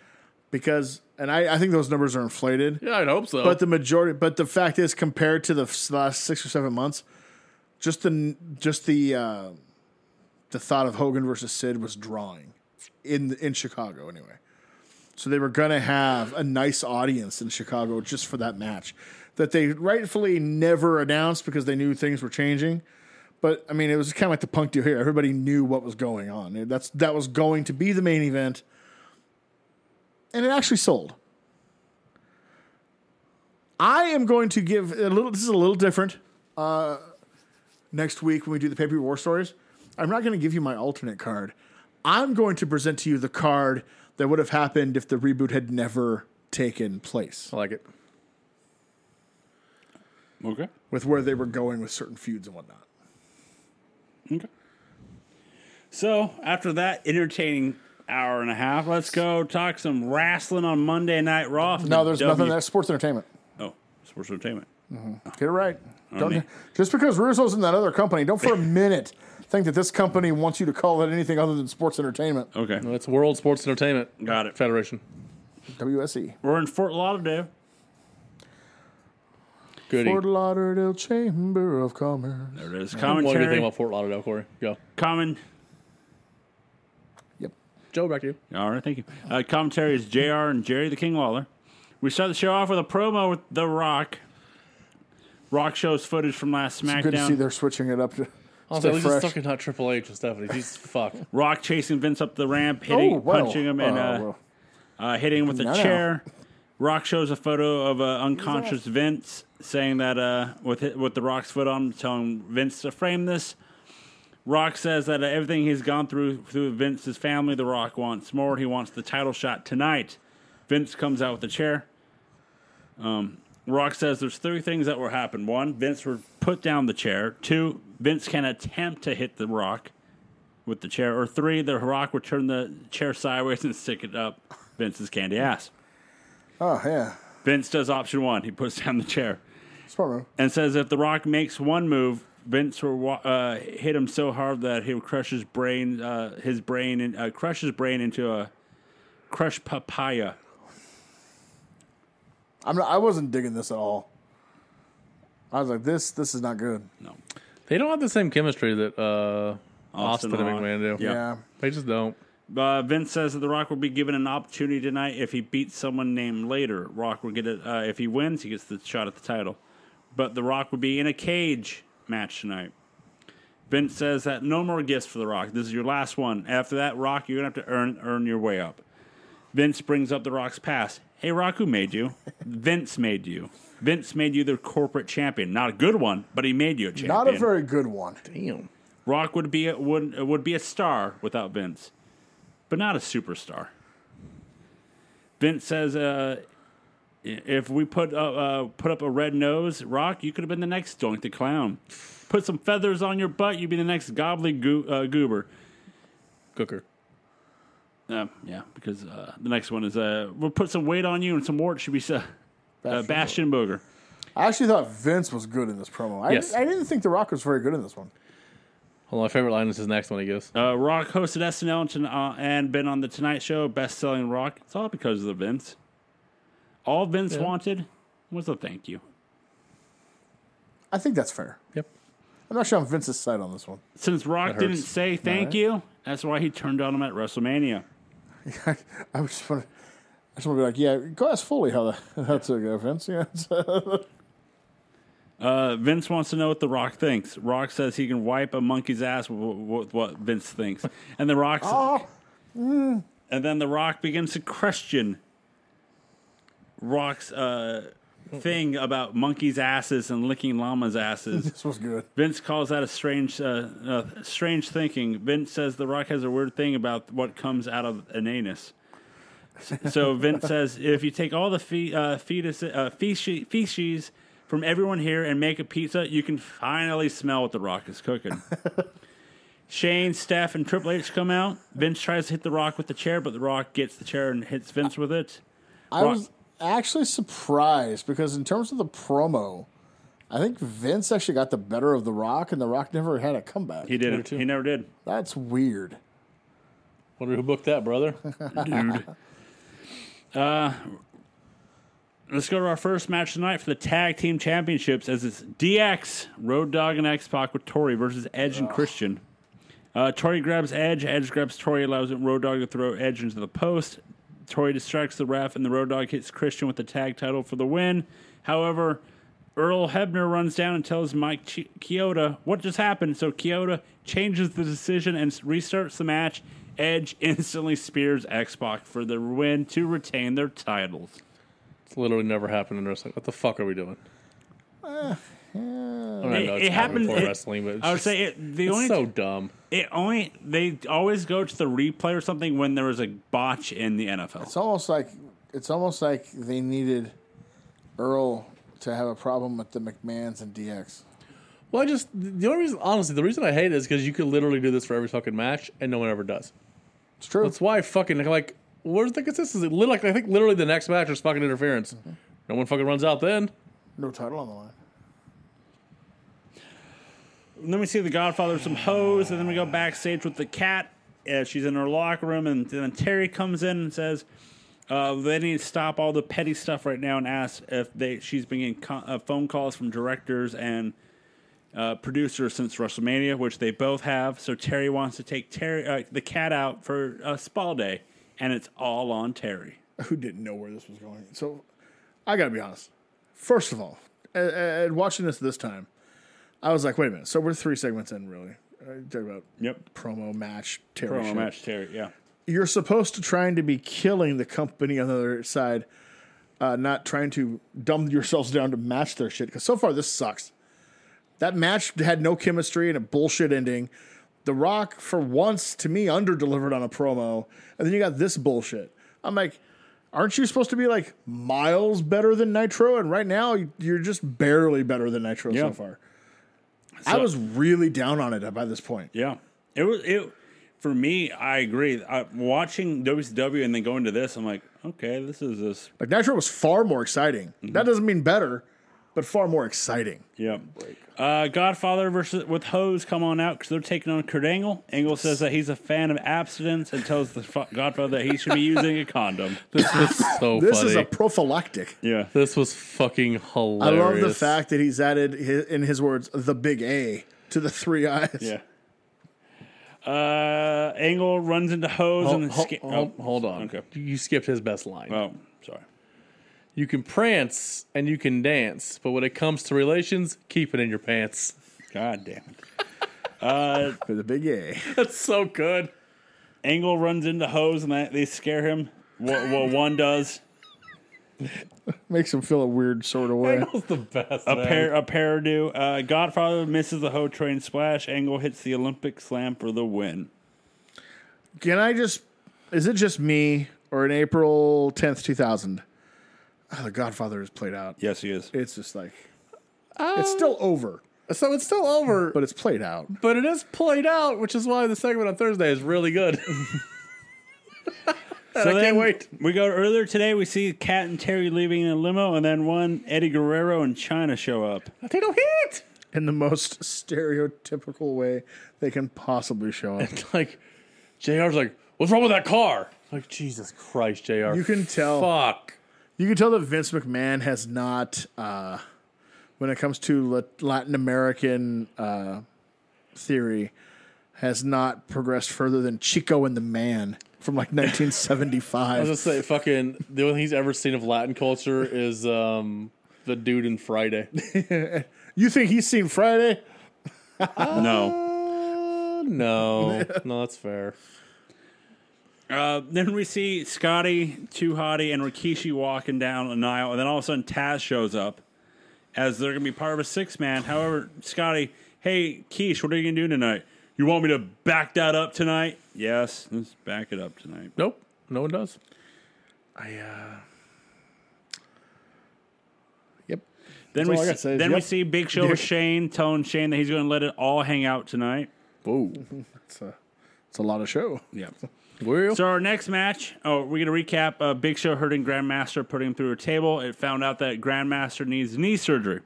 [SPEAKER 2] because, and I, I think those numbers are inflated.
[SPEAKER 4] Yeah, I'd hope so.
[SPEAKER 2] But the majority, but the fact is, compared to the f- last six or seven months, just the just the uh, the thought of Hogan versus Sid was drawing in in Chicago anyway. So they were going to have a nice audience in Chicago just for that match that they rightfully never announced because they knew things were changing. But I mean, it was kind of like the punk deal here. Everybody knew what was going on. That's that was going to be the main event, and it actually sold. I am going to give a little. This is a little different. Uh, next week when we do the paper war stories, I'm not going to give you my alternate card. I'm going to present to you the card that would have happened if the reboot had never taken place,
[SPEAKER 3] I like it.
[SPEAKER 1] Okay.
[SPEAKER 2] with where they were going with certain feuds and whatnot.
[SPEAKER 1] Okay. So after that entertaining hour and a half, let's go talk some wrestling on Monday Night Raw. for
[SPEAKER 2] No,
[SPEAKER 1] the
[SPEAKER 2] there's
[SPEAKER 1] W-
[SPEAKER 2] nothing. That's sports entertainment.
[SPEAKER 1] Oh, sports entertainment.
[SPEAKER 2] Get it right. Don't,
[SPEAKER 1] man.
[SPEAKER 2] just because Russo's in that other company, don't for a minute think that this company wants you to call it anything other than sports entertainment.
[SPEAKER 1] Okay,
[SPEAKER 3] Well, It's World Sports Entertainment
[SPEAKER 1] got it.
[SPEAKER 3] Federation.
[SPEAKER 2] WSE.
[SPEAKER 1] We're in Fort Lauderdale.
[SPEAKER 3] Goody.
[SPEAKER 2] Fort Lauderdale Chamber of Commerce.
[SPEAKER 1] There it is.
[SPEAKER 3] One good
[SPEAKER 1] Commentary.
[SPEAKER 3] thing about Fort Lauderdale, Corey. Go.
[SPEAKER 1] Common.
[SPEAKER 2] Yep.
[SPEAKER 3] Joe, back to you.
[SPEAKER 1] All right, thank you. Uh, commentary is JR and Jerry the King Lawler. We start the show off with a promo with The Rock. Rock shows footage from last SmackDown.
[SPEAKER 2] Good to see they're switching it up to
[SPEAKER 3] Also,
[SPEAKER 2] stay
[SPEAKER 3] at least it's
[SPEAKER 2] fresh.
[SPEAKER 3] fucking not Triple H and Stephanie. Jesus fuck.
[SPEAKER 1] Rock chasing Vince up the ramp, hitting,
[SPEAKER 2] well.
[SPEAKER 1] punching him, and
[SPEAKER 2] Oh,
[SPEAKER 1] uh,
[SPEAKER 2] well.
[SPEAKER 1] uh, hitting him with a
[SPEAKER 2] No, no.
[SPEAKER 1] chair. Rock shows a photo of uh, unconscious Vince, saying that uh, with hi- with the Rock's foot on, him, telling Vince to frame this. Rock says that uh, everything he's gone through through Vince's family, the Rock wants more. He wants the title shot tonight. Vince comes out with a chair. Um, Rock says there's three things that will happen. One, Vince will put down the chair. Two, Vince can attempt to hit the Rock with the chair, or three, the Rock would turn the chair sideways and stick it up Vince's candy ass.
[SPEAKER 2] oh yeah,
[SPEAKER 1] Vince does option one. He puts down the chair
[SPEAKER 2] smart move.
[SPEAKER 1] and says if the Rock makes one move, Vince will wa- uh, hit him so hard that he'll crush his brain, uh, his brain, and uh, crush his brain into a crushed papaya.
[SPEAKER 2] I'm not, I wasn't digging this at all. I was like, this this is not good.
[SPEAKER 1] No,
[SPEAKER 3] They don't have the same chemistry that uh, Austin,
[SPEAKER 1] Austin
[SPEAKER 3] and
[SPEAKER 1] Hall.
[SPEAKER 3] McMahon do.
[SPEAKER 1] Yeah.
[SPEAKER 2] Yeah,
[SPEAKER 3] They just don't.
[SPEAKER 1] Uh, Vince says that The Rock will be given an opportunity tonight if he beats someone named later. Rock will get it. Uh, if he wins, he gets the shot at the title. But The Rock will be in a cage match tonight. Vince says that no more gifts for The Rock. This is your last one. After that, Rock, you're going to have to earn, earn your way up. Vince brings up The Rock's past. Hey, Rock, who made you? Vince made you. Vince made you their corporate champion. Not a good one, but he made you a champion.
[SPEAKER 2] not a very good one.
[SPEAKER 3] Damn.
[SPEAKER 1] Rock would be a, would would be a star without Vince, but not a superstar. Vince says, uh, "If we put up, uh, put up a red nose, Rock, you could have been the next Doink the Clown. Put some feathers on your butt, you'd be the next Gobbly goo- uh, Goober."
[SPEAKER 3] Cooker.
[SPEAKER 1] Uh, yeah, because uh, the next one is, uh, "We'll put some weight on you and some wart." Should be uh, uh, Bastion Booger.
[SPEAKER 2] I actually thought Vince was good in this promo. I,
[SPEAKER 3] Yes.
[SPEAKER 2] I didn't think The Rock was very good in this one.
[SPEAKER 3] Well, my favorite line is his next one, I guess.
[SPEAKER 1] Uh, Rock hosted SNL and, ton- uh, and been on the Tonight Show, best-selling Rock. It's all because of the Vince. All Vince wanted was a thank you.
[SPEAKER 2] I think that's fair.
[SPEAKER 3] Yep.
[SPEAKER 2] I'm not sure on Vince's side on this one.
[SPEAKER 1] Since Rock
[SPEAKER 3] hurts.
[SPEAKER 1] didn't say thank
[SPEAKER 2] right.
[SPEAKER 1] you, that's why he turned on him at WrestleMania.
[SPEAKER 2] I was just want to, I just want to be like, yeah, go ask Foley how that, that's a good Vince. Yeah, it's,
[SPEAKER 1] Uh, Vince wants to know what The Rock thinks. Rock says he can wipe a monkey's ass with, with what Vince thinks, and The Rock,
[SPEAKER 2] oh,
[SPEAKER 1] and then The Rock begins to question Rock's uh, thing about monkeys' asses and licking llamas' asses.
[SPEAKER 2] this was good.
[SPEAKER 1] Vince calls that a strange, uh, uh, strange thinking. Vince says The Rock has a weird thing about what comes out of an anus. S- So Vince says, if you take all the fe- uh, fetus, uh, feces, feces from everyone here and make a pizza, you can finally smell what The Rock is cooking. Shane, Steph, and Triple H come out. Vince tries to hit The Rock with the chair, but The Rock gets the chair and hits Vince with it.
[SPEAKER 2] I
[SPEAKER 1] Rock-
[SPEAKER 2] was actually surprised because in terms of the promo, I think Vince actually got the better of The Rock, and The Rock never had a comeback.
[SPEAKER 1] He didn't.
[SPEAKER 3] too.
[SPEAKER 1] He never did.
[SPEAKER 2] That's weird.
[SPEAKER 3] Wonder who booked that, brother.
[SPEAKER 1] dude. Uh, let's go to our first match tonight for the tag team championships as it's DX, Road Dog and X Pac with Tori versus Edge and Christian. Uh, Tori grabs Edge, Edge grabs Tori, allows Road Dog to throw Edge into the post. Tori distracts the ref, and the Road Dog hits Christian with the tag title for the win. However, Earl Hebner runs down and tells Mike Chi Chioda what just happened. So Chioda changes the decision and s- restarts the match. Edge instantly spears Xbox for the win to retain their titles.
[SPEAKER 3] It's literally never happened in wrestling. What the fuck are we doing? Uh, I mean, I
[SPEAKER 1] It-
[SPEAKER 3] know
[SPEAKER 1] it
[SPEAKER 3] it's happened
[SPEAKER 1] happened-
[SPEAKER 3] before
[SPEAKER 1] it-
[SPEAKER 3] wrestling, but it's
[SPEAKER 1] I would
[SPEAKER 3] just-
[SPEAKER 1] say it, the
[SPEAKER 3] it's
[SPEAKER 1] only
[SPEAKER 3] so dumb.
[SPEAKER 1] it only they always go to the replay or something when there was a botch in the NFL.
[SPEAKER 5] It's almost like it's almost like they needed Earl to have a problem with the McMahons and DX.
[SPEAKER 3] Well, I just the only reason, honestly, the reason I hate it is because you could literally do this for every fucking match, and no one ever does.
[SPEAKER 5] It's true.
[SPEAKER 3] That's why I fucking like. Where's the consistency? Lit- Like I think literally the next match is fucking interference. No one fucking runs out then.
[SPEAKER 5] no title on the line.
[SPEAKER 1] And then we see the Godfather with some hoes, and then we go backstage with the cat. Uh, she's in her locker room, and then Terry comes in and says, uh, "They need to stop all the petty stuff right now," and asks if they she's been getting co- uh, phone calls from directors and uh, producers since WrestleMania, which they both have. So Terry wants to take Terry uh, the cat out for a spa day, and it's all on Terry.
[SPEAKER 2] who didn't know where this was going. So I got to be honest. First of all, and- and watching this this time, I was like, wait a minute. So we're three segments in, really. Uh, Talk about
[SPEAKER 1] Yep,
[SPEAKER 2] promo match, Terry
[SPEAKER 1] promo
[SPEAKER 2] shit.
[SPEAKER 1] match Terry. Yeah,
[SPEAKER 2] You're supposed to trying to be killing the company on the other side, uh, not trying to dumb yourselves down to match their shit. Because so far this sucks. That match had no chemistry and a bullshit ending. The Rock, for once, to me, underdelivered on a promo, and then you got this bullshit. I'm like, aren't you supposed to be like miles better than Nitro? And right now, you're just barely better than Nitro
[SPEAKER 1] Yeah.
[SPEAKER 2] so far. I was really down on it by this point.
[SPEAKER 1] Yeah, it was it for me. I agree. I, watching WCW and then going to this, I'm like, okay, this is this.
[SPEAKER 2] Like Nitro was far more exciting.
[SPEAKER 3] Mm-hmm.
[SPEAKER 2] That doesn't mean better, but far more exciting.
[SPEAKER 1] Yeah. Uh, Godfather versus with Hose come on out because they're taking on Kurt Angle. Angle says that he's a fan of abstinence and tells the fu- Godfather that he should be using a condom.
[SPEAKER 3] This was so
[SPEAKER 2] This
[SPEAKER 3] funny.
[SPEAKER 2] is a prophylactic.
[SPEAKER 1] Yeah.
[SPEAKER 3] this was fucking
[SPEAKER 2] I
[SPEAKER 3] hilarious.
[SPEAKER 2] love the fact that he's added, hi- in his words, the big A to the three eyes.
[SPEAKER 1] Yeah. Uh, Angle runs into Hose
[SPEAKER 3] Hol-
[SPEAKER 1] and
[SPEAKER 3] hol-
[SPEAKER 1] sca-
[SPEAKER 3] hol-
[SPEAKER 2] oh,
[SPEAKER 3] hold on.
[SPEAKER 1] Okay.
[SPEAKER 3] You skipped his best line.
[SPEAKER 1] Oh, sorry.
[SPEAKER 3] You can prance and you can dance, but when it comes to relations, keep it in your pants.
[SPEAKER 1] God damn it.
[SPEAKER 2] For the big A.
[SPEAKER 3] That's so good.
[SPEAKER 1] Angle runs into Hose and that- they scare him. Well, well one does.
[SPEAKER 2] Makes him feel a weird sort of way.
[SPEAKER 3] That was the best.
[SPEAKER 1] A pair, a parado. Uh, Godfather misses the hoe train splash. Angle hits the Olympic slam for the win.
[SPEAKER 2] Can I just, is it just me or in April 10th, 2000? Oh, the Godfather is played out.
[SPEAKER 1] Yes, he is.
[SPEAKER 2] It's just like,
[SPEAKER 3] Um,
[SPEAKER 2] it's still over,
[SPEAKER 3] So it's still over,
[SPEAKER 2] but it's played out.
[SPEAKER 3] but it is played out, which is why the segment on Thursday is really good.
[SPEAKER 1] So I
[SPEAKER 3] can't wait.
[SPEAKER 1] We go earlier today. We see Cat and Terry leaving in a limo, and then one Eddie Guerrero and China show up.
[SPEAKER 3] they don't hit.
[SPEAKER 2] In the most stereotypical way they can possibly show up.
[SPEAKER 3] Like Jr's like, what's wrong with that car? Like Jesus Christ, Jr.
[SPEAKER 2] You can tell.
[SPEAKER 3] Fuck.
[SPEAKER 2] You can tell that Vince McMahon has not, uh, when it comes to Lat- Latin American uh, theory, has not progressed further than Chico and the Man from like
[SPEAKER 3] I
[SPEAKER 2] 1975.
[SPEAKER 3] was gonna say, fucking. The only thing he's ever seen of Latin culture is um, the dude in Friday.
[SPEAKER 2] you think he's seen Friday?
[SPEAKER 3] Ah.
[SPEAKER 1] no.
[SPEAKER 3] Uh, no, no, that's fair.
[SPEAKER 1] Uh, then we see Scotty, Too Hottie, and Rikishi walking down an aisle, and then all of a sudden Taz shows up as they're going to be part of a six man. However, Scotty, hey Keish, what are you going to do tonight? You want me to back that up tonight? Yes, let's back it up tonight.
[SPEAKER 3] Nope, no one does.
[SPEAKER 2] I, uh,
[SPEAKER 1] Then
[SPEAKER 2] That's
[SPEAKER 1] we
[SPEAKER 2] all I
[SPEAKER 1] see,
[SPEAKER 2] gotta say is
[SPEAKER 1] then we
[SPEAKER 2] yep.
[SPEAKER 1] see Big Show with Shane telling Shane that he's going to let it all hang out tonight.
[SPEAKER 2] whoa, it's a, it's a lot of show.
[SPEAKER 1] Yeah.
[SPEAKER 3] We're
[SPEAKER 1] So our next match, oh, we're going to recap uh, Big Show hurting Grandmaster, putting him through a table. It found out that Grandmaster needs knee surgery.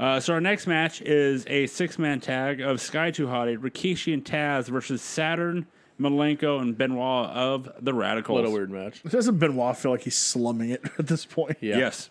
[SPEAKER 1] Uh, so our next match is a six-man tag of Sky Tuhati, Rikishi, and Taz versus Saturn, Malenko, and Benoit of the Radicals.
[SPEAKER 3] what a weird match.
[SPEAKER 2] Doesn't Benoit feel like he's slumming it at this point?
[SPEAKER 3] Yeah.
[SPEAKER 1] Yes.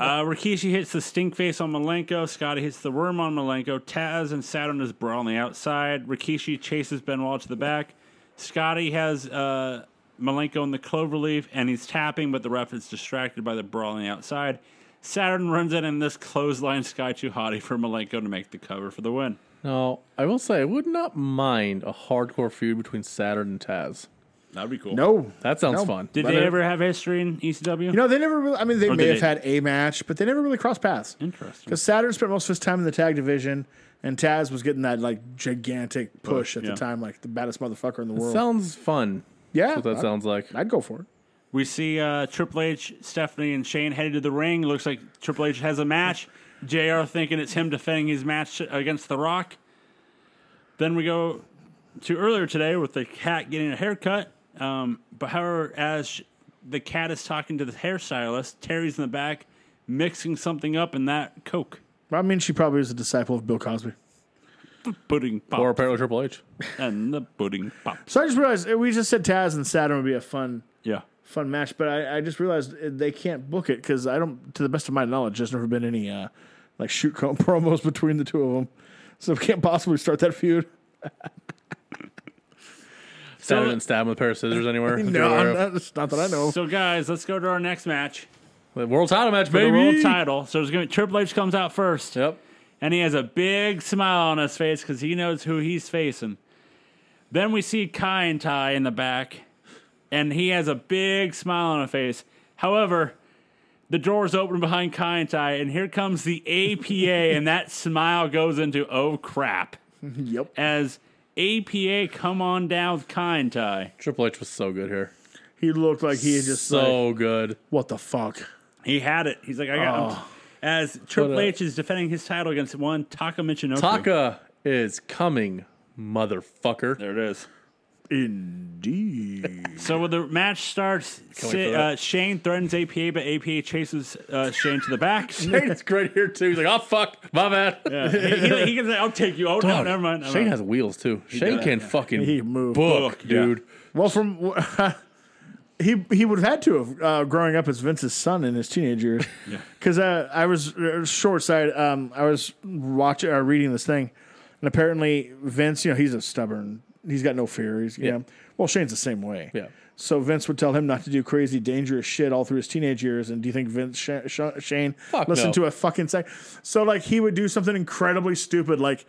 [SPEAKER 1] Uh, Rikishi hits the stink face on Malenko. Scotty hits the worm on Malenko. Taz and Saturn is brawl on the outside. Rikishi chases Benoit to the back. Scotty has uh, Malenko in the cloverleaf, and he's tapping, but the ref is distracted by the brawling outside. Saturn runs in, and this clothesline sky too hottie for Malenko to make the cover for the win.
[SPEAKER 3] No, I will say I would not mind a hardcore feud between Saturn and Taz.
[SPEAKER 1] That'd be cool.
[SPEAKER 2] No.
[SPEAKER 3] That sounds
[SPEAKER 2] No.
[SPEAKER 3] fun.
[SPEAKER 1] Did
[SPEAKER 2] Let
[SPEAKER 1] they
[SPEAKER 2] it-
[SPEAKER 1] ever have history in E ECW?
[SPEAKER 2] You know, they never really, I mean, they
[SPEAKER 1] Or
[SPEAKER 2] may
[SPEAKER 1] did
[SPEAKER 2] have had a match, but they never really crossed paths.
[SPEAKER 1] Interesting.
[SPEAKER 2] Because Saturn spent most of his time in the tag division, and Taz was getting that, like, gigantic push at
[SPEAKER 1] yeah.
[SPEAKER 2] the time, like, the baddest motherfucker in the world.
[SPEAKER 3] sounds fun.
[SPEAKER 2] yeah.
[SPEAKER 3] That's what that
[SPEAKER 2] I'd-
[SPEAKER 3] sounds like.
[SPEAKER 2] I'd go for it.
[SPEAKER 1] We see uh, Triple H, Stephanie, and Shane headed to the ring. Looks like Triple H has a match. JR thinking it's him defending his match against The Rock. Then we go to earlier today with the cat getting a haircut. Um, but however, as the cat is talking to the hairstylist, Terry's in the back mixing something up in that Coke
[SPEAKER 2] I mean, she probably was a disciple of Bill Cosby.
[SPEAKER 1] pudding pop
[SPEAKER 3] Or apparently Triple H.
[SPEAKER 1] and the pudding pops.
[SPEAKER 2] So I just realized eh, we just said Taz and Saturn would be a fun
[SPEAKER 1] Yeah.
[SPEAKER 2] fun match, but I, I just realized eh, they can't book it because I don't, to the best of my knowledge, there's never been any uh, like shoot co- promos between the two of them, so we can't possibly start that feud.
[SPEAKER 3] Saturn didn't stab him with a pair of scissors anywhere. that you're
[SPEAKER 2] No,
[SPEAKER 3] aware
[SPEAKER 2] I'm
[SPEAKER 3] of.
[SPEAKER 2] not, it's not that I know.
[SPEAKER 1] So guys, let's go to our next match.
[SPEAKER 3] The world title match,
[SPEAKER 1] For
[SPEAKER 3] baby.
[SPEAKER 1] the world title. So there's gonna Triple H comes out first.
[SPEAKER 3] Yep.
[SPEAKER 1] and he has a big smile on his face because he knows who he's facing. Then we see Kai and Tai in the back, and he has a big smile on his face. However, the doors open behind Kai and Tai, and here comes the APA, and that smile goes into oh crap.
[SPEAKER 2] Yep.
[SPEAKER 1] As APA come on down with Kai and Tai,
[SPEAKER 3] Triple H was so good here.
[SPEAKER 2] He looked like he had just like,
[SPEAKER 3] so good.
[SPEAKER 2] what the fuck?
[SPEAKER 1] he had it. He's like, I got. him. As Triple
[SPEAKER 3] Oh. What a-
[SPEAKER 1] H is defending his title against one Taka Michinoku.
[SPEAKER 3] Taka is coming, motherfucker.
[SPEAKER 1] There it is.
[SPEAKER 2] Indeed.
[SPEAKER 1] So when the match starts,
[SPEAKER 3] wait
[SPEAKER 1] Sa-
[SPEAKER 3] for that.
[SPEAKER 1] uh, Shane threatens APA, but APA chases uh, Shane to the back. yeah,
[SPEAKER 3] Shane's great here too. He's like, oh fuck, my bad.
[SPEAKER 1] he, he, he can say, "I'll take you." Oh no,
[SPEAKER 3] Dog,
[SPEAKER 1] never mind. never
[SPEAKER 3] Shane
[SPEAKER 1] mind.
[SPEAKER 3] has wheels too. Shane
[SPEAKER 1] does,
[SPEAKER 3] can fucking
[SPEAKER 2] He moved.
[SPEAKER 3] book,
[SPEAKER 1] yeah.
[SPEAKER 3] dude.
[SPEAKER 2] well, from he he would have had to have uh, growing up as Vince's son in his teenage years. Because uh, I was uh, short side. Um, I was watching uh, reading this thing, and apparently Vince, you know, he's a stubborn. He's got no fear. He's you know, well, Shane's the same way.
[SPEAKER 3] Yeah.
[SPEAKER 2] So Vince would tell him not to do crazy, dangerous shit all through his teenage years. And do you think Vince Sh- Sh- Shane
[SPEAKER 3] Fuck
[SPEAKER 2] listened
[SPEAKER 3] no.
[SPEAKER 2] to a fucking sec? So like he would do something incredibly stupid, like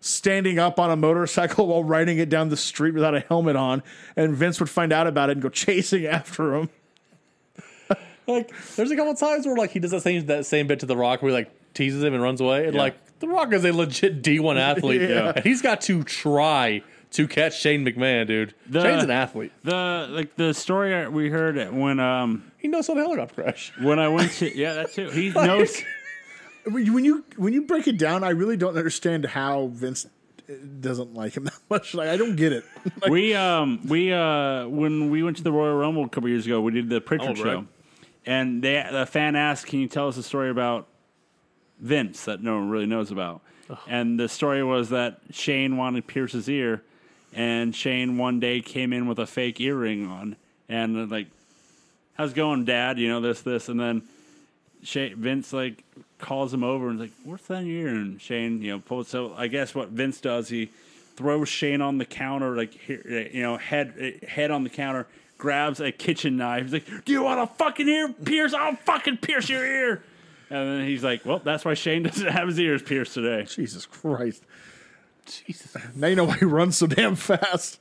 [SPEAKER 2] standing up on a motorcycle while riding it down the street without a helmet on, and Vince would find out about it and go chasing after him.
[SPEAKER 3] Like, there's a couple times where like he does that same that same bit to The Rock, where he like teases him and runs away, and like The Rock is a legit D1 athlete,
[SPEAKER 2] Yeah.
[SPEAKER 3] and he's got to try to catch Shane McMahon, dude.
[SPEAKER 1] The-
[SPEAKER 3] Shane's an athlete.
[SPEAKER 1] the like the story we heard when um
[SPEAKER 3] He knows how the hell to crash.
[SPEAKER 1] when I went to yeah that's it. He knows
[SPEAKER 2] When you- when you when you break it down, I really don't understand how Vince uh, doesn't like him that much. Like I don't get it.
[SPEAKER 1] we um we uh when we went to the Royal Rumble a couple years ago, we did the Pritchard
[SPEAKER 4] Oh,
[SPEAKER 1] show,
[SPEAKER 4] right.
[SPEAKER 1] and they the fan asked, "Can you tell us a story about Vince that no one really knows about?" And the story was that Shane wanted Pierce's ear, and Shane one day came in with a fake earring on, and like, "How's it going, Dad?" You know this this, and then Shane, Vince like calls him over and is like, "What's that in your?" ear?" And Shane, you know, pulls. So I guess what Vince does, he throws Shane on the counter, like here, eh, you know, head eh, head on the counter, grabs a kitchen knife. He's like, "Do you want a fucking ear pierce? I'll fucking pierce your ear." And then he's like, "Well, that's why Shane doesn't have his ears pierced today."
[SPEAKER 2] Jesus Christ. Jesus. Now you know why he runs so damn fast.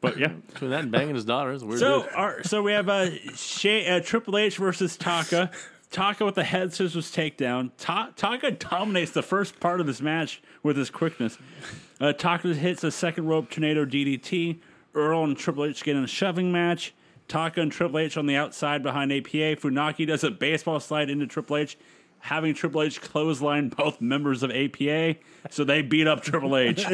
[SPEAKER 1] But yeah,
[SPEAKER 4] Between that and banging his daughter is a weird.
[SPEAKER 1] so
[SPEAKER 4] dude.
[SPEAKER 1] our, so we have uh, Shane, uh, Triple H versus Taka. Taka with the head scissors takedown. Ta- Taka dominates the first part of this match with his quickness. Uh, Taka hits a second rope tornado DDT. Earl and Triple H get in a shoving match. Taka and Triple H on the outside behind APA. Funaki does a baseball slide into Triple H, having Triple H clothesline both members of APA. So they beat up Triple H.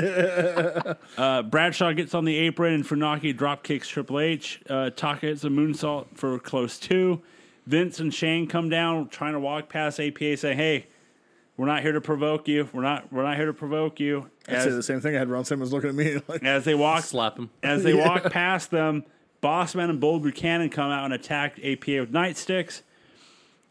[SPEAKER 1] Bradshaw gets on the apron and Funaki drop kicks Triple H. Uh, Taka hits a moonsault for close two. Vince and Shane come down trying to walk past APA, say, "Hey, we're not here to provoke you. We're not. We're not here to provoke you."
[SPEAKER 2] I said
[SPEAKER 1] As,
[SPEAKER 2] the same thing. I had Ron Simmons looking at me like,
[SPEAKER 1] as they walk,
[SPEAKER 4] slap him.
[SPEAKER 1] as they walk past them, Bossman and Bull Buchanan come out and attack APA with nightsticks.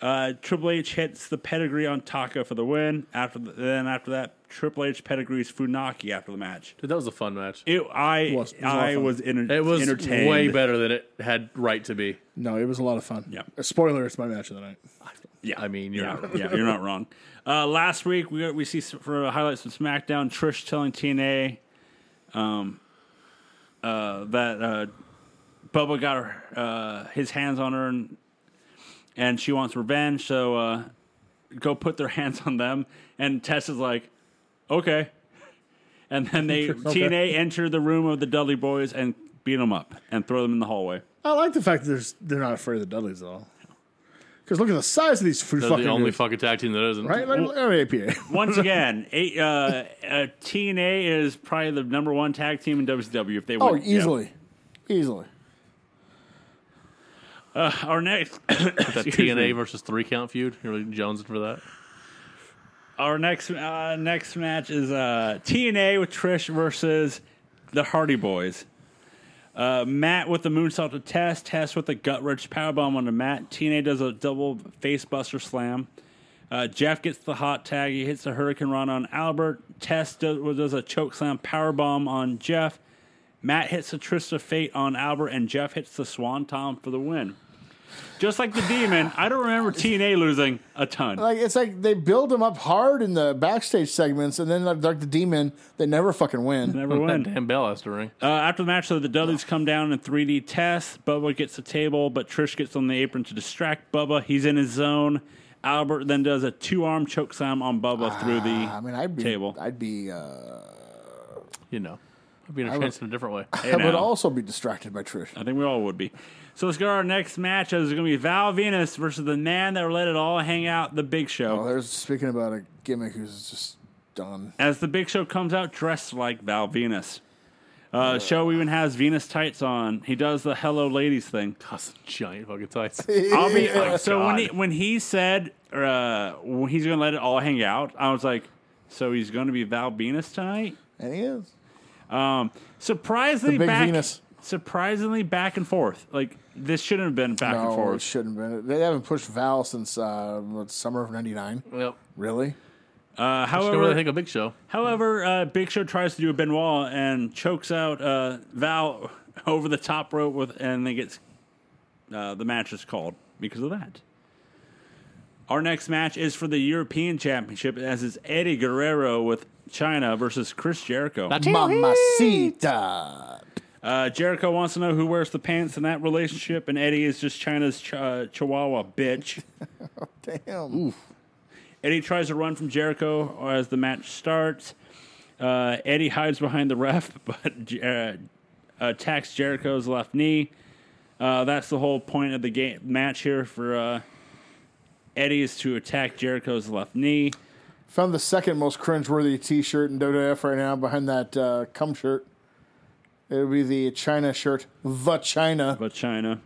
[SPEAKER 1] Uh, Triple H hits the pedigree on Taka for the win. After the, then after that, Triple H pedigrees Funaki after the match.
[SPEAKER 3] Dude, that was a fun match.
[SPEAKER 1] It, I
[SPEAKER 6] was- it was a lot of
[SPEAKER 1] I
[SPEAKER 6] fun.
[SPEAKER 1] was enter-
[SPEAKER 3] It was
[SPEAKER 1] entertained.
[SPEAKER 3] way better than it had right to be.
[SPEAKER 6] No, it was a lot of fun.
[SPEAKER 1] Yeah.
[SPEAKER 6] Uh, Spoiler, it's my match of the night.
[SPEAKER 1] Yeah,
[SPEAKER 3] I mean, you're
[SPEAKER 1] yeah,
[SPEAKER 3] not
[SPEAKER 1] yeah, you're not wrong. Uh, last week we we see s- for highlights from SmackDown, Trish telling TNA um, uh, that uh, Bubba got her, uh, his hands on her and and she wants revenge, so uh, go put their hands on them. And Tess is like, okay. And then they TNA enter the room of the Dudley Boys and beat them up and throw them in the hallway.
[SPEAKER 6] I like the fact that there's, they're not afraid of the Dudleys at all. Because look at the size of these food
[SPEAKER 3] They're
[SPEAKER 6] fucking
[SPEAKER 3] the only
[SPEAKER 6] dudes,
[SPEAKER 3] fucking tag team that isn't.
[SPEAKER 6] right? Like, look at APA.
[SPEAKER 1] Once again, a, uh, uh, TNA is probably the number one tag team in WCW if they
[SPEAKER 2] Oh,
[SPEAKER 1] win.
[SPEAKER 2] easily, easily.
[SPEAKER 1] Yeah. Our next,
[SPEAKER 3] That
[SPEAKER 1] Excuse
[SPEAKER 3] TNA
[SPEAKER 1] me.
[SPEAKER 3] versus three count feud. You're really jonesing for that.
[SPEAKER 1] our next, uh, next match is uh, TNA with Trish versus the Hardy Boys. Uh, Matt with the moonsault to Tess, Tess with the gut wrench powerbomb onto Matt. TNA does a double facebuster slam. Uh, Jeff gets the hot tag. He hits the Hurricane Run on Albert. Tess does, does a choke slam powerbomb on Jeff. Matt hits the Trista Fate on Albert, and Jeff hits the Swan Tom for the win. Just like the Demon, I don't remember TNA losing a ton.
[SPEAKER 2] Like it's like they build them up hard in the backstage segments, and then like, like the demon, they never fucking win.
[SPEAKER 1] Never
[SPEAKER 3] That
[SPEAKER 1] win.
[SPEAKER 3] damn bell has to ring.
[SPEAKER 1] Uh, after the match, though, the Dudleys come down in 3D test. Bubba gets the table, but Trish gets on the apron to distract Bubba. He's in his zone. Albert then does a two arm choke slam on Bubba through the
[SPEAKER 2] Ah, I mean, I'd be,
[SPEAKER 1] table.
[SPEAKER 2] I'd be, uh,
[SPEAKER 3] You know, I've been entranced in a different way.
[SPEAKER 2] I would
[SPEAKER 1] now.
[SPEAKER 2] also be distracted by Trish.
[SPEAKER 1] I think we all would be. So let's go to our next match. It's going to be Val Venus versus the man that let it all hang out, The Big
[SPEAKER 2] Well,
[SPEAKER 1] Show.
[SPEAKER 2] there's speaking about a gimmick who's just done.
[SPEAKER 1] As The Big Show comes out dressed like Val Venus. Uh, show even has Venus tights on. He does the hello ladies thing.
[SPEAKER 3] That's giant fucking tights.
[SPEAKER 1] I'll
[SPEAKER 2] Oh
[SPEAKER 1] be uh,
[SPEAKER 3] my
[SPEAKER 1] so when
[SPEAKER 3] God.
[SPEAKER 1] he when he said uh, when he's going to let it all hang out, I was like, so he's going to be Val Venus tonight.
[SPEAKER 2] And he is.
[SPEAKER 1] Surprisingly,
[SPEAKER 2] The Big
[SPEAKER 1] back
[SPEAKER 2] Venus.
[SPEAKER 1] surprisingly back and forth. Like this shouldn't have been back and
[SPEAKER 2] No, it
[SPEAKER 1] forth.
[SPEAKER 2] shouldn't have been. They haven't pushed Val since uh, what, summer of '99.
[SPEAKER 3] Yep.
[SPEAKER 2] Really?
[SPEAKER 1] Uh,
[SPEAKER 3] Don't
[SPEAKER 1] however,
[SPEAKER 3] really think a big show.
[SPEAKER 1] However, uh, Big Show tries to do a Benoit and chokes out uh, Val over the top rope with, and then gets uh, the match is called because of that. Our next match is for the European Championship, as is Eddie Guerrero with China versus Chris Jericho.
[SPEAKER 2] Mamacita.
[SPEAKER 1] Uh, Jericho wants to know who wears the pants in that relationship, and Eddie is just China's ch- uh, Chihuahua bitch.
[SPEAKER 2] Damn.
[SPEAKER 1] Eddie tries to run from Jericho as the match starts. Uh, Eddie hides behind the ref, but Jer- uh, attacks Jericho's left knee. Uh, that's the whole point of the game match here for uh, Eddie is to attack Jericho's left knee.
[SPEAKER 2] Found the second most cringeworthy T-shirt in WWF right now behind that uh, cum shirt. It would be the China shirt, the China.
[SPEAKER 1] But China,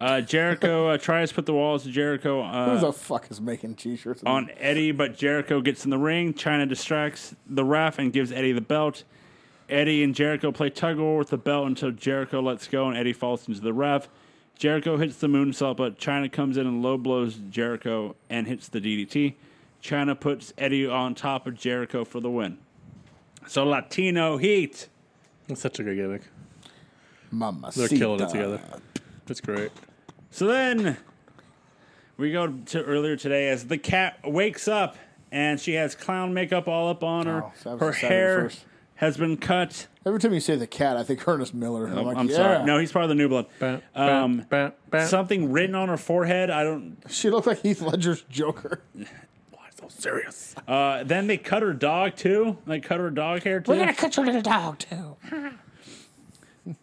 [SPEAKER 1] uh, Jericho uh, tries to put the walls of Jericho
[SPEAKER 2] Who
[SPEAKER 1] uh,
[SPEAKER 2] the fuck is making T-shirts?
[SPEAKER 1] on Eddie, but Jericho gets in the ring. China distracts the ref and gives Eddie the belt. Eddie and Jericho play tug of war with the belt until Jericho lets go and Eddie falls into the ref. Jericho hits the moonsault, but China comes in and low blows Jericho and hits the DDT. China puts Eddie on top of Jericho for the win. So Latino Heat.
[SPEAKER 3] That's such a good gimmick.
[SPEAKER 2] Mamacita.
[SPEAKER 3] They're killing it together. That's great.
[SPEAKER 1] So then we go to earlier today as the cat wakes up and she has clown makeup all up on her.
[SPEAKER 2] Oh, so that was
[SPEAKER 1] her
[SPEAKER 2] the Saturday
[SPEAKER 1] hair
[SPEAKER 2] first.
[SPEAKER 1] has been cut.
[SPEAKER 2] Every time you say the cat, I think Ernest Miller. I'm, like,
[SPEAKER 1] I'm
[SPEAKER 2] yeah.
[SPEAKER 1] sorry. No, he's part of the new blood.
[SPEAKER 3] Bam,
[SPEAKER 1] Um,
[SPEAKER 3] bam, bam, bam.
[SPEAKER 1] Something written on her forehead. I don't.
[SPEAKER 2] She looked like Heath Ledger's Joker.
[SPEAKER 3] Why so serious?
[SPEAKER 1] Uh, then they cut her dog too. They cut her dog hair too.
[SPEAKER 2] cut your little dog too.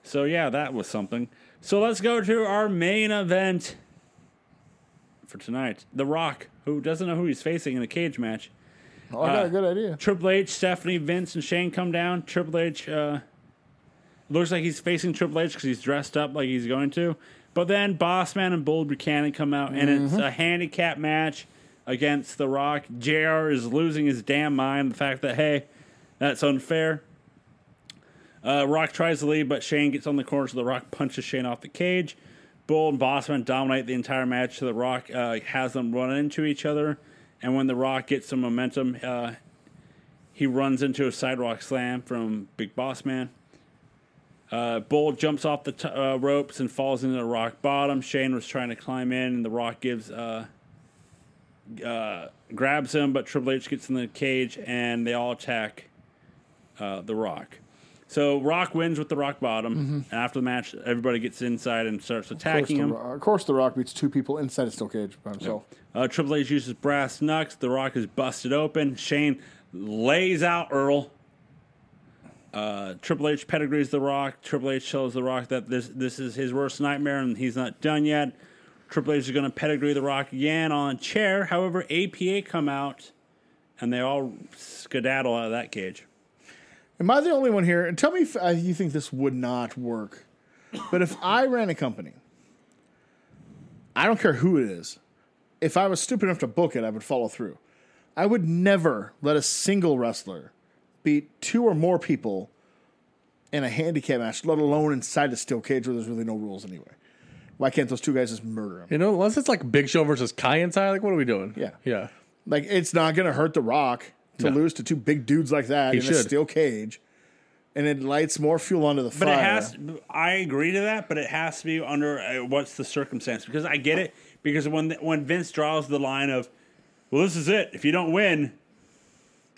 [SPEAKER 1] So yeah, that was something. So let's go to our main event for tonight. The Rock, who doesn't know who he's facing in a cage match.
[SPEAKER 2] Oh, I
[SPEAKER 1] Uh,
[SPEAKER 2] got a good idea.
[SPEAKER 1] Triple H, Stephanie, Vince, and Shane come down. Triple H uh, looks like he's facing Triple H because he's dressed up like he's going to. But then Bossman and Bull Buchanan come out, and it's a handicap match against The Rock. JR is losing his damn mind. The fact that, hey, that's unfair. Uh, Rock tries to leave, but Shane gets on the corner, so The Rock punches Shane off the cage. Bull and Bossman dominate the entire match. So The Rock uh, has them run into each other, and when The Rock gets some momentum, uh, he runs into a sidewalk slam from Big Boss Man. Uh, Bull jumps off the t- uh, ropes and falls into the rock bottom. Shane was trying to climb in, and The Rock gives uh, uh, grabs him, but Triple H gets in the cage, and they all attack uh, The Rock. So Rock wins with the rock bottom, and after the match, everybody gets inside and starts
[SPEAKER 5] Mm-hmm. Of course,
[SPEAKER 1] attacking
[SPEAKER 5] the,
[SPEAKER 1] him.
[SPEAKER 5] Rock- of course, The Rock beats two people inside a steel cage by himself.
[SPEAKER 1] Uh, Triple H uses brass knucks. The Rock is busted open. Shane lays out Earl. Uh, Triple H pedigrees The Rock. Triple H tells The Rock that this this is his worst nightmare and he's not done yet. Triple H is going to pedigree The Rock again on a chair. However, APA come out and they all skedaddle out of that cage.
[SPEAKER 2] Am I the only one here? And tell me if uh, you think this would not work. But if I ran a company, I don't care who it is. If I was stupid enough to book it, I would follow through. I would never let a single wrestler beat two or more people in a handicap match, let alone inside a steel cage where there's really no rules anyway. Why can't those two guys just murder him?
[SPEAKER 3] You know, unless it's like Big Show versus Kai and Tai, like what are we doing?
[SPEAKER 2] Yeah.
[SPEAKER 3] Yeah.
[SPEAKER 2] Like it's not going to hurt The Rock to lose to two big dudes like that in a
[SPEAKER 3] should.
[SPEAKER 2] steel cage, and it lights more fuel onto the fire.
[SPEAKER 1] But it has. I agree to that, but it has to be under uh, what's the circumstance because I get it because when when Vince draws the line of, well, this is it. If you don't win,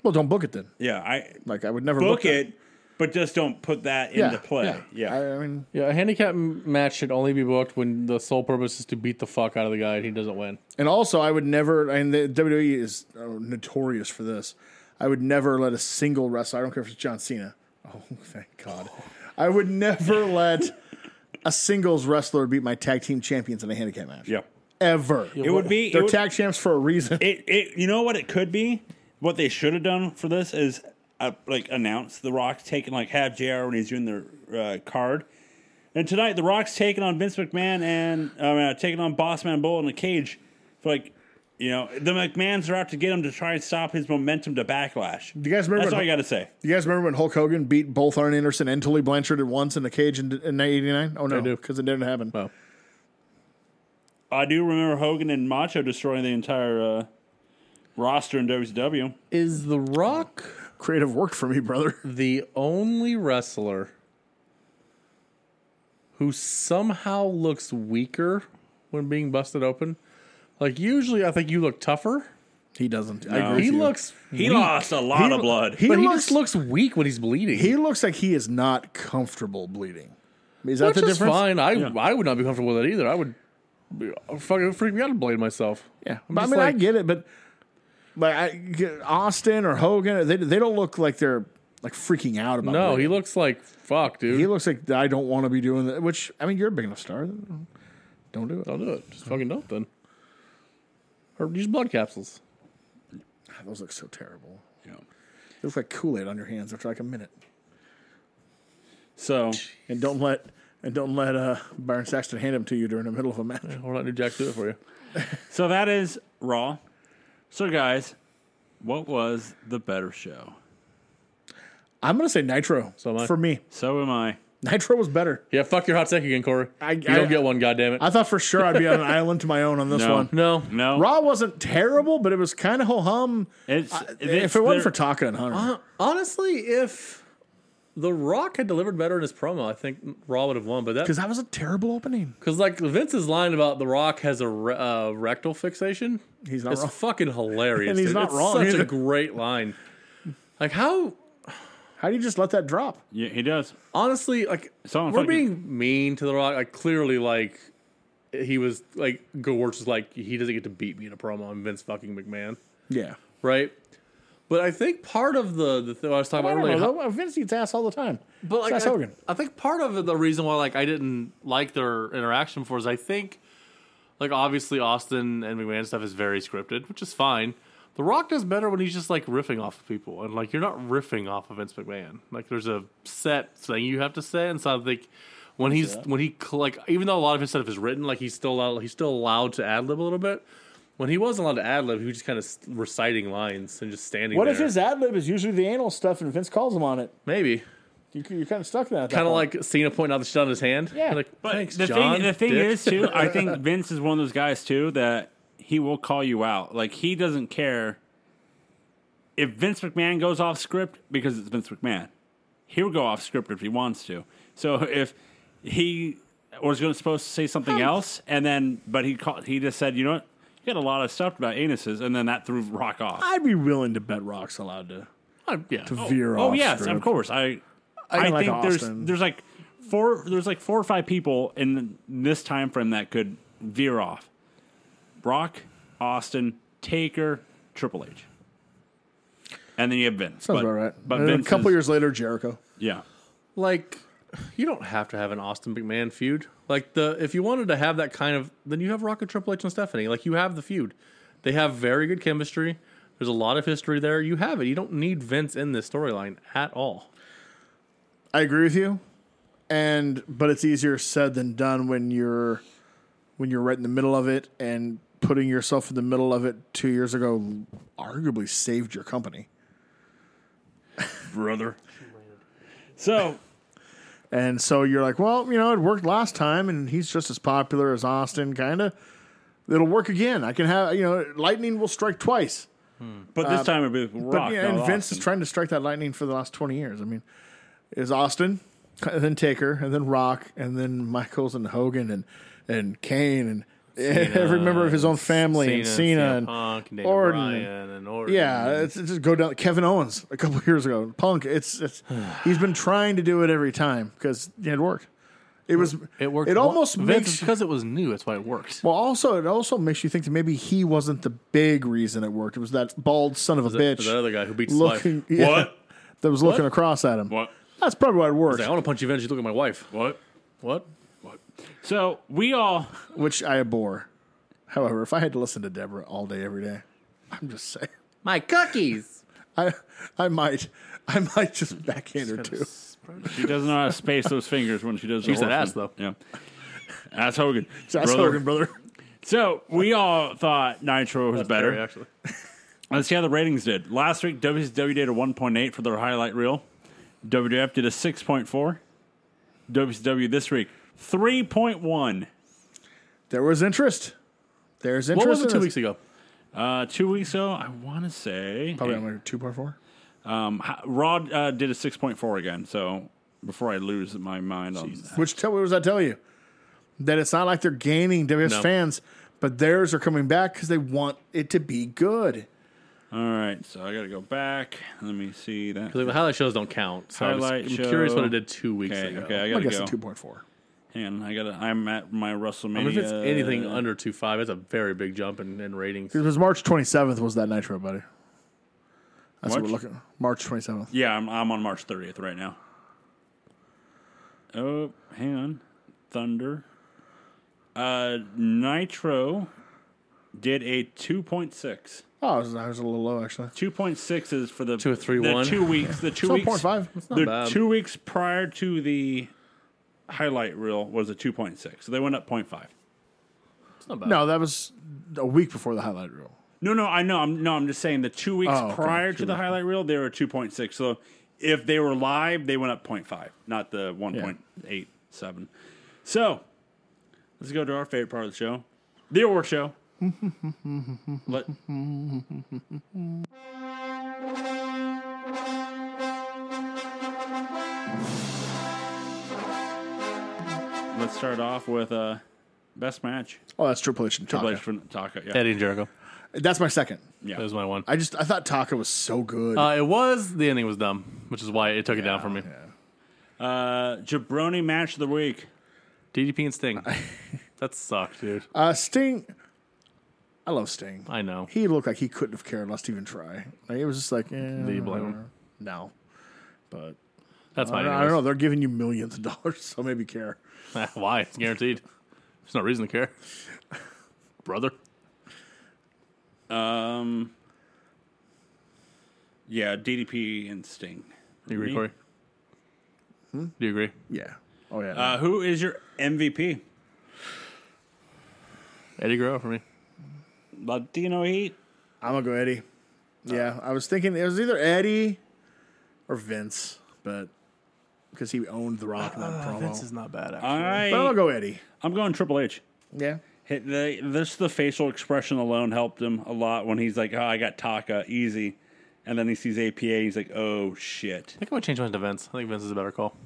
[SPEAKER 2] well, don't book it then.
[SPEAKER 1] yeah, I
[SPEAKER 2] Like I would never
[SPEAKER 1] book
[SPEAKER 2] that.
[SPEAKER 1] it, but just don't put that into play. Yeah,
[SPEAKER 2] I, I mean,
[SPEAKER 3] Yeah, a handicap m- match should only be booked when the sole purpose is to beat the fuck out of the guy and he doesn't win.
[SPEAKER 2] and also I would never. And the WWE is uh, notorious for this. I would never let a single wrestler. I don't care if it's John Cena. Oh, thank God. I would never let a singles wrestler beat my tag team champions in a handicap match.
[SPEAKER 1] yeah.
[SPEAKER 2] Ever.
[SPEAKER 1] It would be
[SPEAKER 2] They're
[SPEAKER 1] it, would-
[SPEAKER 2] tag champs for a reason.
[SPEAKER 1] it, it. You know what it could be. What they should have done for this is uh, like announce the Rock's taking like have Jr. when he's doing their uh, card. And tonight, The Rock's taking on Vince McMahon and I mean, uh, taking on Bossman Bull in a cage. For like, you know, the McMahons are out to get him to try and stop his momentum to backlash.
[SPEAKER 2] you guys remember
[SPEAKER 1] That's
[SPEAKER 2] when-
[SPEAKER 1] all I got to say.
[SPEAKER 2] You guys remember when Hulk Hogan beat both Arn Anderson and Tully Blanchard at once in a cage in, in 1989? Oh, no.
[SPEAKER 3] do.
[SPEAKER 2] Because it didn't happen.
[SPEAKER 3] Well,
[SPEAKER 1] I do remember Hogan and Macho destroying the entire uh, roster in WCW.
[SPEAKER 3] is The Rock
[SPEAKER 2] Creative work for me, brother.
[SPEAKER 1] Mm.
[SPEAKER 3] the only wrestler who somehow looks weaker when being busted open? Like usually, I think you look tougher.
[SPEAKER 2] He doesn't. I agree
[SPEAKER 3] He
[SPEAKER 2] with you.
[SPEAKER 3] looks
[SPEAKER 1] He
[SPEAKER 3] weak,
[SPEAKER 1] lost a lot of blood.
[SPEAKER 2] He
[SPEAKER 3] but he
[SPEAKER 2] looks
[SPEAKER 3] just looks weak when he's bleeding.
[SPEAKER 2] He looks like he is not comfortable bleeding. Is that
[SPEAKER 3] Which
[SPEAKER 2] the
[SPEAKER 3] is
[SPEAKER 2] difference?
[SPEAKER 3] fine. I I would not be comfortable with that either. I would be- fucking freak me out and blade myself.
[SPEAKER 2] Yeah,
[SPEAKER 3] I'm
[SPEAKER 2] but I
[SPEAKER 3] just
[SPEAKER 2] mean,
[SPEAKER 3] like-
[SPEAKER 2] I get it, but like I, Austin or Hogan, they they don't look like they're like freaking out about.
[SPEAKER 3] No, he
[SPEAKER 2] bleeding.
[SPEAKER 3] looks like fuck, dude.
[SPEAKER 2] he looks like I don't want to be doing that. Which I mean, you're a big enough star. Don't do it.
[SPEAKER 3] Don't do it. Just fucking don't then. Or use blood capsules.
[SPEAKER 2] Those look so terrible.
[SPEAKER 1] Yeah.
[SPEAKER 2] They look like Kool Aid on your hands after like a minute.
[SPEAKER 1] So
[SPEAKER 2] And don't let and don't let uh, Byron Saxton hand them to you during the middle of a match.
[SPEAKER 3] We're not New Jack do it for you.
[SPEAKER 1] So that is Raw. So guys, what was the better show?
[SPEAKER 2] I'm gonna say Nitro
[SPEAKER 3] am I.
[SPEAKER 2] for me.
[SPEAKER 1] So am I.
[SPEAKER 2] Nitro was better.
[SPEAKER 3] Yeah, fuck your hot take again, Corey.
[SPEAKER 2] I-
[SPEAKER 3] you
[SPEAKER 2] I-
[SPEAKER 3] don't get one, goddammit.
[SPEAKER 2] I thought for sure I'd be on an island to my own on this
[SPEAKER 1] No.
[SPEAKER 2] one.
[SPEAKER 3] no.
[SPEAKER 1] No,
[SPEAKER 2] Raw wasn't terrible, but it was kind of ho hum.
[SPEAKER 1] it's,
[SPEAKER 2] If it wasn't for Taka and Hunter,
[SPEAKER 3] Honestly, if The Rock had delivered better in his promo, I think Raw would have won. But
[SPEAKER 2] because
[SPEAKER 3] that
[SPEAKER 2] that was a terrible opening.
[SPEAKER 3] because like Vince's line about The Rock has a re- uh, rectal fixation,
[SPEAKER 2] He's not
[SPEAKER 3] it's
[SPEAKER 2] wrong.
[SPEAKER 3] fucking hilarious.
[SPEAKER 2] And he's
[SPEAKER 3] dude.
[SPEAKER 2] not
[SPEAKER 3] It's
[SPEAKER 2] wrong
[SPEAKER 3] Such
[SPEAKER 2] either.
[SPEAKER 3] a great line. Like how
[SPEAKER 2] How do you just let that drop?
[SPEAKER 1] yeah, he does.
[SPEAKER 3] honestly, like
[SPEAKER 1] It's all in
[SPEAKER 3] we're
[SPEAKER 1] fucking-
[SPEAKER 3] being mean to the Rock. Like clearly, like he was like Gorge is like he doesn't get to beat me in a promo. I'm Vince fucking McMahon,
[SPEAKER 2] Yeah.
[SPEAKER 3] right? But I think part of the the thing I was talking
[SPEAKER 2] I
[SPEAKER 3] about
[SPEAKER 2] don't
[SPEAKER 3] earlier,
[SPEAKER 2] know. though. Vince eats ass all the time.
[SPEAKER 4] But like,
[SPEAKER 2] Seth
[SPEAKER 4] I,
[SPEAKER 2] Hogan.
[SPEAKER 4] I think part of the reason why like I didn't like their interaction before is I think, like obviously Austin and McMahon stuff is very scripted, which is fine. The Rock does better when he's just like riffing off of people, and like you're not riffing off of Vince McMahon. Like there's a set thing you have to say, and so I think when he's when he cl- like even though a lot of his stuff is written, like he's still allowed, he's still allowed to ad lib a little bit.
[SPEAKER 3] when he wasn't allowed to ad lib, he was just kind of reciting lines and just standing.
[SPEAKER 5] What
[SPEAKER 3] there.
[SPEAKER 5] if his ad lib is usually the anal stuff and Vince calls him on it?
[SPEAKER 3] maybe?
[SPEAKER 5] You, you're kind of stuck in that. at that
[SPEAKER 3] Kind of
[SPEAKER 5] point.
[SPEAKER 3] like Cena pointing out the shit on his hand.
[SPEAKER 5] Yeah.
[SPEAKER 3] Like,
[SPEAKER 1] But
[SPEAKER 3] Thanks,
[SPEAKER 1] the
[SPEAKER 3] John.
[SPEAKER 1] thing, the thing
[SPEAKER 3] dick."
[SPEAKER 1] is too, I think Vince is one of those guys too that he will call you out. Like he doesn't care if Vince McMahon goes off script because it's Vince McMahon. He'll go off script if he wants to. So if he was going to supposed to say something else, and then but he called, he just said, you know what, you got a lot of stuff about anuses, and then that threw Rock off.
[SPEAKER 2] I'd be willing to bet Rock's allowed to
[SPEAKER 4] I'm- yeah.
[SPEAKER 2] to veer off.
[SPEAKER 1] Oh yes,
[SPEAKER 2] script.
[SPEAKER 1] of course. I
[SPEAKER 2] kinda
[SPEAKER 1] I,
[SPEAKER 2] like
[SPEAKER 1] think
[SPEAKER 2] Austin.
[SPEAKER 1] there's there's like four there's like four or five people in this time frame that could veer off. Brock, Austin, Taker, Triple H, and then you have Vince.
[SPEAKER 2] Sounds
[SPEAKER 1] but,
[SPEAKER 2] about right.
[SPEAKER 1] But
[SPEAKER 2] And then
[SPEAKER 1] Vince
[SPEAKER 2] a couple
[SPEAKER 1] is-
[SPEAKER 2] years later, Jericho.
[SPEAKER 1] yeah.
[SPEAKER 3] like
[SPEAKER 4] You don't have to have an Austin McMahon feud. Like the if you wanted to have that kind of then you have Rock and Triple H and Stephanie. Like you have the feud. They have very good chemistry. There's a lot of history there. You have it. You don't need Vince in this storyline at all.
[SPEAKER 2] I agree with you.
[SPEAKER 5] and
[SPEAKER 2] but it's easier said than done when you're when you're right in the middle of it and putting yourself in the middle of it two years ago arguably saved your company
[SPEAKER 1] Brother. So
[SPEAKER 2] and so you're like well you know it worked last time and he's just as popular as austin kind of it'll work again i can have you know lightning will strike twice
[SPEAKER 1] but this time it'd be Rock.
[SPEAKER 2] Uh, but yeah, and
[SPEAKER 1] not
[SPEAKER 2] vince
[SPEAKER 1] Austin.
[SPEAKER 2] is trying to strike that lightning for the last 20 years i mean is austin and then taker and then rock and then michaels and hogan and and kane and every member of his own family and cena and
[SPEAKER 4] Punk, and Daniel
[SPEAKER 2] Orton.
[SPEAKER 4] Bryan, and Orton.
[SPEAKER 2] Yeah, it's, it's just go down. Kevin Owens a couple years ago, Punk. It's, it's he's been trying to do it every time because it worked. It was
[SPEAKER 4] it worked.
[SPEAKER 2] It
[SPEAKER 4] well-
[SPEAKER 2] almost
[SPEAKER 4] Vince
[SPEAKER 2] makes
[SPEAKER 4] because it was new. That's why it worked.
[SPEAKER 2] well. Also, it also makes you think that maybe he wasn't the big reason it worked. It was that bald son of a
[SPEAKER 4] That,
[SPEAKER 2] bitch
[SPEAKER 4] that other guy who beats his wife.
[SPEAKER 2] looking yeah,
[SPEAKER 1] What?
[SPEAKER 2] that was looking across at him.
[SPEAKER 1] What?
[SPEAKER 2] That's probably why it
[SPEAKER 4] He's
[SPEAKER 2] worked.
[SPEAKER 4] like, I want to punch you, Vince. You look at my wife.
[SPEAKER 1] What?
[SPEAKER 4] What?
[SPEAKER 1] So we all
[SPEAKER 2] which I abhor. However, if I had to listen to Deborah all day, every day, I'm just saying,
[SPEAKER 3] my cookies.
[SPEAKER 2] I I might I might just backhand her too.
[SPEAKER 1] she doesn't know how to space those fingers when she does.
[SPEAKER 4] She
[SPEAKER 1] the
[SPEAKER 4] said
[SPEAKER 1] orphan.
[SPEAKER 4] ass, though.
[SPEAKER 1] Yeah. Ass Hogan.
[SPEAKER 2] That's
[SPEAKER 1] brother.
[SPEAKER 2] Hogan, brother.
[SPEAKER 1] So we all thought Nitro
[SPEAKER 4] Terry,
[SPEAKER 1] was better.
[SPEAKER 4] actually.
[SPEAKER 1] Let's see how the ratings did. Last week, WCW did a 1.8 for their highlight reel. WWF did a 6.4. WCW this week, 3.1.
[SPEAKER 2] There was interest. There's interest.
[SPEAKER 4] What was it
[SPEAKER 2] in
[SPEAKER 4] two
[SPEAKER 2] this.
[SPEAKER 4] weeks ago?
[SPEAKER 1] Uh, two weeks ago, I want to say.
[SPEAKER 2] Probably on like two point four.
[SPEAKER 1] Um, H- Raw uh, did a 6.4 again. So before I lose my mind on that.
[SPEAKER 2] Which tell, what does that tell you? That it's not like they're gaining WS
[SPEAKER 4] No.
[SPEAKER 2] fans, but theirs are coming back because they want it to be good.
[SPEAKER 1] All right. So I got to go back. Let me see that.
[SPEAKER 4] Because the highlight shows don't count. So I was,
[SPEAKER 1] Highlight
[SPEAKER 4] I'm curious
[SPEAKER 1] show.
[SPEAKER 4] what it did two weeks
[SPEAKER 1] Okay.
[SPEAKER 4] ago.
[SPEAKER 1] Okay. I
[SPEAKER 2] I
[SPEAKER 1] got to
[SPEAKER 2] guess
[SPEAKER 1] go.
[SPEAKER 2] it's two point four.
[SPEAKER 1] Hang on. I got to. I'm at my WrestleMania.
[SPEAKER 4] I mean, if it's anything under two five, it's a very big jump in, in ratings.
[SPEAKER 2] It was March twenty seventh. Was that Nitro, buddy? That's what
[SPEAKER 1] March?
[SPEAKER 2] we're looking. March twenty seventh.
[SPEAKER 1] Yeah, I'm, I'm on March 30th right now. Oh, hang on. Thunder. Uh, Nitro did a 2.6.
[SPEAKER 2] Oh, I was, I was a little low actually.
[SPEAKER 1] 2.6 is for the
[SPEAKER 4] Two or three
[SPEAKER 1] the
[SPEAKER 4] one.
[SPEAKER 1] two weeks. The two
[SPEAKER 2] So
[SPEAKER 1] weeks.
[SPEAKER 2] point five.
[SPEAKER 1] The
[SPEAKER 4] bad.
[SPEAKER 1] two weeks prior to the highlight reel was a 2.6. So they went up 0.5.
[SPEAKER 4] It's not bad.
[SPEAKER 2] No, that was a week before the highlight reel.
[SPEAKER 1] No, no, I know. I'm no. I'm just saying the two weeks
[SPEAKER 2] Oh, okay.
[SPEAKER 1] prior to the highlight reel, they were 2.6. So if they were live, they went up 0.5, not the 1.87. So let's go to our favorite part of the show, the award show. Let- Let's start off with uh, best match.
[SPEAKER 2] Oh, that's Triple H and Taka.
[SPEAKER 1] Triple H from Taka. Yeah.
[SPEAKER 4] Eddie and Jericho.
[SPEAKER 2] That's my second.
[SPEAKER 1] yeah.
[SPEAKER 4] That was my one.
[SPEAKER 2] I just I thought Taka was so good.
[SPEAKER 4] Uh, it was the ending was dumb, which is why it took it down for me.
[SPEAKER 1] Uh, jabroni match of the week.
[SPEAKER 4] DDP and Sting. that sucked, dude.
[SPEAKER 2] Uh, Sting. I love Sting.
[SPEAKER 4] I know.
[SPEAKER 2] he looked like he couldn't have cared less to even try. Like, it was just like, eh, do
[SPEAKER 4] you blame him?
[SPEAKER 2] No, but
[SPEAKER 4] That's
[SPEAKER 2] I
[SPEAKER 4] my.
[SPEAKER 2] don't, I don't know. They're giving you millions of dollars, so maybe care.
[SPEAKER 4] know why. It's guaranteed. There's no reason to care, brother.
[SPEAKER 1] Yeah, DDP and Sting.
[SPEAKER 4] Do you agree, Corey? Do you agree?
[SPEAKER 2] Yeah. Oh yeah.
[SPEAKER 1] Uh, who is your MVP?
[SPEAKER 4] Eddie Guerrero for me.
[SPEAKER 1] Latino Heat.
[SPEAKER 2] I'm gonna go Eddie. Yeah, I was thinking it was either Eddie or Vince, but because he owned The Rock in that promo.
[SPEAKER 3] Uh, Vince is not bad. Actually.
[SPEAKER 2] but I'll
[SPEAKER 1] I,
[SPEAKER 2] go Eddie.
[SPEAKER 1] I'm going Triple H.
[SPEAKER 2] Yeah.
[SPEAKER 1] Hit the, this the facial expression alone helped him a lot when he's like, "Oh, I got Taka easy," and then he sees APA. And he's like, "Oh shit."
[SPEAKER 3] I think I would change mine to Vince. I think Vince is a better call.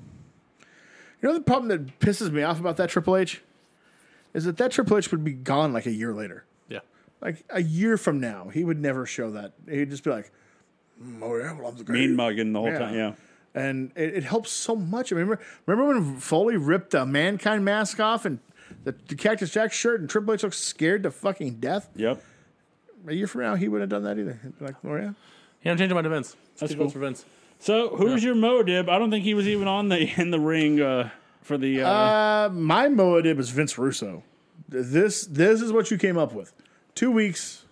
[SPEAKER 2] You know the problem that pisses me off about that Triple H is that that Triple H would be gone like a year later.
[SPEAKER 3] Yeah.
[SPEAKER 2] Like a year from now, he would never show that. He'd just be like, "Mm, "Oh yeah, well, I'm the great."
[SPEAKER 1] Mean mugging the whole time. Yeah.
[SPEAKER 2] and it, it helps so much. I remember, remember when Foley ripped the mankind mask off and the, the Cactus Jack shirt, and Triple H looked scared to fucking death.
[SPEAKER 1] Yep.
[SPEAKER 2] A year from now, he wouldn't have done that either. He'd be like, "Oh yeah,
[SPEAKER 3] Yeah, I'm changing mine to Vince. Let's
[SPEAKER 1] That's
[SPEAKER 3] do votes
[SPEAKER 1] cool.
[SPEAKER 3] for Vince.
[SPEAKER 1] So who's your Modib? I don't think he was even on the in the ring uh, for the. Uh,
[SPEAKER 2] Uh, my Moadib is Vince Russo. Th- This this is what you came up with. Two weeks.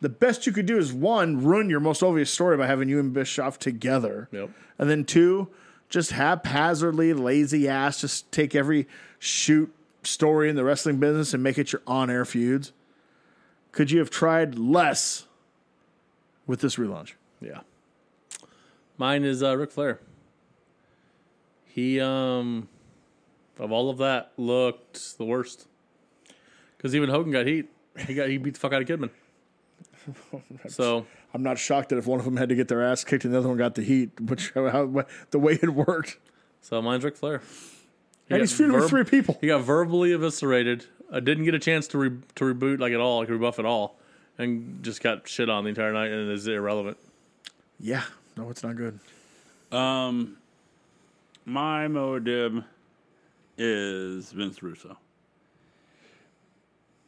[SPEAKER 2] The best you could do is one, ruin your most obvious story by having you and Bischoff together.
[SPEAKER 7] Yep.
[SPEAKER 2] And then two, just haphazardly lazy ass, just take every shoot story in the wrestling business and make it your on air feuds. Could you have tried less with this relaunch?
[SPEAKER 7] Yeah.
[SPEAKER 3] Mine is uh, Ric Flair. He, um, of all of that, looked the worst. Because even Hogan got heat. He got he beat the fuck out of Kidman. so
[SPEAKER 2] I'm not shocked that if one of them had to get their ass kicked and the other one got the heat, which how, how, the way it worked.
[SPEAKER 3] so mine's Ric Flair. He
[SPEAKER 2] And
[SPEAKER 3] got
[SPEAKER 2] he's feuding with
[SPEAKER 3] verb-
[SPEAKER 2] three people.
[SPEAKER 3] He got verbally eviscerated. Uh, didn't get a chance to re- to reboot like at all, like rebuff at all, and just got shit on the entire night and is irrelevant.
[SPEAKER 2] Yeah. No, it's not good.
[SPEAKER 1] um, my Modib is Vince Russo.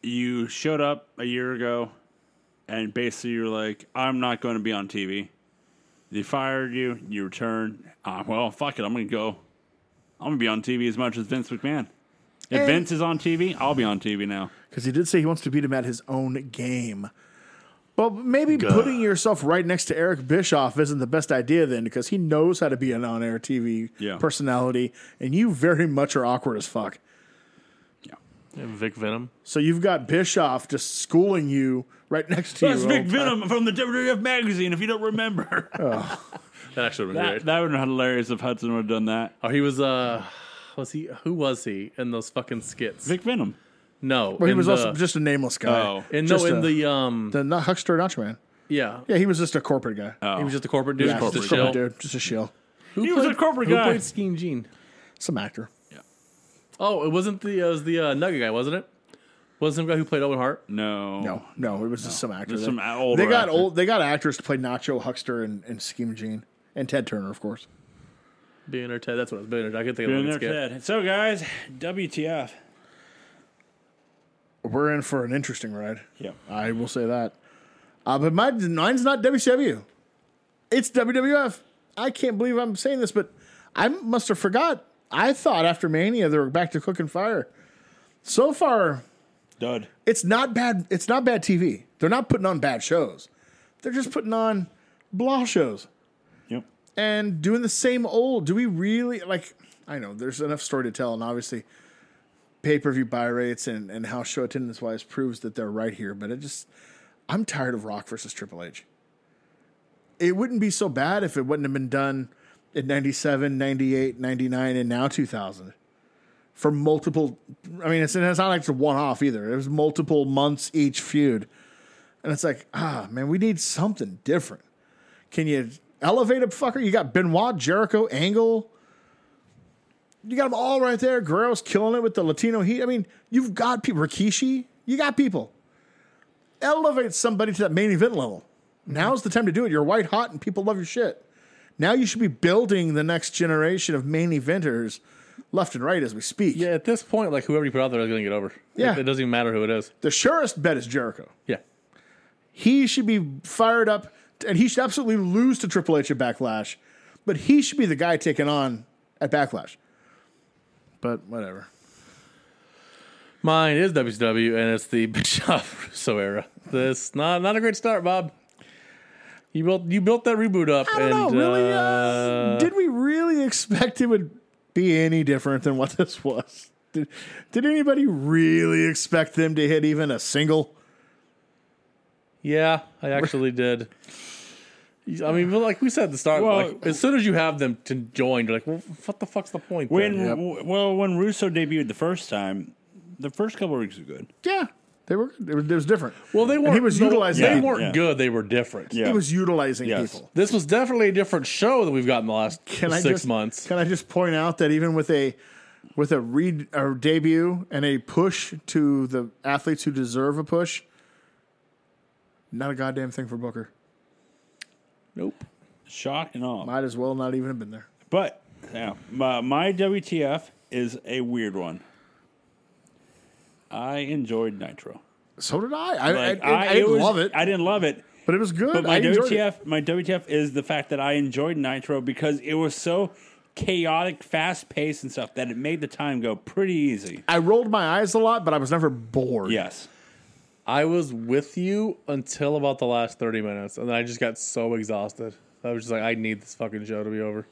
[SPEAKER 1] You showed up a year ago, and basically you're like, "I'm not going to be on TV." They fired you. You return. Uh, well, fuck it. I'm going to go. I'm going to be on TV as much as Vince McMahon. If Vince is on TV, I'll be on TV now.
[SPEAKER 2] Because he did say he wants to beat him at his own game. But maybe putting yourself right next to Eric Bischoff isn't the best idea then, because he knows how to be an on air TV
[SPEAKER 1] Yeah.
[SPEAKER 2] personality, and you very much are awkward as fuck.
[SPEAKER 3] And Vic Venom.
[SPEAKER 2] So you've got Bischoff just schooling you right next to
[SPEAKER 1] That's
[SPEAKER 2] you.
[SPEAKER 1] Vic
[SPEAKER 2] Oh,
[SPEAKER 1] Venom from the WWF magazine. If you don't remember,
[SPEAKER 3] That actually would be
[SPEAKER 1] that,
[SPEAKER 3] great.
[SPEAKER 1] that would have been hilarious if Hudson would have done that.
[SPEAKER 3] Oh, he was uh, was he? Who was he in those fucking skits?
[SPEAKER 1] Vic Venom.
[SPEAKER 3] No,
[SPEAKER 2] But he
[SPEAKER 3] in
[SPEAKER 2] was
[SPEAKER 3] the,
[SPEAKER 2] also just a nameless guy.
[SPEAKER 1] Oh.
[SPEAKER 3] in, no,
[SPEAKER 2] just
[SPEAKER 3] in
[SPEAKER 2] a-
[SPEAKER 3] the um,
[SPEAKER 2] The not Huckster Nacho Man.
[SPEAKER 3] yeah,
[SPEAKER 2] Yeah, he was just a corporate guy.
[SPEAKER 3] he was just a corporate dude.
[SPEAKER 2] Yeah,
[SPEAKER 3] corporate,
[SPEAKER 2] just a corporate
[SPEAKER 3] shill.
[SPEAKER 2] dude. Just a shill.
[SPEAKER 3] Who
[SPEAKER 1] He was a corporate
[SPEAKER 3] who
[SPEAKER 1] guy.
[SPEAKER 3] played Skeen Jean?
[SPEAKER 2] Some actor.
[SPEAKER 3] Oh, it wasn't the it was the uh, Nugget guy, wasn't it? Wasn't the guy who played Owen Hart?
[SPEAKER 1] No.
[SPEAKER 2] No, no, it was just some actor.
[SPEAKER 1] Just
[SPEAKER 2] They-
[SPEAKER 1] some older
[SPEAKER 2] They got
[SPEAKER 1] actor.
[SPEAKER 2] old. They got actors to play Nacho, Huckster, and, and Scheme Gene, and Ted Turner, of course.
[SPEAKER 3] Billionaire Ted. That's what it was. Billionaire. Ted. I could think of
[SPEAKER 1] Billionaire
[SPEAKER 3] the skit.
[SPEAKER 1] Ted. So, guys, WTF.
[SPEAKER 2] We're in for an interesting ride.
[SPEAKER 1] Yep.
[SPEAKER 2] I will say that. Uh, but my mine's not WCW. It's WWF. I can't believe I'm saying this, but I must have forgot. I thought after Mania they were back to cooking fire. So far,
[SPEAKER 1] Dud.
[SPEAKER 2] it's not bad. It's not bad TV. They're not putting on bad shows. They're just putting on blah shows.
[SPEAKER 1] Yep.
[SPEAKER 2] and doing the same old. Do we really like? I know there's enough story to tell, and obviously, pay per view buy rates and and how show attendance wise proves that they're right here. But it just, I'm tired of Rock versus Triple H. It wouldn't be so bad if it wouldn't have been done in 97, 98, 99, and now 2000 for multiple. I mean, it's, and it's not like it's a one off either. It was multiple months each feud. And it's like, ah, man, we need something different. Can you elevate a fucker? You got Benoit, Jericho, Angle. You got them all right there. Guerrero's killing it with the Latino heat. I mean, you've got people. Rikishi, you got people. Elevate somebody to that main event level. Now's the time to do it. You're white hot and people love your shit. Now you should be building the next generation of main eventers left and right as we speak.
[SPEAKER 3] Yeah, at this point, like whoever you put out there is going to get over.
[SPEAKER 2] Yeah.
[SPEAKER 3] Like, it doesn't even matter who it is.
[SPEAKER 2] The surest bet is Jericho.
[SPEAKER 3] Yeah,
[SPEAKER 2] he should be fired up and he should absolutely lose to Triple H at Backlash, but he should be the guy taken on at Backlash. But whatever.
[SPEAKER 3] mine is WCW, and it's the Bischoff Russo era. This not not a great start, Bob. You built you built that reboot up.
[SPEAKER 2] I don't
[SPEAKER 3] and,
[SPEAKER 2] know, really?
[SPEAKER 3] uh,
[SPEAKER 2] Uh, did we really expect it would be any different than what this was? Did, did anybody really expect them to hit even a single?
[SPEAKER 3] Yeah, I actually did. I mean, but like we said at the start,
[SPEAKER 1] Well-
[SPEAKER 3] like as soon as you have them to join, you're like, well, what the fuck's the point?
[SPEAKER 1] When
[SPEAKER 3] then?
[SPEAKER 1] w- well, when Russo debuted the first time, the first couple of weeks were good.
[SPEAKER 8] Yeah,
[SPEAKER 2] They were. It was, it was different.
[SPEAKER 3] well, they weren't.
[SPEAKER 8] he was
[SPEAKER 3] no,
[SPEAKER 8] utilizing
[SPEAKER 3] They
[SPEAKER 1] people.
[SPEAKER 3] weren't
[SPEAKER 1] Yeah.
[SPEAKER 3] good. They were different.
[SPEAKER 1] Yeah.
[SPEAKER 8] he was utilizing
[SPEAKER 1] Yes.
[SPEAKER 8] people.
[SPEAKER 3] This was definitely a different show that we've got in the last
[SPEAKER 2] Can I
[SPEAKER 3] six
[SPEAKER 2] just-
[SPEAKER 3] months.
[SPEAKER 2] Can I just point out that even with a with a read a debut and a push to the athletes who deserve a push, not a goddamn thing for Booker.
[SPEAKER 3] nope.
[SPEAKER 1] Shock and all.
[SPEAKER 2] Might as well not even have been there.
[SPEAKER 1] But yeah, my, my WTF is a weird one. I enjoyed Nitro.
[SPEAKER 2] So did I. I,
[SPEAKER 1] Like,
[SPEAKER 2] I, I, didn't
[SPEAKER 1] it was-
[SPEAKER 2] love it,
[SPEAKER 1] I didn't love it.
[SPEAKER 2] but it was good.
[SPEAKER 1] But my
[SPEAKER 2] I enjoyed it.
[SPEAKER 1] WTF, my WTF is the fact that I enjoyed Nitro because it was so chaotic, fast paced, and stuff that it made the time go pretty easy.
[SPEAKER 2] I rolled my eyes a lot, but I was never bored.
[SPEAKER 1] Yes.
[SPEAKER 3] I was with you until about the last 30 minutes, and then I just got so exhausted. I was just like, I need this fucking show to be over.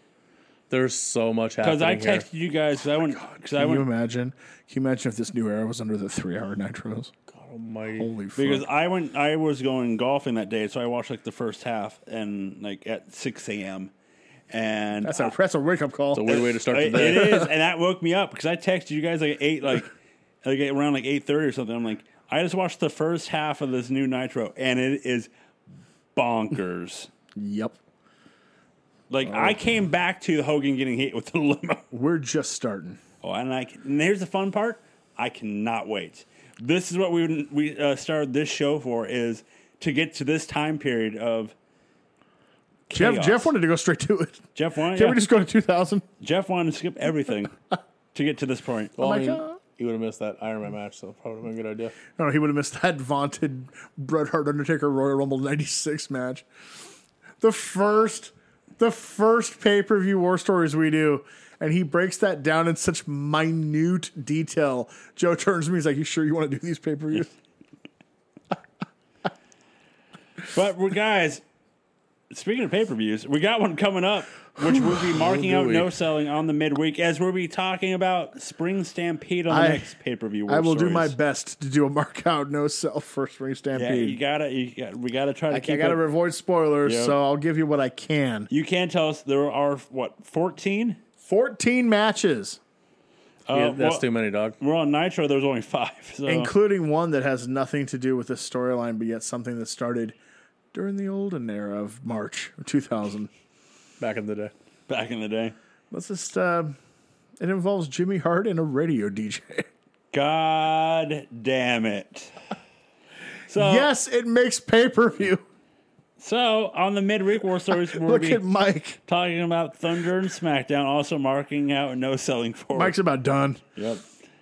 [SPEAKER 3] There's so much happening
[SPEAKER 1] Because I
[SPEAKER 3] here.
[SPEAKER 1] texted you guys, 'cause I went, because I
[SPEAKER 2] Can you
[SPEAKER 1] went,
[SPEAKER 2] imagine? Can you imagine if this new era was under the three-hour nitros?
[SPEAKER 3] Oh Almighty.
[SPEAKER 2] Holy fuck!
[SPEAKER 1] because I went, I was going golfing that day, so I watched like the first half and like at six a.m. And
[SPEAKER 2] that's a that's a wake-up call.
[SPEAKER 3] It's a weird way to start the
[SPEAKER 1] It-
[SPEAKER 3] day.
[SPEAKER 1] it is, and that woke me up because I texted you guys like at eight, like like around like eight thirty or something. I'm like, I just watched the first half of this new Nitro, and it is bonkers.
[SPEAKER 2] yep,
[SPEAKER 1] Like I came back to Hogan getting hit with the limo.
[SPEAKER 2] we're just starting.
[SPEAKER 1] Oh, and I can- and here's the fun part. I cannot wait. This is what we we uh, started this show for is to get to this time period of.
[SPEAKER 2] Jeff,
[SPEAKER 1] chaos.
[SPEAKER 2] Jeff wanted to go straight to it.
[SPEAKER 1] Jeff wanted.
[SPEAKER 2] Can
[SPEAKER 1] yeah.
[SPEAKER 2] we just go to two thousand?
[SPEAKER 1] Jeff wanted to skip everything to get to this point.
[SPEAKER 3] Well,
[SPEAKER 2] Oh
[SPEAKER 3] I
[SPEAKER 2] my
[SPEAKER 3] mean,
[SPEAKER 2] God.
[SPEAKER 3] you would have missed that Iron Man match, so probably not a good idea.
[SPEAKER 2] No, Oh, he would have missed that vaunted Bret Hart Undertaker Royal Rumble '96 match. The first, the first pay per view war stories we do, and he breaks that down in such minute detail. Joe turns to me, he's like, "You sure you want to do these pay per views?"
[SPEAKER 1] But we guys, speaking of pay per views, we got one coming up, which we'll be marking out no selling on the midweek as we'll be talking about Spring Stampede on the
[SPEAKER 2] I-
[SPEAKER 1] next pay per view.
[SPEAKER 2] I will do my best to do a mark out no sell first ring
[SPEAKER 1] Yeah, you
[SPEAKER 2] stampede.
[SPEAKER 1] gotta, you got, we gotta try to
[SPEAKER 2] I,
[SPEAKER 1] keep.
[SPEAKER 2] I gotta
[SPEAKER 1] it-
[SPEAKER 2] avoid spoilers,
[SPEAKER 1] Yep.
[SPEAKER 2] so I'll give you what I can.
[SPEAKER 1] you can tell us there are what fourteen.
[SPEAKER 2] Fourteen matches,
[SPEAKER 3] yeah,
[SPEAKER 1] Uh,
[SPEAKER 3] that's
[SPEAKER 1] well,
[SPEAKER 3] too many, dog.
[SPEAKER 1] we're on Nitro. There's only five. So
[SPEAKER 2] including one that has nothing to do with the storyline, but yet something that started during the olden era of March of 2000.
[SPEAKER 3] Back in the day.
[SPEAKER 1] back in the day,
[SPEAKER 2] Let's just. Uh, it involves Jimmy Hart and a radio DJ.
[SPEAKER 1] God damn it. So
[SPEAKER 2] yes, it makes pay per view.
[SPEAKER 1] so on the midweek war stories, we'll
[SPEAKER 2] Look
[SPEAKER 1] be
[SPEAKER 2] at Mike.
[SPEAKER 1] talking about Thunder and SmackDown, also marking out no selling for.
[SPEAKER 2] Mike's about done.
[SPEAKER 1] Yep.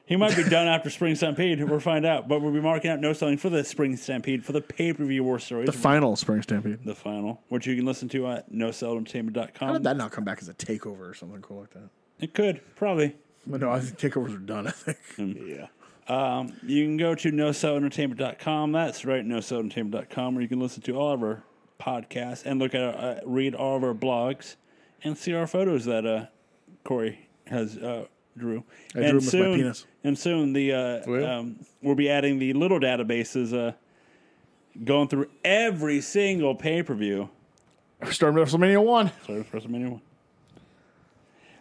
[SPEAKER 1] He might be done after Spring Stampede. We'll find out. But we'll be marking out no selling for the Spring Stampede for the pay per view war stories, the,
[SPEAKER 2] Final Spring Stampede.
[SPEAKER 1] final, which you can listen to at
[SPEAKER 2] How did
[SPEAKER 1] nosellentertainment.com.
[SPEAKER 2] that not come back as a takeover or something cool like that?
[SPEAKER 1] It could, probably.
[SPEAKER 2] But no, I think takeovers are done. I think.
[SPEAKER 1] You can go to nosellentertainment.com. That's right, nosellentertainment.com, where you can listen to all of our podcasts and look at, our, uh, read all of our blogs and see our photos that uh, Corey has uh, drew. I and
[SPEAKER 2] drew 'em with my penis. Oh,
[SPEAKER 1] And soon the uh, um, we'll be adding the little databases, uh, going through every single pay per view.
[SPEAKER 2] We're starting with WrestleMania one.
[SPEAKER 1] Sorry, WrestleMania one.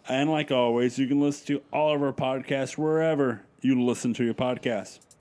[SPEAKER 1] And like always, you can listen to all of our podcasts wherever you listen to your podcasts.